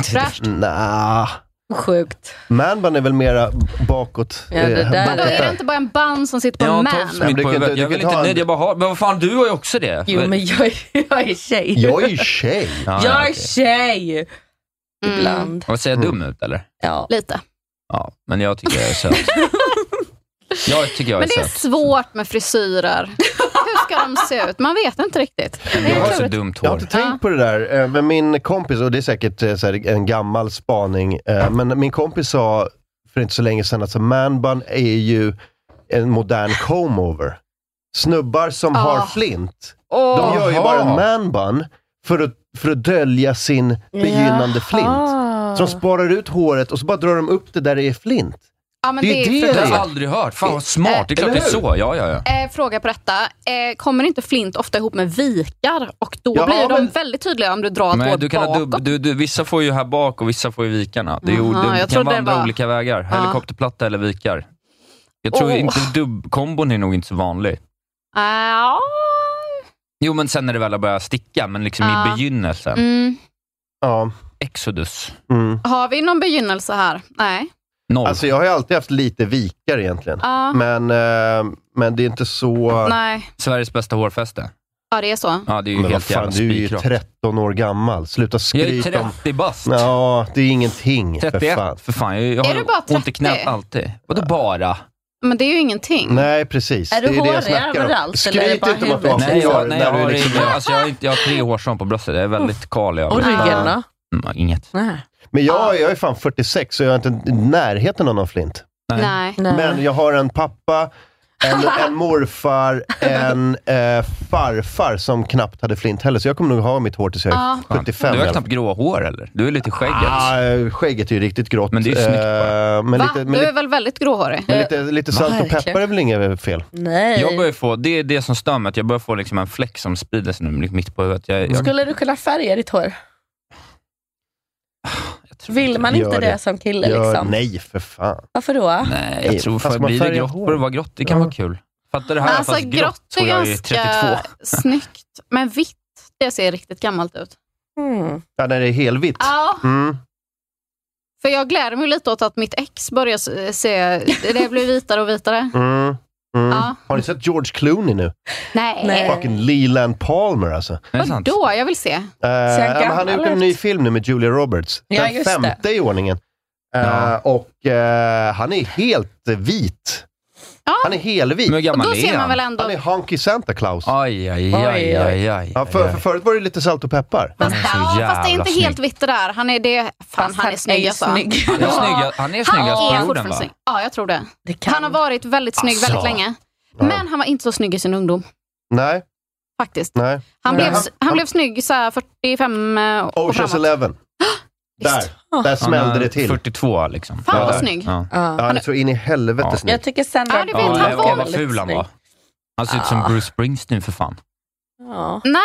Speaker 5: Fräscht.
Speaker 1: Nja.
Speaker 3: Sjukt.
Speaker 1: Manbun är väl mera bakåt.
Speaker 5: Ja, det
Speaker 1: eh,
Speaker 5: där
Speaker 1: bakåt
Speaker 5: Vadå, är det inte bara en bun som sitter på en
Speaker 2: Ja,
Speaker 5: Oh, man?
Speaker 2: tofs mitt på huvudet. Jag vill inte nöjd, jag bara har. Men vad fan, du har ju också det.
Speaker 3: Jo men jag, är- jag är tjej.
Speaker 1: tjej.
Speaker 2: Ja, ja,
Speaker 3: Jag är
Speaker 2: Ah, okej.
Speaker 3: tjej!
Speaker 5: Mm.
Speaker 3: Ibland.
Speaker 2: Vad Ser jag
Speaker 1: Mm.
Speaker 2: dum ut eller?
Speaker 3: Ja.
Speaker 5: Lite.
Speaker 2: Ja, men jag tycker jag är söt. jag tycker jag är
Speaker 5: Men det är
Speaker 2: söt.
Speaker 5: svårt med frisyrer. Hur ska de se ut? Man vet inte riktigt. Det
Speaker 2: Jag har
Speaker 5: är
Speaker 2: så
Speaker 5: klurigt.
Speaker 2: dumt hår.
Speaker 1: Jag har inte tänkt på det där, eh, men min kompis, och det är säkert eh, så här en gammal spaning, eh, men min kompis sa för inte så länge sedan att så manbun är ju en modern comb-over. Snubbar som
Speaker 6: Ah.
Speaker 1: har flint, de gör ju bara en manbun för att, för att dölja sin begynnande flint. Så de sparar ut håret och så bara drar de upp det där det är flint.
Speaker 5: Ja, men
Speaker 2: det är
Speaker 5: det
Speaker 2: det
Speaker 5: är
Speaker 2: jag har
Speaker 5: fruktansvärt.
Speaker 2: aldrig hört. Fan vad smart, det är klart det
Speaker 5: Eller
Speaker 2: är så. Ja, ja, ja.
Speaker 5: Eh, fråga på detta. Eh, kommer inte flint ofta ihop med vikar? Och då
Speaker 2: Ja,
Speaker 5: blir ju
Speaker 2: men-
Speaker 5: de väldigt tydliga om du drar ett
Speaker 2: Men
Speaker 5: hår
Speaker 2: du kan ha
Speaker 5: bakåt.
Speaker 2: dubb, du, du, vissa får ju här bak och vissa får ju vikarna. Det är ju,
Speaker 5: Aha,
Speaker 2: du
Speaker 5: jag
Speaker 2: kan
Speaker 5: trodde det
Speaker 2: vandra
Speaker 5: var-
Speaker 2: olika vägar.
Speaker 5: Ja.
Speaker 2: Helikopterplatta eller vikar. Jag tror
Speaker 5: Åh.
Speaker 2: inte dubbkombon är nog inte så vanlig.
Speaker 5: Eh, ja.
Speaker 2: Jo, men sen när det väl har börjat sticka, men liksom i
Speaker 5: Ja.
Speaker 2: begynnelsen.
Speaker 5: Mm.
Speaker 1: Ja.
Speaker 2: Exodus.
Speaker 5: Har vi någon begynnelse här? Nej.
Speaker 1: Mm. Alltså jag har ju alltid haft lite vikar egentligen.
Speaker 5: Ja.
Speaker 1: Men, eh, men det är inte så...
Speaker 5: Nej.
Speaker 2: Sveriges bästa hårfäste.
Speaker 5: Ja, det är så.
Speaker 2: Ja, det är ju
Speaker 1: Men vad
Speaker 2: helt jävla
Speaker 1: fan, du är ju
Speaker 2: spikrakt.
Speaker 1: 13 år gammal. Sluta
Speaker 2: Jag är
Speaker 1: skryta
Speaker 2: 30 bast.
Speaker 1: Ja, det är ingenting.
Speaker 2: 31,
Speaker 1: för fan.
Speaker 2: för fan. Jag, jag
Speaker 5: Är
Speaker 2: har
Speaker 5: du bara
Speaker 2: ont i
Speaker 5: 30?
Speaker 2: knät alltid. Vadå bara?
Speaker 5: Men det är ju ingenting.
Speaker 1: Nej, precis.
Speaker 5: Är
Speaker 1: det
Speaker 5: du
Speaker 1: är det jag
Speaker 5: hårig
Speaker 1: snackar om.
Speaker 5: överallt, eller är det
Speaker 1: Skryt
Speaker 5: bara
Speaker 1: inte om att du har
Speaker 5: huvudet?
Speaker 2: Nej,
Speaker 1: hår
Speaker 2: jag, nej,
Speaker 1: när
Speaker 2: jag,
Speaker 1: du
Speaker 2: har,
Speaker 1: liksom-
Speaker 2: inga- alltså, jag, har, inte- jag har tre hårstrån på bröstet. Jag är väldigt kal. Jag.
Speaker 3: Och ryggen
Speaker 5: Ah.
Speaker 3: då?
Speaker 2: Mm, inget.
Speaker 3: Nej.
Speaker 1: Men jag, jag är fan 46 så jag är inte i närheten av någon flint.
Speaker 3: Nej. Nej.
Speaker 1: Men jag har en pappa, en, en morfar, en eh, farfar som knappt hade flint heller. Så jag kommer nog ha mitt hår tills jag är
Speaker 2: Ah.
Speaker 1: 75.
Speaker 2: Du
Speaker 1: i
Speaker 2: har
Speaker 1: alla
Speaker 2: knappt gråa hår eller? Du är lite skägget.
Speaker 1: Ah, eh, skägget är ju riktigt grått.
Speaker 2: Men det är ju snyggt bara.
Speaker 1: Eh, men
Speaker 5: Va?
Speaker 1: lite, men
Speaker 5: du är
Speaker 1: lite,
Speaker 5: väl väldigt gråhårig?
Speaker 1: men lite, lite salt och peppar är väl inget fel?
Speaker 3: Nej.
Speaker 2: Jag börjar få, det är det som stör mig, att jag börjar få liksom en fläck som sprider sig nu mitt på huvudet. Jag, jag,
Speaker 3: Skulle du kunna färga ditt hår? Vill man inte
Speaker 2: Gör
Speaker 3: det,
Speaker 2: det.
Speaker 3: som kille?
Speaker 2: Gör-
Speaker 3: liksom?
Speaker 1: Nej, för fan.
Speaker 3: Varför då?
Speaker 2: Nej, jag tror
Speaker 1: Fast
Speaker 2: för
Speaker 1: man
Speaker 2: blir det
Speaker 1: färgar
Speaker 2: grått
Speaker 1: hår.
Speaker 2: får det vara grått. Det kan vara kul. Fattar det här
Speaker 5: alltså,
Speaker 2: fast
Speaker 5: grått är
Speaker 2: och jag är
Speaker 5: ganska
Speaker 2: 32.
Speaker 5: snyggt, men vitt, det ser riktigt gammalt ut.
Speaker 3: Hmm.
Speaker 1: Ja, när det är helvitt.
Speaker 5: Ja.
Speaker 1: Mm.
Speaker 5: För jag gläder mig lite åt att mitt ex börjar se- se, det blir vitare och vitare.
Speaker 1: Mm. Mm.
Speaker 5: Ja.
Speaker 1: Har ni sett George Clooney nu?
Speaker 5: Nej.
Speaker 1: Fucking Leland Palmer alltså.
Speaker 5: Vadå? Jag vill se.
Speaker 1: Eh, ja, men han
Speaker 5: gammal
Speaker 1: har gjort en
Speaker 5: ut?
Speaker 1: ny film nu med Julia Roberts.
Speaker 5: Ja,
Speaker 1: den
Speaker 5: just det.
Speaker 1: femte i ordningen. Eh, Och eh, han är helt eh, vit. Han är helvit.
Speaker 2: Men hur gammal Och då är ser man han? väl ändå-
Speaker 1: Han är honky Santa Claus.
Speaker 2: Aj, aj, aj, aj, aj.
Speaker 1: Ja, för, för förut var det lite salt och peppar.
Speaker 2: Han är så
Speaker 5: Ja, fast det är
Speaker 2: jävla
Speaker 5: inte
Speaker 2: snygg.
Speaker 5: helt vitt det där. Han är det. Fan, han är snygg alltså. Han
Speaker 2: Han är, snygg, han är snyggast på jorden va?
Speaker 5: snygg. Ja, jag tror det. Han har varit väldigt snygg
Speaker 2: Alltså.
Speaker 5: väldigt länge. Men han var inte så snygg i sin ungdom.
Speaker 1: Nej.
Speaker 5: Faktiskt.
Speaker 1: Nej. Men
Speaker 5: Han, blev, han,
Speaker 1: han-
Speaker 5: blev snygg så här 45 eh, och
Speaker 1: Oceans
Speaker 5: framåt.
Speaker 1: Eleven. Där. Där smällde det till.
Speaker 2: 42 liksom.
Speaker 5: Fan, vad snygg.
Speaker 2: Ja.
Speaker 1: Ja, han är så in i helvete snygg.
Speaker 3: Jag tycker Sandra
Speaker 5: Ja, det vet
Speaker 3: Bullock
Speaker 5: han
Speaker 3: är
Speaker 5: var.
Speaker 3: väldigt
Speaker 2: Ful han
Speaker 3: snygg.
Speaker 2: var. Han ser ut som Bruce Springsteen för fan.
Speaker 5: Nej,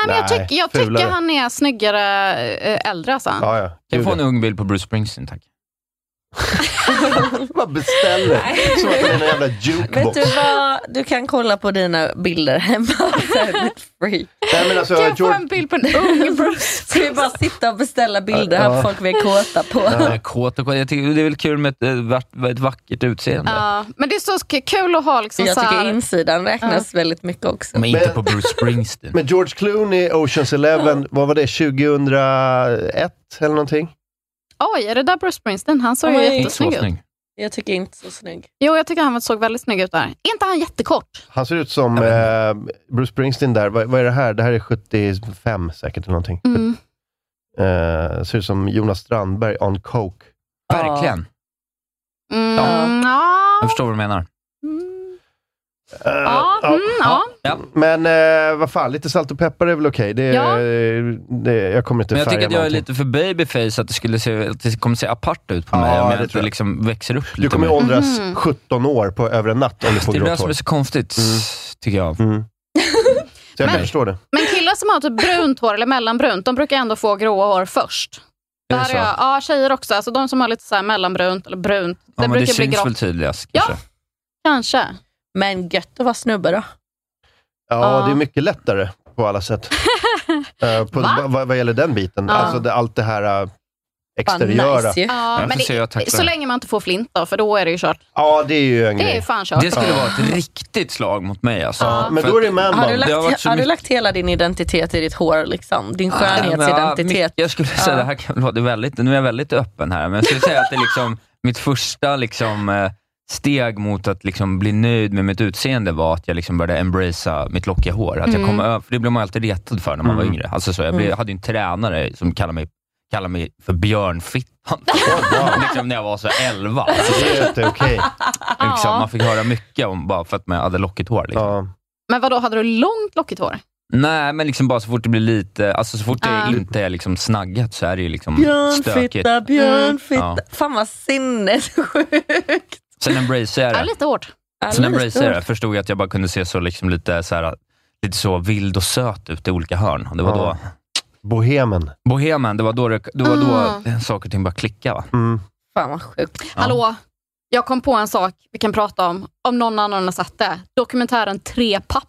Speaker 5: men jag,
Speaker 2: Nej,
Speaker 5: tyck, jag
Speaker 2: fulare.
Speaker 5: tycker han är snyggare eh, äldre alltså.
Speaker 1: ja.
Speaker 2: Kan jag få en ung bild på Bruce Springsteen tack?
Speaker 1: Vad beställer? Som att det är en jävla jukebox.
Speaker 3: Vet du vad, du kan kolla på dina bilder hemma sen. Free.
Speaker 1: Nej, men alltså, Kan jag få George- en
Speaker 5: bild på en ung
Speaker 3: Bruce? Ska vi bara sitta och beställa bilder
Speaker 2: Ja.
Speaker 3: här på folk vi är kåta på?
Speaker 2: Ja. Kåt och kåt. Jag tycker det är väl kul med ett, eh, vack- ett vackert utseende.
Speaker 5: Ja, men det är så sk- kul att ha liksom
Speaker 3: Jag
Speaker 5: så här...
Speaker 3: tycker insidan räknas väldigt mycket också.
Speaker 2: Men inte på Bruce Springsteen.
Speaker 1: Men George Clooney, Oceans Eleven, vad var det? 2001 eller någonting?
Speaker 5: Oj, är det där Bruce Springsteen? Han såg ju jättesnygg ut.
Speaker 3: Jag tycker inte så snygg.
Speaker 5: Jo, jag tycker han såg väldigt snygg ut där. Är inte han jättekort?
Speaker 1: Han ser ut som eh, Bruce Springsteen där. Vad, vad är det här? Det här är 75 säkert eller någonting.
Speaker 5: Mm.
Speaker 1: Eh, ser ut som Jonas Strandberg on coke.
Speaker 2: Verkligen.
Speaker 5: Mm,
Speaker 2: Ja.
Speaker 5: ja. Mm.
Speaker 2: Jag förstår vad du menar.
Speaker 1: Eh,
Speaker 5: Ja, mm, ja.
Speaker 1: Men eh, vad fan, lite salt och peppar är väl okej. Det,
Speaker 2: Ja.
Speaker 1: det, jag kommer inte
Speaker 2: Men
Speaker 1: färga
Speaker 2: jag tycker att jag är
Speaker 1: någonting.
Speaker 2: lite för babyface, att det, skulle se, att det kommer se apart ut på mig
Speaker 1: Ja,
Speaker 2: om
Speaker 1: det
Speaker 2: jag inte
Speaker 1: tror jag.
Speaker 2: liksom växer upp lite
Speaker 1: Du kommer ju
Speaker 2: mer.
Speaker 1: åldras
Speaker 5: Mm.
Speaker 1: 17 år på över en natt om du får
Speaker 2: Det är det
Speaker 1: grått
Speaker 2: som
Speaker 1: hår. Mm.
Speaker 2: är så konstigt, tycker jag.
Speaker 1: Så jag kan förstå det.
Speaker 5: Men killar som har typ brunt hår eller mellanbrunt, de brukar ändå få gråa hår först.
Speaker 2: Är
Speaker 5: Det
Speaker 2: det
Speaker 5: här
Speaker 2: så?
Speaker 5: är jag, ja, tjejer också. Alltså de som har lite så här mellanbrunt eller brunt.
Speaker 2: Ja,
Speaker 5: det
Speaker 2: men det
Speaker 5: brukar bli
Speaker 2: syns
Speaker 5: grått.
Speaker 2: väl tydligast
Speaker 5: Ja.
Speaker 2: kanske.
Speaker 5: Kanske.
Speaker 3: Men gött att vara snubbe då.
Speaker 1: Ja,
Speaker 5: Ja.
Speaker 1: det är mycket lättare på alla sätt. Eh, på,
Speaker 5: Va?
Speaker 1: vad, vad gäller den biten.
Speaker 5: Ja.
Speaker 1: Alltså det, allt det här eh, exteriöra.
Speaker 5: Ja, men det, så länge man inte får flint då, för då är det ju kört.
Speaker 1: Ja, det är ju en
Speaker 5: Det är
Speaker 1: grej.
Speaker 5: ju fan kört.
Speaker 2: Det skulle
Speaker 5: Ja.
Speaker 2: vara ett riktigt slag mot mig alltså.
Speaker 1: Ja, men
Speaker 2: För
Speaker 1: då är
Speaker 2: att-
Speaker 1: det man
Speaker 3: Har du,
Speaker 2: Det har varit
Speaker 3: lagt,
Speaker 2: så
Speaker 3: har du
Speaker 2: mycket-
Speaker 3: lagt hela din identitet i ditt hår? Liksom? Din skönhetsidentitet?
Speaker 2: mycket- Jag skulle säga, det här kan låta väldigt, nu är jag väldigt öppen här, men jag skulle säga att det liksom, mitt första liksom, eh, steg mot att liksom bli nöjd med mitt utseende var att jag liksom började embracea mitt lockiga hår. Att jag
Speaker 1: Mm.
Speaker 2: kom över, för det blev man alltid retad för när man
Speaker 1: Mm.
Speaker 2: var yngre. Alltså så, jag blev,
Speaker 1: Mm.
Speaker 2: hade ju en tränare som kallade mig, kallade mig för björnfittan. liksom när jag var så 11. Alltså,
Speaker 1: Det är inte okej.
Speaker 2: liksom, man fick höra mycket om bara för att man hade lockigt hår. Liksom.
Speaker 5: Men vadå, hade du långt lockigt hår?
Speaker 2: Nej, men liksom bara så fort det blir lite, alltså så fort
Speaker 5: Ah.
Speaker 2: det inte är liksom snaggat så är det ju liksom stökigt.
Speaker 3: Björnfitta, björnfitta.
Speaker 2: Ja.
Speaker 3: Fan vad sinnessjukt.
Speaker 2: Sen embracear jag
Speaker 5: Ja,
Speaker 2: det.
Speaker 5: lite hårt.
Speaker 2: Sen embracear jag det. Förstod jag att jag bara kunde se så liksom lite, så här, lite så vild och söt ut i olika hörn. Och det
Speaker 1: Ja.
Speaker 2: var då
Speaker 1: Bohemen.
Speaker 2: Bohemen, det var då, det, det var då
Speaker 5: Mm.
Speaker 2: saker och ting bara klickade. Va?
Speaker 1: Mm.
Speaker 5: Fan vad sjukt. Hallå, jag kom på en sak vi kan prata om, om någon annan har sett det. Dokumentären Tre pappor.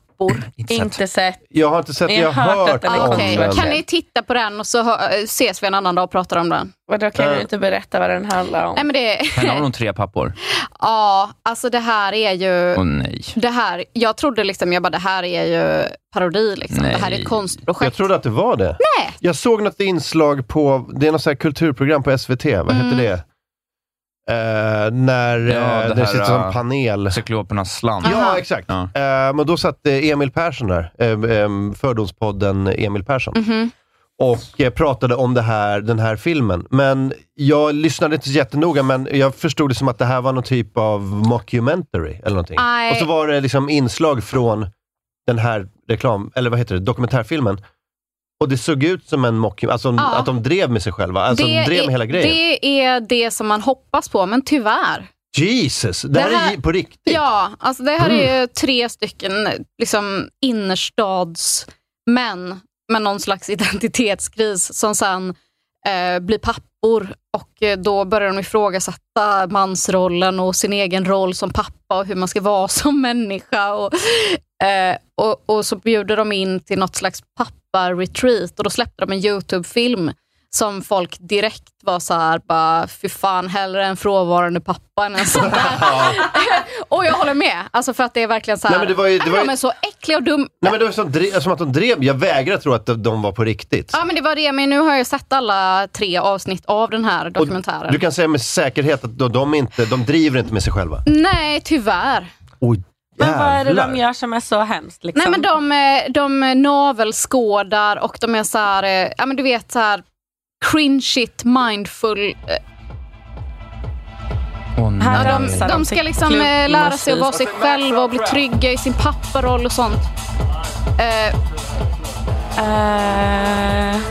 Speaker 3: Inte sett.
Speaker 1: Jag har inte
Speaker 3: Men
Speaker 1: sett det, jag
Speaker 3: jag
Speaker 1: har
Speaker 3: har hört
Speaker 1: hört,
Speaker 3: att den är
Speaker 1: om
Speaker 3: konstig.
Speaker 1: den.
Speaker 5: Kan ni titta på den och så hö- ses vi en annan dag och pratar om den?
Speaker 3: Och då kan
Speaker 2: Ja.
Speaker 3: du inte berätta vad den handlar om.
Speaker 5: Nej men det
Speaker 2: Sen har hon tre pappor.
Speaker 5: Ja, alltså det här är ju...
Speaker 2: Åh nej.
Speaker 5: Det här, jag trodde liksom, jag bara det här är ju parodi liksom. Det här är
Speaker 1: Nej.
Speaker 5: ett konstprojekt.
Speaker 1: Jag trodde att det var det.
Speaker 5: Nej.
Speaker 1: Jag såg något inslag på, det är något så här kulturprogram på SVT, vad
Speaker 5: Mm.
Speaker 1: heter det? Eh, när eh, det, sitter som pan- panel.
Speaker 2: Cyklopernas slam.
Speaker 1: Ja, exakt. Eh, men då satt eh, Emil Persson där, eh, eh, Fördomspodden Emil Persson.
Speaker 5: Mhm.
Speaker 1: och eh, pratade om det här, den här filmen. Men jag lyssnade inte så jättenoga, men jag förstod det som att det här var någon typ av mockumentary eller någonting.
Speaker 5: Nej.
Speaker 1: Och så var det liksom inslag från den här reklam, eller vad heter det, dokumentärfilmen. Och det såg ut som en mockumentary, alltså
Speaker 5: Ja.
Speaker 1: att de drev med sig själva. Alltså de drev med hela grejen. Typ.
Speaker 5: det är det som man hoppas på, men tyvärr.
Speaker 1: Jesus, det här,
Speaker 5: Det här-
Speaker 1: är på riktigt.
Speaker 5: Ja, alltså det här är ju
Speaker 1: Mm.
Speaker 5: tre stycken liksom, innerstadsmän med någon slags identitetskris som sen eh, blir pappor och eh, då börjar de ifrågasätta mansrollen och sin egen roll som pappa och hur man ska vara som människa. Och, eh, och, och så bjuder de in till något slags pappa-retreat och då släppte de en YouTube-film som folk direkt var så här, bara, fy fan, hellre en frånvarande pappa än en sån där och jag håller med. Alltså för att det är verkligen så här.
Speaker 1: Nej, men det var ju- det
Speaker 5: Nej,
Speaker 1: var
Speaker 5: men
Speaker 1: ju-
Speaker 5: De är så äckliga och dum.
Speaker 1: Nej men det var som, drev, som att de drev, jag vägrar tro att de, de var på riktigt.
Speaker 5: Ja men det var det, men nu har jag sett alla tre avsnitt av den här dokumentären.
Speaker 1: Du kan säga med säkerhet att de, de, inte, de driver inte med sig själva.
Speaker 5: Nej, tyvärr.
Speaker 1: Oj,
Speaker 3: Men vad är det
Speaker 1: jävlar.
Speaker 3: de gör som är så hemskt? Liksom?
Speaker 5: Nej men de, eh, de navelskådar och de är så här, eh, ja men du vet så här cringeigt, mindful. eh,
Speaker 2: Åh
Speaker 5: ja,
Speaker 2: nej.
Speaker 5: de, de ska liksom eh, lära sig att vara sig själva och bli trygga i sin papparoll och sånt. Eh,
Speaker 3: Eh.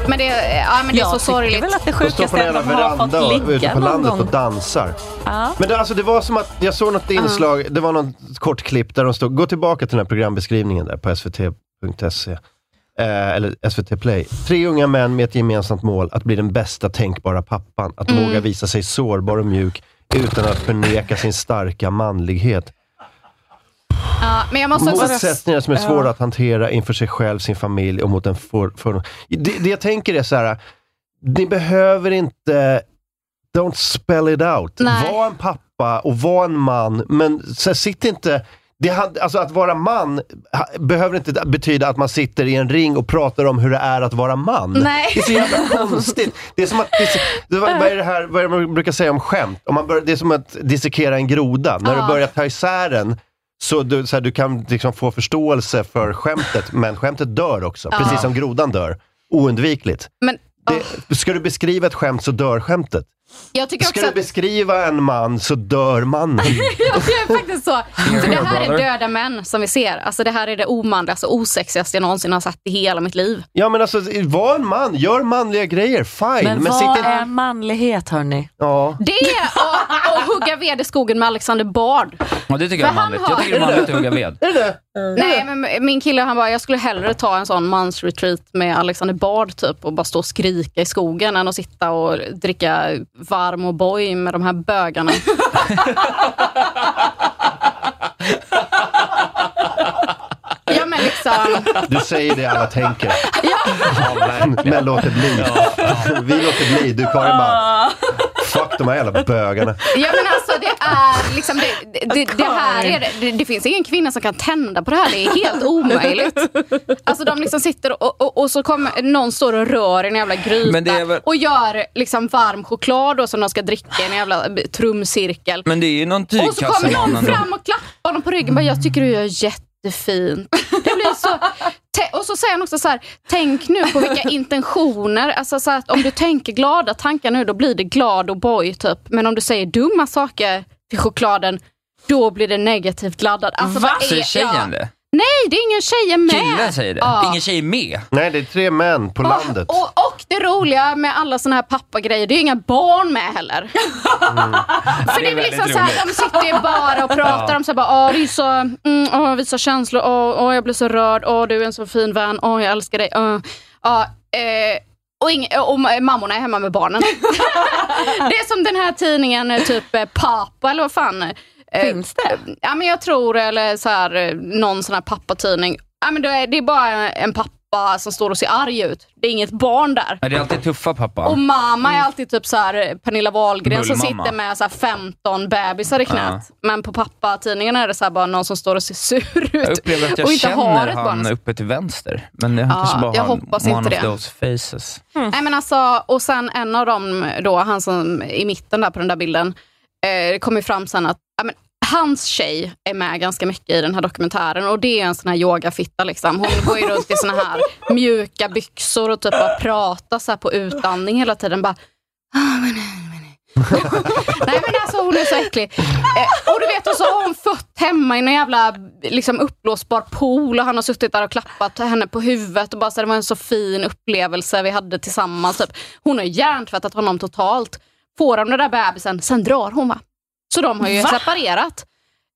Speaker 5: men det, eh, ja, men det är
Speaker 3: jag tycker
Speaker 5: så sorgligt.
Speaker 3: väl att det
Speaker 1: De står på en jävla veranda och, ute på landet och dansar.
Speaker 3: Ja.
Speaker 1: Men det, alltså, det var som att, jag såg något inslag, det var något kort klipp där de stod, gå tillbaka till den här programbeskrivningen där på svt.se. Eh, eller SVT Play. Tre unga män med ett gemensamt mål, att bli den bästa tänkbara pappan. Att
Speaker 15: Mm.
Speaker 1: våga visa sig sårbar och mjuk utan att förneka sin starka manlighet.
Speaker 5: Ja, men jag måste också...
Speaker 1: Motsättningar som är svåra att hantera inför sig själv, sin familj och mot en för, för... Det, det jag tänker är så här. ni behöver inte... Don't spell it out.
Speaker 15: Nej.
Speaker 1: Var en pappa och var en man, men så här, sitt inte... Det, had- alltså att vara man ha- behöver inte betyda att man sitter i en ring och pratar om hur det är att vara man.
Speaker 15: Nej.
Speaker 1: Det är så jävla konstigt. Det är som att, det är, så- det var, vad är det här, vad är det man brukar säga om skämt? Om man bör, det är som att dissekera en groda. När
Speaker 15: Ja.
Speaker 1: du börjar ta isär den, så du, så här, du kan liksom få förståelse för skämtet, men skämtet dör också.
Speaker 5: Ja.
Speaker 1: Precis som grodan dör. Oundvikligt.
Speaker 5: Men,
Speaker 1: Det, ska du beskriva ett skämt så dör skämtet.
Speaker 5: jag tycker också
Speaker 1: Ska du
Speaker 5: att-
Speaker 1: beskriva en man så dör mannen.
Speaker 5: Ja, det är faktiskt så. För det här är
Speaker 1: brother.
Speaker 5: döda män som vi ser. Alltså det här är det omanligaste och osexigaste jag någonsin har sett i hela mitt liv.
Speaker 1: Ja men alltså, var en man, gör manliga grejer, fine.
Speaker 3: Men,
Speaker 1: Men,
Speaker 3: vad
Speaker 1: sitt inte...
Speaker 3: är manlighet hörni?
Speaker 1: Ja.
Speaker 5: Det är att, att hugga ved i skogen med Alexander Bard.
Speaker 2: Ja, det tycker jag är
Speaker 5: Vad han
Speaker 2: manligt. Jag
Speaker 5: har.
Speaker 2: tycker det är manligt att hugga ved.
Speaker 1: Är det
Speaker 5: Nej, men min kille han bara, jag skulle hellre ta en sån mansretreat med Alexander Bard typ och bara stå och skrika i skogen än att sitta och dricka varm och boy med de här bögarna. ja men liksom.
Speaker 1: Du säger det alla tänker.
Speaker 5: Ja.
Speaker 1: men, men låt det bli. Vi låter bli. Du Karin bara, fuck de här jävla bögarna.
Speaker 5: Ja men alltså det är liksom, det, det, det, det här är det. det. Det finns ingen kvinna som kan tända på det här. Det är helt omöjligt. Alltså de liksom sitter och, och, och så kommer någon står och rör i en jävla gryta
Speaker 2: Men det är väl-
Speaker 5: och gör liksom varm choklad då, som de ska dricka i en jävla trumcirkel.
Speaker 2: Men det är ju någon
Speaker 5: Och så kommer
Speaker 2: tygkasseman
Speaker 5: någon
Speaker 2: ändå.
Speaker 5: fram och klappar honom på ryggen och bara, jag tycker du gör jättefint. Det blir så... Te- och så säger han också så här, tänk nu på vilka intentioner. Alltså så här att om du tänker glada tankar nu, då blir det glad och boy typ. Men om du säger dumma saker till chokladen, då blir det negativt laddad. Alltså,
Speaker 2: Va?
Speaker 5: vad är-
Speaker 2: Säger tjejen
Speaker 5: ja.
Speaker 2: det?
Speaker 5: Nej, det är ingen tjej är med.
Speaker 2: Killen säger det.
Speaker 5: Ja.
Speaker 2: Ingen tjej är med.
Speaker 1: Nej, det är tre män
Speaker 5: Ah,
Speaker 1: på landet.
Speaker 5: Och, och det roliga med alla såna här pappagrejer, det är ju inga barn med heller. För det är väl liksom
Speaker 2: väldigt
Speaker 5: så här,
Speaker 2: roligt.
Speaker 5: de sitter ju bara och pratar
Speaker 2: Ja.
Speaker 5: om så här, bara, "Åh, det är så, mm, åh, visa känslor, åh, åh, jag blir så rörd, åh, du är en så fin vän, åh, jag älskar dig. åh." Ja, eh, och, ing- och mammorna är hemma med barnen. det är som den här tidningen, eh, typ eh, Papa eller vad fan. eh,
Speaker 3: Finns det?
Speaker 5: Ja, men jag tror, eller så här, eh, någon sån här pappatidning. Ja, men det, är, det är bara en pappa som står och ser arg ut. Det är inget barn där.
Speaker 2: Nej, det är alltid tuffa pappa.
Speaker 5: Och mamma
Speaker 2: Mm.
Speaker 5: är alltid typ så här, Pernilla Wahlgren som
Speaker 2: Bullmamma.
Speaker 5: sitter med så här 15 bebisar i knät. Men på pappatidningarna är det så här bara någon som står och ser sur ut.
Speaker 2: Jag upplever att
Speaker 5: och
Speaker 2: jag
Speaker 5: inte har
Speaker 2: känner
Speaker 5: ett barn.
Speaker 2: han uppe till vänster. Men han
Speaker 5: Ja,
Speaker 2: kanske bara
Speaker 5: jag
Speaker 2: har
Speaker 5: hoppas
Speaker 2: one
Speaker 5: inte
Speaker 2: of
Speaker 5: det.
Speaker 2: those faces.
Speaker 5: Nej, men alltså, och sen en av dem, då, han som i mitten där på den där bilden, eh, det kom ju fram sen att ja, men, hans tjej är med ganska mycket i den här dokumentären och det är en sån här yogafitta. Liksom. Hon går ju runt i såna här mjuka byxor och typ bara pratar så här på utandning hela tiden. Bara, Nej men alltså hon är så äcklig. Eh, och du vet, och så har hon fött hemma i någon jävla liksom, uppblåsbar pool och han har suttit där och klappat henne på huvudet och bara så här, det var en så fin upplevelse vi hade tillsammans. Typ. Hon har hjärntvättat honom totalt. Får han den där bebisen, sen drar hon va? Så de har ju
Speaker 3: Va?
Speaker 5: separerat.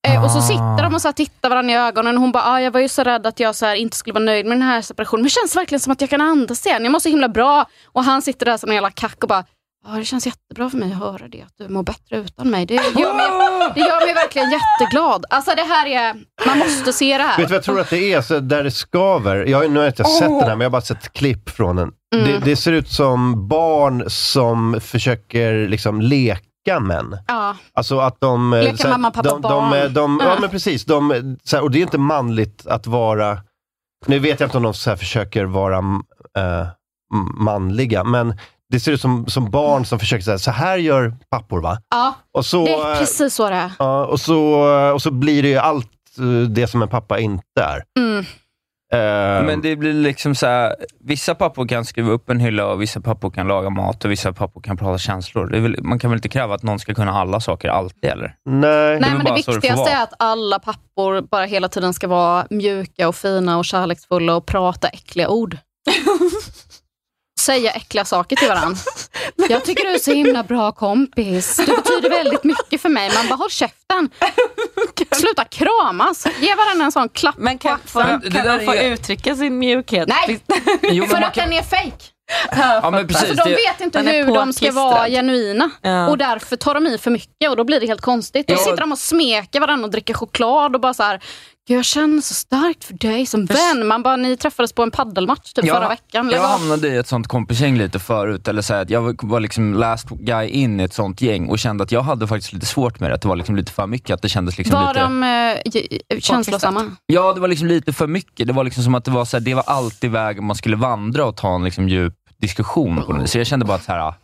Speaker 5: Eh, och
Speaker 1: Ah.
Speaker 5: så sitter de och så här tittar varandra i ögonen och hon bara, ah, jag var ju så rädd att jag så här inte skulle vara nöjd med den här separationen. Men det känns verkligen som att jag kan andas igen. Jag mår så himla bra. Och han sitter där som en jävla kack och bara, Ja, det känns jättebra för mig att höra det, att du mår bättre utan mig. Det gör mig, det gör mig verkligen jätteglad. Alltså det här är, man måste se det här.
Speaker 1: Vet du vad jag tror att det är? Så där det skaver. Jag, har ju- nu har jag inte sett
Speaker 5: Åh.
Speaker 1: den här, men jag har bara sett klipp från den.
Speaker 5: Mm.
Speaker 1: Det, det ser ut som barn som försöker liksom leka män.
Speaker 5: Ja.
Speaker 1: Alltså att de... eh,
Speaker 5: Leka
Speaker 1: såhär,
Speaker 5: mamma, pappa,
Speaker 1: de, de,
Speaker 5: barn.
Speaker 1: eh, de,
Speaker 5: Ja.
Speaker 1: Ja, men precis. De, eh, såhär, och det är inte manligt att vara... Nu vet jag inte om de såhär försöker vara eh, m- manliga, men det ser ut som, som barn som försöker säga så här gör pappor va?
Speaker 5: Ja,
Speaker 1: Och så,
Speaker 5: det är
Speaker 1: eh,
Speaker 5: precis så det är.
Speaker 1: Ja, och så, eh, och så blir det ju allt eh, det som en pappa inte är.
Speaker 5: Mm.
Speaker 1: Eh,
Speaker 2: Men det blir liksom så här, vissa pappor kan skruva upp en hylla och vissa pappor kan laga mat och vissa pappor kan prata känslor. Det är väl, man kan väl inte kräva att någon ska kunna alla saker alltid eller?
Speaker 1: Nej.
Speaker 5: Nej, men det
Speaker 2: bara så det får
Speaker 5: viktigaste
Speaker 2: vara.
Speaker 5: är att alla pappor bara hela tiden ska vara mjuka och fina och kärleksfulla och prata äckliga ord. Säga äckliga saker till varandra. Jag tycker du är så himla bra kompis. Du betyder väldigt mycket för mig. Man bara, håll käften. Sluta kramas. Ge varandra en sån klapp
Speaker 3: Men kan,
Speaker 5: på
Speaker 3: får,
Speaker 5: axeln.
Speaker 3: kan man få uttrycka sin mjukhet?
Speaker 5: Nej,
Speaker 2: Jo, men
Speaker 5: för
Speaker 2: man
Speaker 5: att den är fejk.
Speaker 2: Ja, men precis,
Speaker 5: alltså, de
Speaker 2: det-
Speaker 5: vet inte
Speaker 3: den är
Speaker 5: hur de ska
Speaker 3: påklistrad.
Speaker 5: vara genuina
Speaker 3: Ja.
Speaker 5: och därför tar de i för mycket och då blir det helt konstigt. Då
Speaker 2: Ja.
Speaker 5: sitter de och smeker varandra och dricker choklad och bara så här, "Gud, jag känner så starkt för dig som vän. Man bara, ni träffades på en paddelmatch typ förra veckan. Lägg
Speaker 2: jag
Speaker 5: av.
Speaker 2: hamnade i ett sånt kompisgäng lite förut, eller så här, att jag var liksom last guy in i ett sånt gäng och kände att jag hade faktiskt lite svårt med det, att det var liksom lite för mycket, att det kändes liksom
Speaker 5: Var
Speaker 2: lite...
Speaker 5: de eh, j- känslosamma?
Speaker 2: Ja, det var liksom lite för mycket. Det var liksom som att det var, så här, det var alltid vägen man skulle vandra och ta en liksom djup diskussion på nu. Så jag kände bara att så här,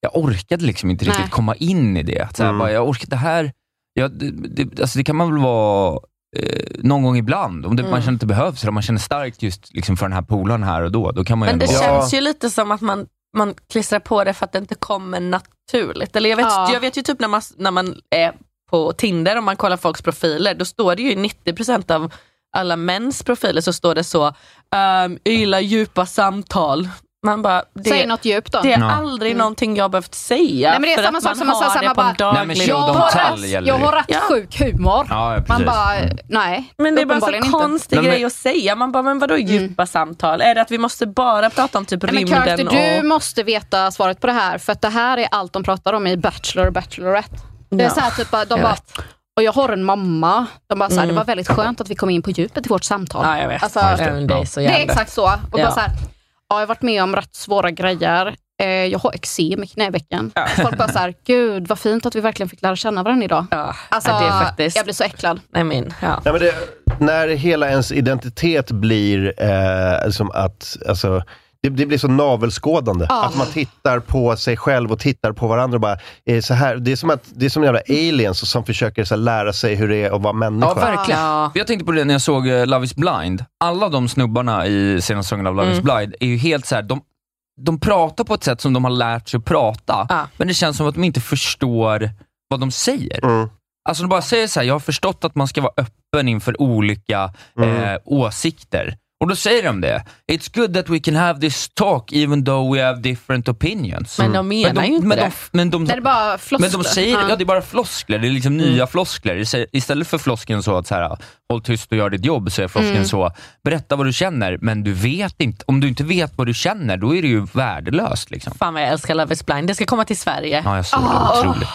Speaker 2: jag orkade liksom inte riktigt
Speaker 5: Nej.
Speaker 2: komma in i det. Att Så här,
Speaker 1: Mm.
Speaker 2: bara, jag orkade, det här jag, det, det, alltså det kan man väl vara eh, någon gång ibland, om det,
Speaker 5: Mm.
Speaker 2: man känner att det behövs eller om man känner starkt just liksom för den här polaren här och då. då kan man
Speaker 3: Men
Speaker 2: ändå
Speaker 3: det
Speaker 2: vara-
Speaker 3: känns ju lite som att man, man klistrar på det för att det inte kommer naturligt. Eller jag, vet,
Speaker 5: Ja.
Speaker 3: jag vet ju typ när man, när man är på Tinder och man kollar folks profiler, då står det ju i 90% av alla mäns profiler så står det så, um, jag gillar djupa samtal. Man bara,
Speaker 5: Säg
Speaker 3: det,
Speaker 5: något djupt då.
Speaker 3: det är
Speaker 2: Ja.
Speaker 3: aldrig Mm. någonting jag behövt säga.
Speaker 5: Nej, men det är
Speaker 3: för
Speaker 5: samma
Speaker 3: att
Speaker 5: sak
Speaker 3: man
Speaker 5: som man
Speaker 3: har
Speaker 5: sa så här,
Speaker 3: det
Speaker 5: man
Speaker 3: på en liksom.
Speaker 2: Nej, men
Speaker 3: daglig-
Speaker 2: show
Speaker 5: jag,
Speaker 2: don't
Speaker 5: har
Speaker 2: tell
Speaker 5: rätt,
Speaker 2: gäller
Speaker 5: jag har
Speaker 2: det.
Speaker 5: rätt
Speaker 3: Ja.
Speaker 5: sjuk humor.
Speaker 2: Ja, ja,
Speaker 5: Man
Speaker 2: precis.
Speaker 5: bara,
Speaker 2: Mm.
Speaker 5: nej.
Speaker 3: Men det är bara en
Speaker 5: uppenbarligen
Speaker 3: så
Speaker 5: inte. Mm.
Speaker 3: konstig
Speaker 2: Men-
Speaker 3: grej att säga. Man bara, men vadå djupa samtal? Är det att vi måste bara prata om typ
Speaker 5: Nej, men
Speaker 3: rymden?
Speaker 5: Kirk,
Speaker 3: och...
Speaker 5: du måste veta svaret på det här, för att det här är allt de pratar om i Bachelor och Bachelorette. Det är
Speaker 3: Ja,
Speaker 5: så här, typ, de
Speaker 3: jag
Speaker 5: bara, och jag har en mamma. De bara, så här,
Speaker 3: Mm.
Speaker 5: Det var väldigt skönt att vi kom in på djupet i vårt samtal.
Speaker 3: Ja, jag vet.
Speaker 5: Alltså,
Speaker 3: Även det är så
Speaker 5: det är
Speaker 3: jävla...
Speaker 5: exakt så. Och bara
Speaker 3: Ja.
Speaker 5: så här, ja, jag har varit med om rätt svåra grejer. Eh, jag har eksem i knävecken. Folk bara så här, gud vad fint att vi verkligen fick lära känna varandra idag.
Speaker 3: Ja,
Speaker 5: Alltså,
Speaker 3: det är faktiskt...
Speaker 5: Jag blir så äcklad.
Speaker 3: I mean, ja.
Speaker 1: Nej, men det, när hela ens identitet blir eh, som att, alltså, det, det blir så navelskådande.
Speaker 5: Ja.
Speaker 1: Att man tittar på sig själv och tittar på varandra och bara, eh, så här. Det är som att det är som jävla aliens som försöker så här, lära sig hur det är att vara människa.
Speaker 2: Ja, verkligen.
Speaker 3: Ja.
Speaker 2: Jag tänkte på det när jag såg eh, Love is blind. Alla de snubbarna i senaste säsongen av Love
Speaker 3: Mm.
Speaker 2: is blind är ju helt så här, de, de pratar på ett sätt som de har lärt sig att prata,
Speaker 3: Ja.
Speaker 2: men det känns som att de inte förstår vad de säger.
Speaker 1: Mm.
Speaker 2: Alltså de bara säger så här, jag har förstått att man ska vara öppen inför olika eh, åsikter. Och då säger de det. It's good that we can have this talk even though we have different opinions. Mm.
Speaker 3: Men de menar ju inte
Speaker 2: men de,
Speaker 3: det.
Speaker 2: Men de,
Speaker 5: Det är bara
Speaker 2: men
Speaker 5: floskler.
Speaker 2: de säger, ja.
Speaker 5: Ja.
Speaker 2: det är bara floskler. Det är liksom nya
Speaker 3: Mm.
Speaker 2: floskler. Istä- Istället för floskeln så att så här, håll tyst och gör ditt jobb, så är floskeln
Speaker 5: Mm.
Speaker 2: så, berätta vad du känner, men du vet inte. Om du inte vet vad du känner, då är det ju värdelöst. Liksom.
Speaker 3: Fan vad jag älskar Love is blind. Det ska komma till Sverige.
Speaker 2: Ja, jag såg det.
Speaker 5: Ah.
Speaker 2: Otroligt.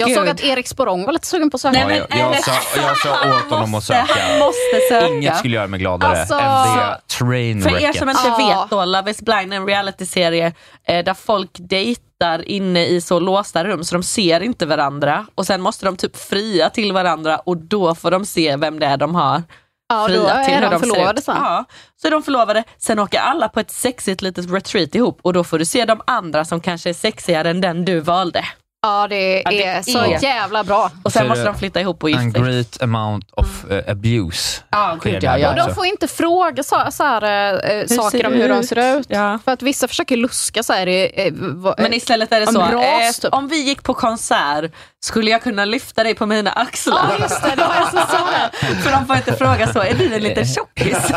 Speaker 5: Jag
Speaker 3: Gud.
Speaker 5: såg att Erik Sporrong var lite sugen på att söka.
Speaker 2: Ja, jag, jag, sa, jag sa åt honom att söka.
Speaker 3: Måste söka.
Speaker 2: Inget skulle göra mig gladare
Speaker 3: Alltså,
Speaker 2: än det train
Speaker 3: För er som inte
Speaker 5: Ja.
Speaker 3: vet då, Love is blind är en realityserie eh, där folk dejtar inne i så låsta rum så de ser inte varandra och sen måste de typ fria till varandra och då får de se vem det är de har
Speaker 5: Ja, då
Speaker 3: friat till
Speaker 5: är
Speaker 3: hur
Speaker 5: de
Speaker 3: de ser
Speaker 5: förlovade
Speaker 3: ut.
Speaker 5: sen.
Speaker 3: Ja, så är de förlovade, sen åker alla på ett sexigt litet retreat ihop och då får du se de andra som kanske är sexigare än den du valde.
Speaker 5: Ja, det
Speaker 3: Ja,
Speaker 5: är
Speaker 3: det
Speaker 5: så
Speaker 3: är-
Speaker 5: jävla bra.
Speaker 3: Och
Speaker 2: Så
Speaker 3: sen
Speaker 2: är
Speaker 3: måste
Speaker 2: det
Speaker 3: de flytta ihop och
Speaker 2: And
Speaker 3: gifta sig.
Speaker 2: great amount of eh, abuse.
Speaker 3: Ja,
Speaker 2: sker
Speaker 3: gud, ja,
Speaker 2: där då
Speaker 3: ja.
Speaker 5: Och de
Speaker 2: också.
Speaker 5: får inte fråga så, så här, eh,
Speaker 3: ser
Speaker 5: saker om
Speaker 3: det
Speaker 5: hur de
Speaker 3: ut?
Speaker 5: ser ut.
Speaker 3: Ja.
Speaker 5: För att vissa försöker luska så här. i, Eh, vad-
Speaker 3: Men istället är det
Speaker 5: Om
Speaker 3: så,
Speaker 5: ras,
Speaker 3: eh,
Speaker 5: typ.
Speaker 3: om vi gick på konsert skulle jag kunna lyfta dig på mina axlar?
Speaker 5: Ja, just det. Det var jag som sa det. Eh.
Speaker 3: För de får inte fråga så, är du en liten tjockis?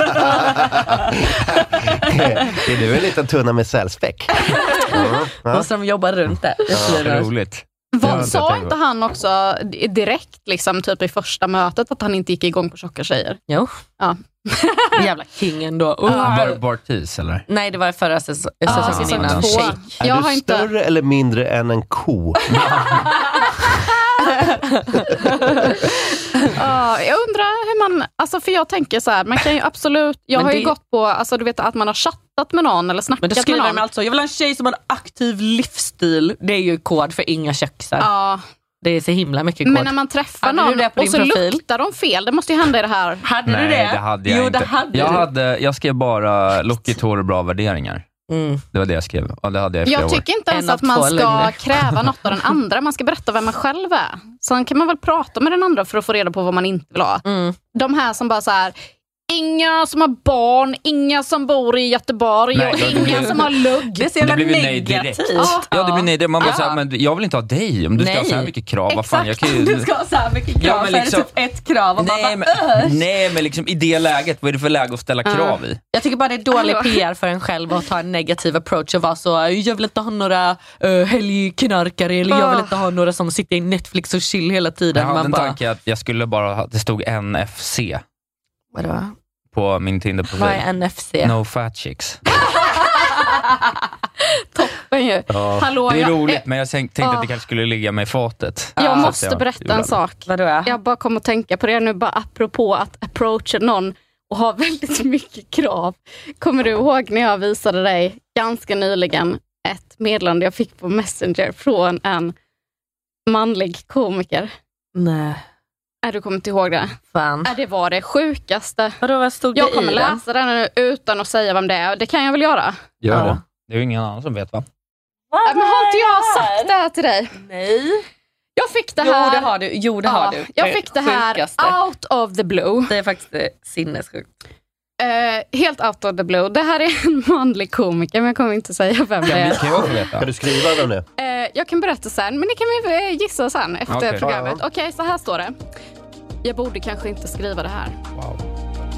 Speaker 1: Är du en liten tunna med sälspäck? Mm. Ja.
Speaker 3: Måste de jobba runt det? Det är
Speaker 2: Ja,
Speaker 3: fint.
Speaker 2: roligt.
Speaker 5: Vad-
Speaker 1: Ja, det
Speaker 5: sa
Speaker 1: tänker
Speaker 5: inte han också di- direkt liksom, typ i första mötet att han inte gick igång på tjocka tjejer?
Speaker 3: Jo.
Speaker 5: Ja.
Speaker 3: Jävla king ändå. Oh.
Speaker 2: Var det Bartiz eller?
Speaker 3: Nej, det var i förra säs-
Speaker 5: Ja,
Speaker 3: säsongen
Speaker 5: säsong
Speaker 3: innan.
Speaker 5: två.
Speaker 3: Shake.
Speaker 1: Är
Speaker 5: Jag
Speaker 1: du
Speaker 5: har inte...
Speaker 1: större eller mindre än en ko?
Speaker 5: Ja, jag undrar hur man, alltså för jag tänker så här, man kan ju absolut, jag
Speaker 3: Men
Speaker 5: har ju
Speaker 3: det-
Speaker 5: gått på alltså du vet att man har chattat med någon eller
Speaker 3: Men då
Speaker 5: snackat med
Speaker 3: skriver de
Speaker 5: någon.
Speaker 3: alltså, jag vill ha en tjej som har en aktiv livsstil. Det är ju kod för inga köksar.
Speaker 5: Ja,
Speaker 3: Det är så himla mycket kod.
Speaker 5: men när man träffar
Speaker 3: Hade du
Speaker 5: någon
Speaker 3: det på
Speaker 5: och
Speaker 3: din
Speaker 5: så
Speaker 3: profil?
Speaker 5: luktar de fel, det måste ju hända i det här.
Speaker 3: Hade du det?
Speaker 2: Nej, det hade jag
Speaker 3: jo,
Speaker 2: inte.
Speaker 3: det hade
Speaker 2: jag,
Speaker 3: du.
Speaker 2: hade, jag skrev bara lockigt hår och bra värderingar.
Speaker 3: Mm.
Speaker 2: Det var det jag skrev. Ja, det hade jag i flera
Speaker 5: Jag
Speaker 2: år.
Speaker 5: tycker inte ens
Speaker 3: En av
Speaker 5: att man
Speaker 3: två
Speaker 5: ska
Speaker 3: lögner.
Speaker 5: kräva något av den andra, man ska berätta vem man själv är. Sen kan man väl prata med den andra för att få reda på vad man inte vill ha.
Speaker 3: Mm.
Speaker 5: De här som bara så här, inga som har barn, inga som bor i Göteborg
Speaker 2: Nej,
Speaker 5: och
Speaker 2: det blir-
Speaker 5: inga som har lugg.
Speaker 3: Det är så jävla
Speaker 2: ju
Speaker 3: negativt.
Speaker 5: Ja.
Speaker 2: Ja, Ah. det blir nej. direkt. Man bara
Speaker 3: Ja.
Speaker 2: såhär, men jag vill inte ha dig om du ska ha
Speaker 3: Nej.
Speaker 2: så här mycket krav. Vad fan, jag
Speaker 3: Exakt,
Speaker 2: kan ju...
Speaker 3: du ska ha så här mycket krav,
Speaker 2: Ja, men
Speaker 3: så är
Speaker 2: liksom-
Speaker 3: det typ ett krav och man bara,
Speaker 2: Nej men, nej men liksom i det läget, vad är det för läge att ställa
Speaker 3: Ah.
Speaker 2: krav i?
Speaker 3: Jag tycker bara det är dålig
Speaker 5: Hallå.
Speaker 3: PR för en själv att ta en negativ approach och vara så, jag vill inte ha några uh, helgknarkare eller jag vill inte ha några som sitter i Netflix och chill hela tiden.
Speaker 2: Jag hade
Speaker 3: Man
Speaker 2: en
Speaker 3: bara,
Speaker 2: tanke att jag skulle bara, ha- det stod NFC
Speaker 3: vadå?
Speaker 2: på min
Speaker 3: Vad
Speaker 2: Tinder-profil.
Speaker 3: är NFC?
Speaker 2: No fat chicks.
Speaker 5: Men ju, Hallå,
Speaker 2: det är
Speaker 5: jag-
Speaker 2: roligt men jag tänk- tänkte
Speaker 5: Ah.
Speaker 2: att det kanske skulle ligga mig i fatet. Så
Speaker 5: Jag
Speaker 2: att
Speaker 5: måste berätta
Speaker 2: gjorde
Speaker 5: en
Speaker 2: det.
Speaker 5: sak.
Speaker 3: Vadå?
Speaker 5: Jag bara kom att tänka på det nu, bara apropå att approacha någon och ha väldigt mycket krav. Kommer du ihåg när jag visade dig ganska nyligen ett meddelande jag fick på Messenger från en manlig komiker?
Speaker 3: Nej,
Speaker 5: Äh, du kommer inte ihåg det?
Speaker 3: fan.
Speaker 5: Äh, det var det sjukaste.
Speaker 3: Vadå, vad stod
Speaker 5: Jag
Speaker 3: det i
Speaker 5: kommer
Speaker 3: den?
Speaker 5: läsa den nu utan att säga vem det är. Det kan jag väl göra? Äh,
Speaker 2: Gör
Speaker 3: Ja.
Speaker 2: det. Det är ju ingen annan som vet va?
Speaker 3: Äh,
Speaker 5: men har inte jag sagt det här till dig?
Speaker 3: Nej.
Speaker 5: Jag fick det
Speaker 3: Jo
Speaker 5: här,
Speaker 3: det har du. Jo, det har
Speaker 5: Ja,
Speaker 3: du.
Speaker 5: Jag fick det här
Speaker 3: Sjukaste.
Speaker 5: out of the blue.
Speaker 3: Det är faktiskt eh, sinnessjukt.
Speaker 5: Eh, helt out of the blue. Det här är en manlig komiker, men jag kommer inte säga vem det
Speaker 2: Kan, vi,
Speaker 5: är.
Speaker 2: kan jag få veta?
Speaker 1: Kan du skriva den nu?
Speaker 5: Eh, jag kan berätta sen, men det kan vi eh, gissa sen efter
Speaker 2: Okej.
Speaker 5: programmet. Okej, så här står det. Jag borde kanske inte skriva det här.
Speaker 2: Wow.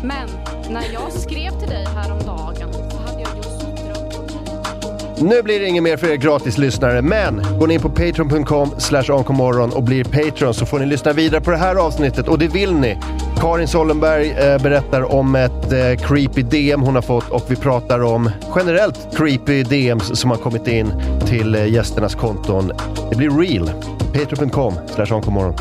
Speaker 5: Men när jag skrev till dig häromdagen så hade jag just drömt om dig.
Speaker 1: Nu blir det inget mer för er gratislyssnare, men går ni in på patreon.com slash onkomorron och blir patreon så får ni lyssna vidare på det här avsnittet och det vill ni. Karin Sollenberg eh, berättar om ett eh, creepy DM hon har fått och vi pratar om generellt creepy DMs som har kommit in till eh, gästernas konton. Det blir real. Patreon.com slash onkomorron.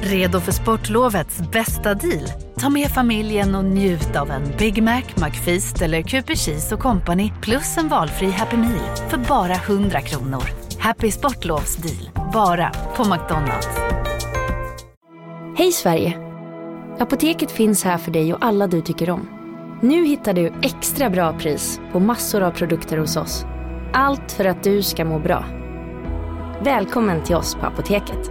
Speaker 8: Redo för sportlovets bästa deal? Ta med familjen och njut av en Big Mac, McFeast eller Cooper Cheese och Company plus en valfri Happy Meal för bara 100 kronor. Happy Sportlovs deal, bara på McDonalds.
Speaker 17: Hej Sverige! Apoteket finns här för dig och alla du tycker om. Nu hittar du extra bra pris på massor av produkter hos oss. Allt för att du ska må bra. Välkommen till oss på Apoteket.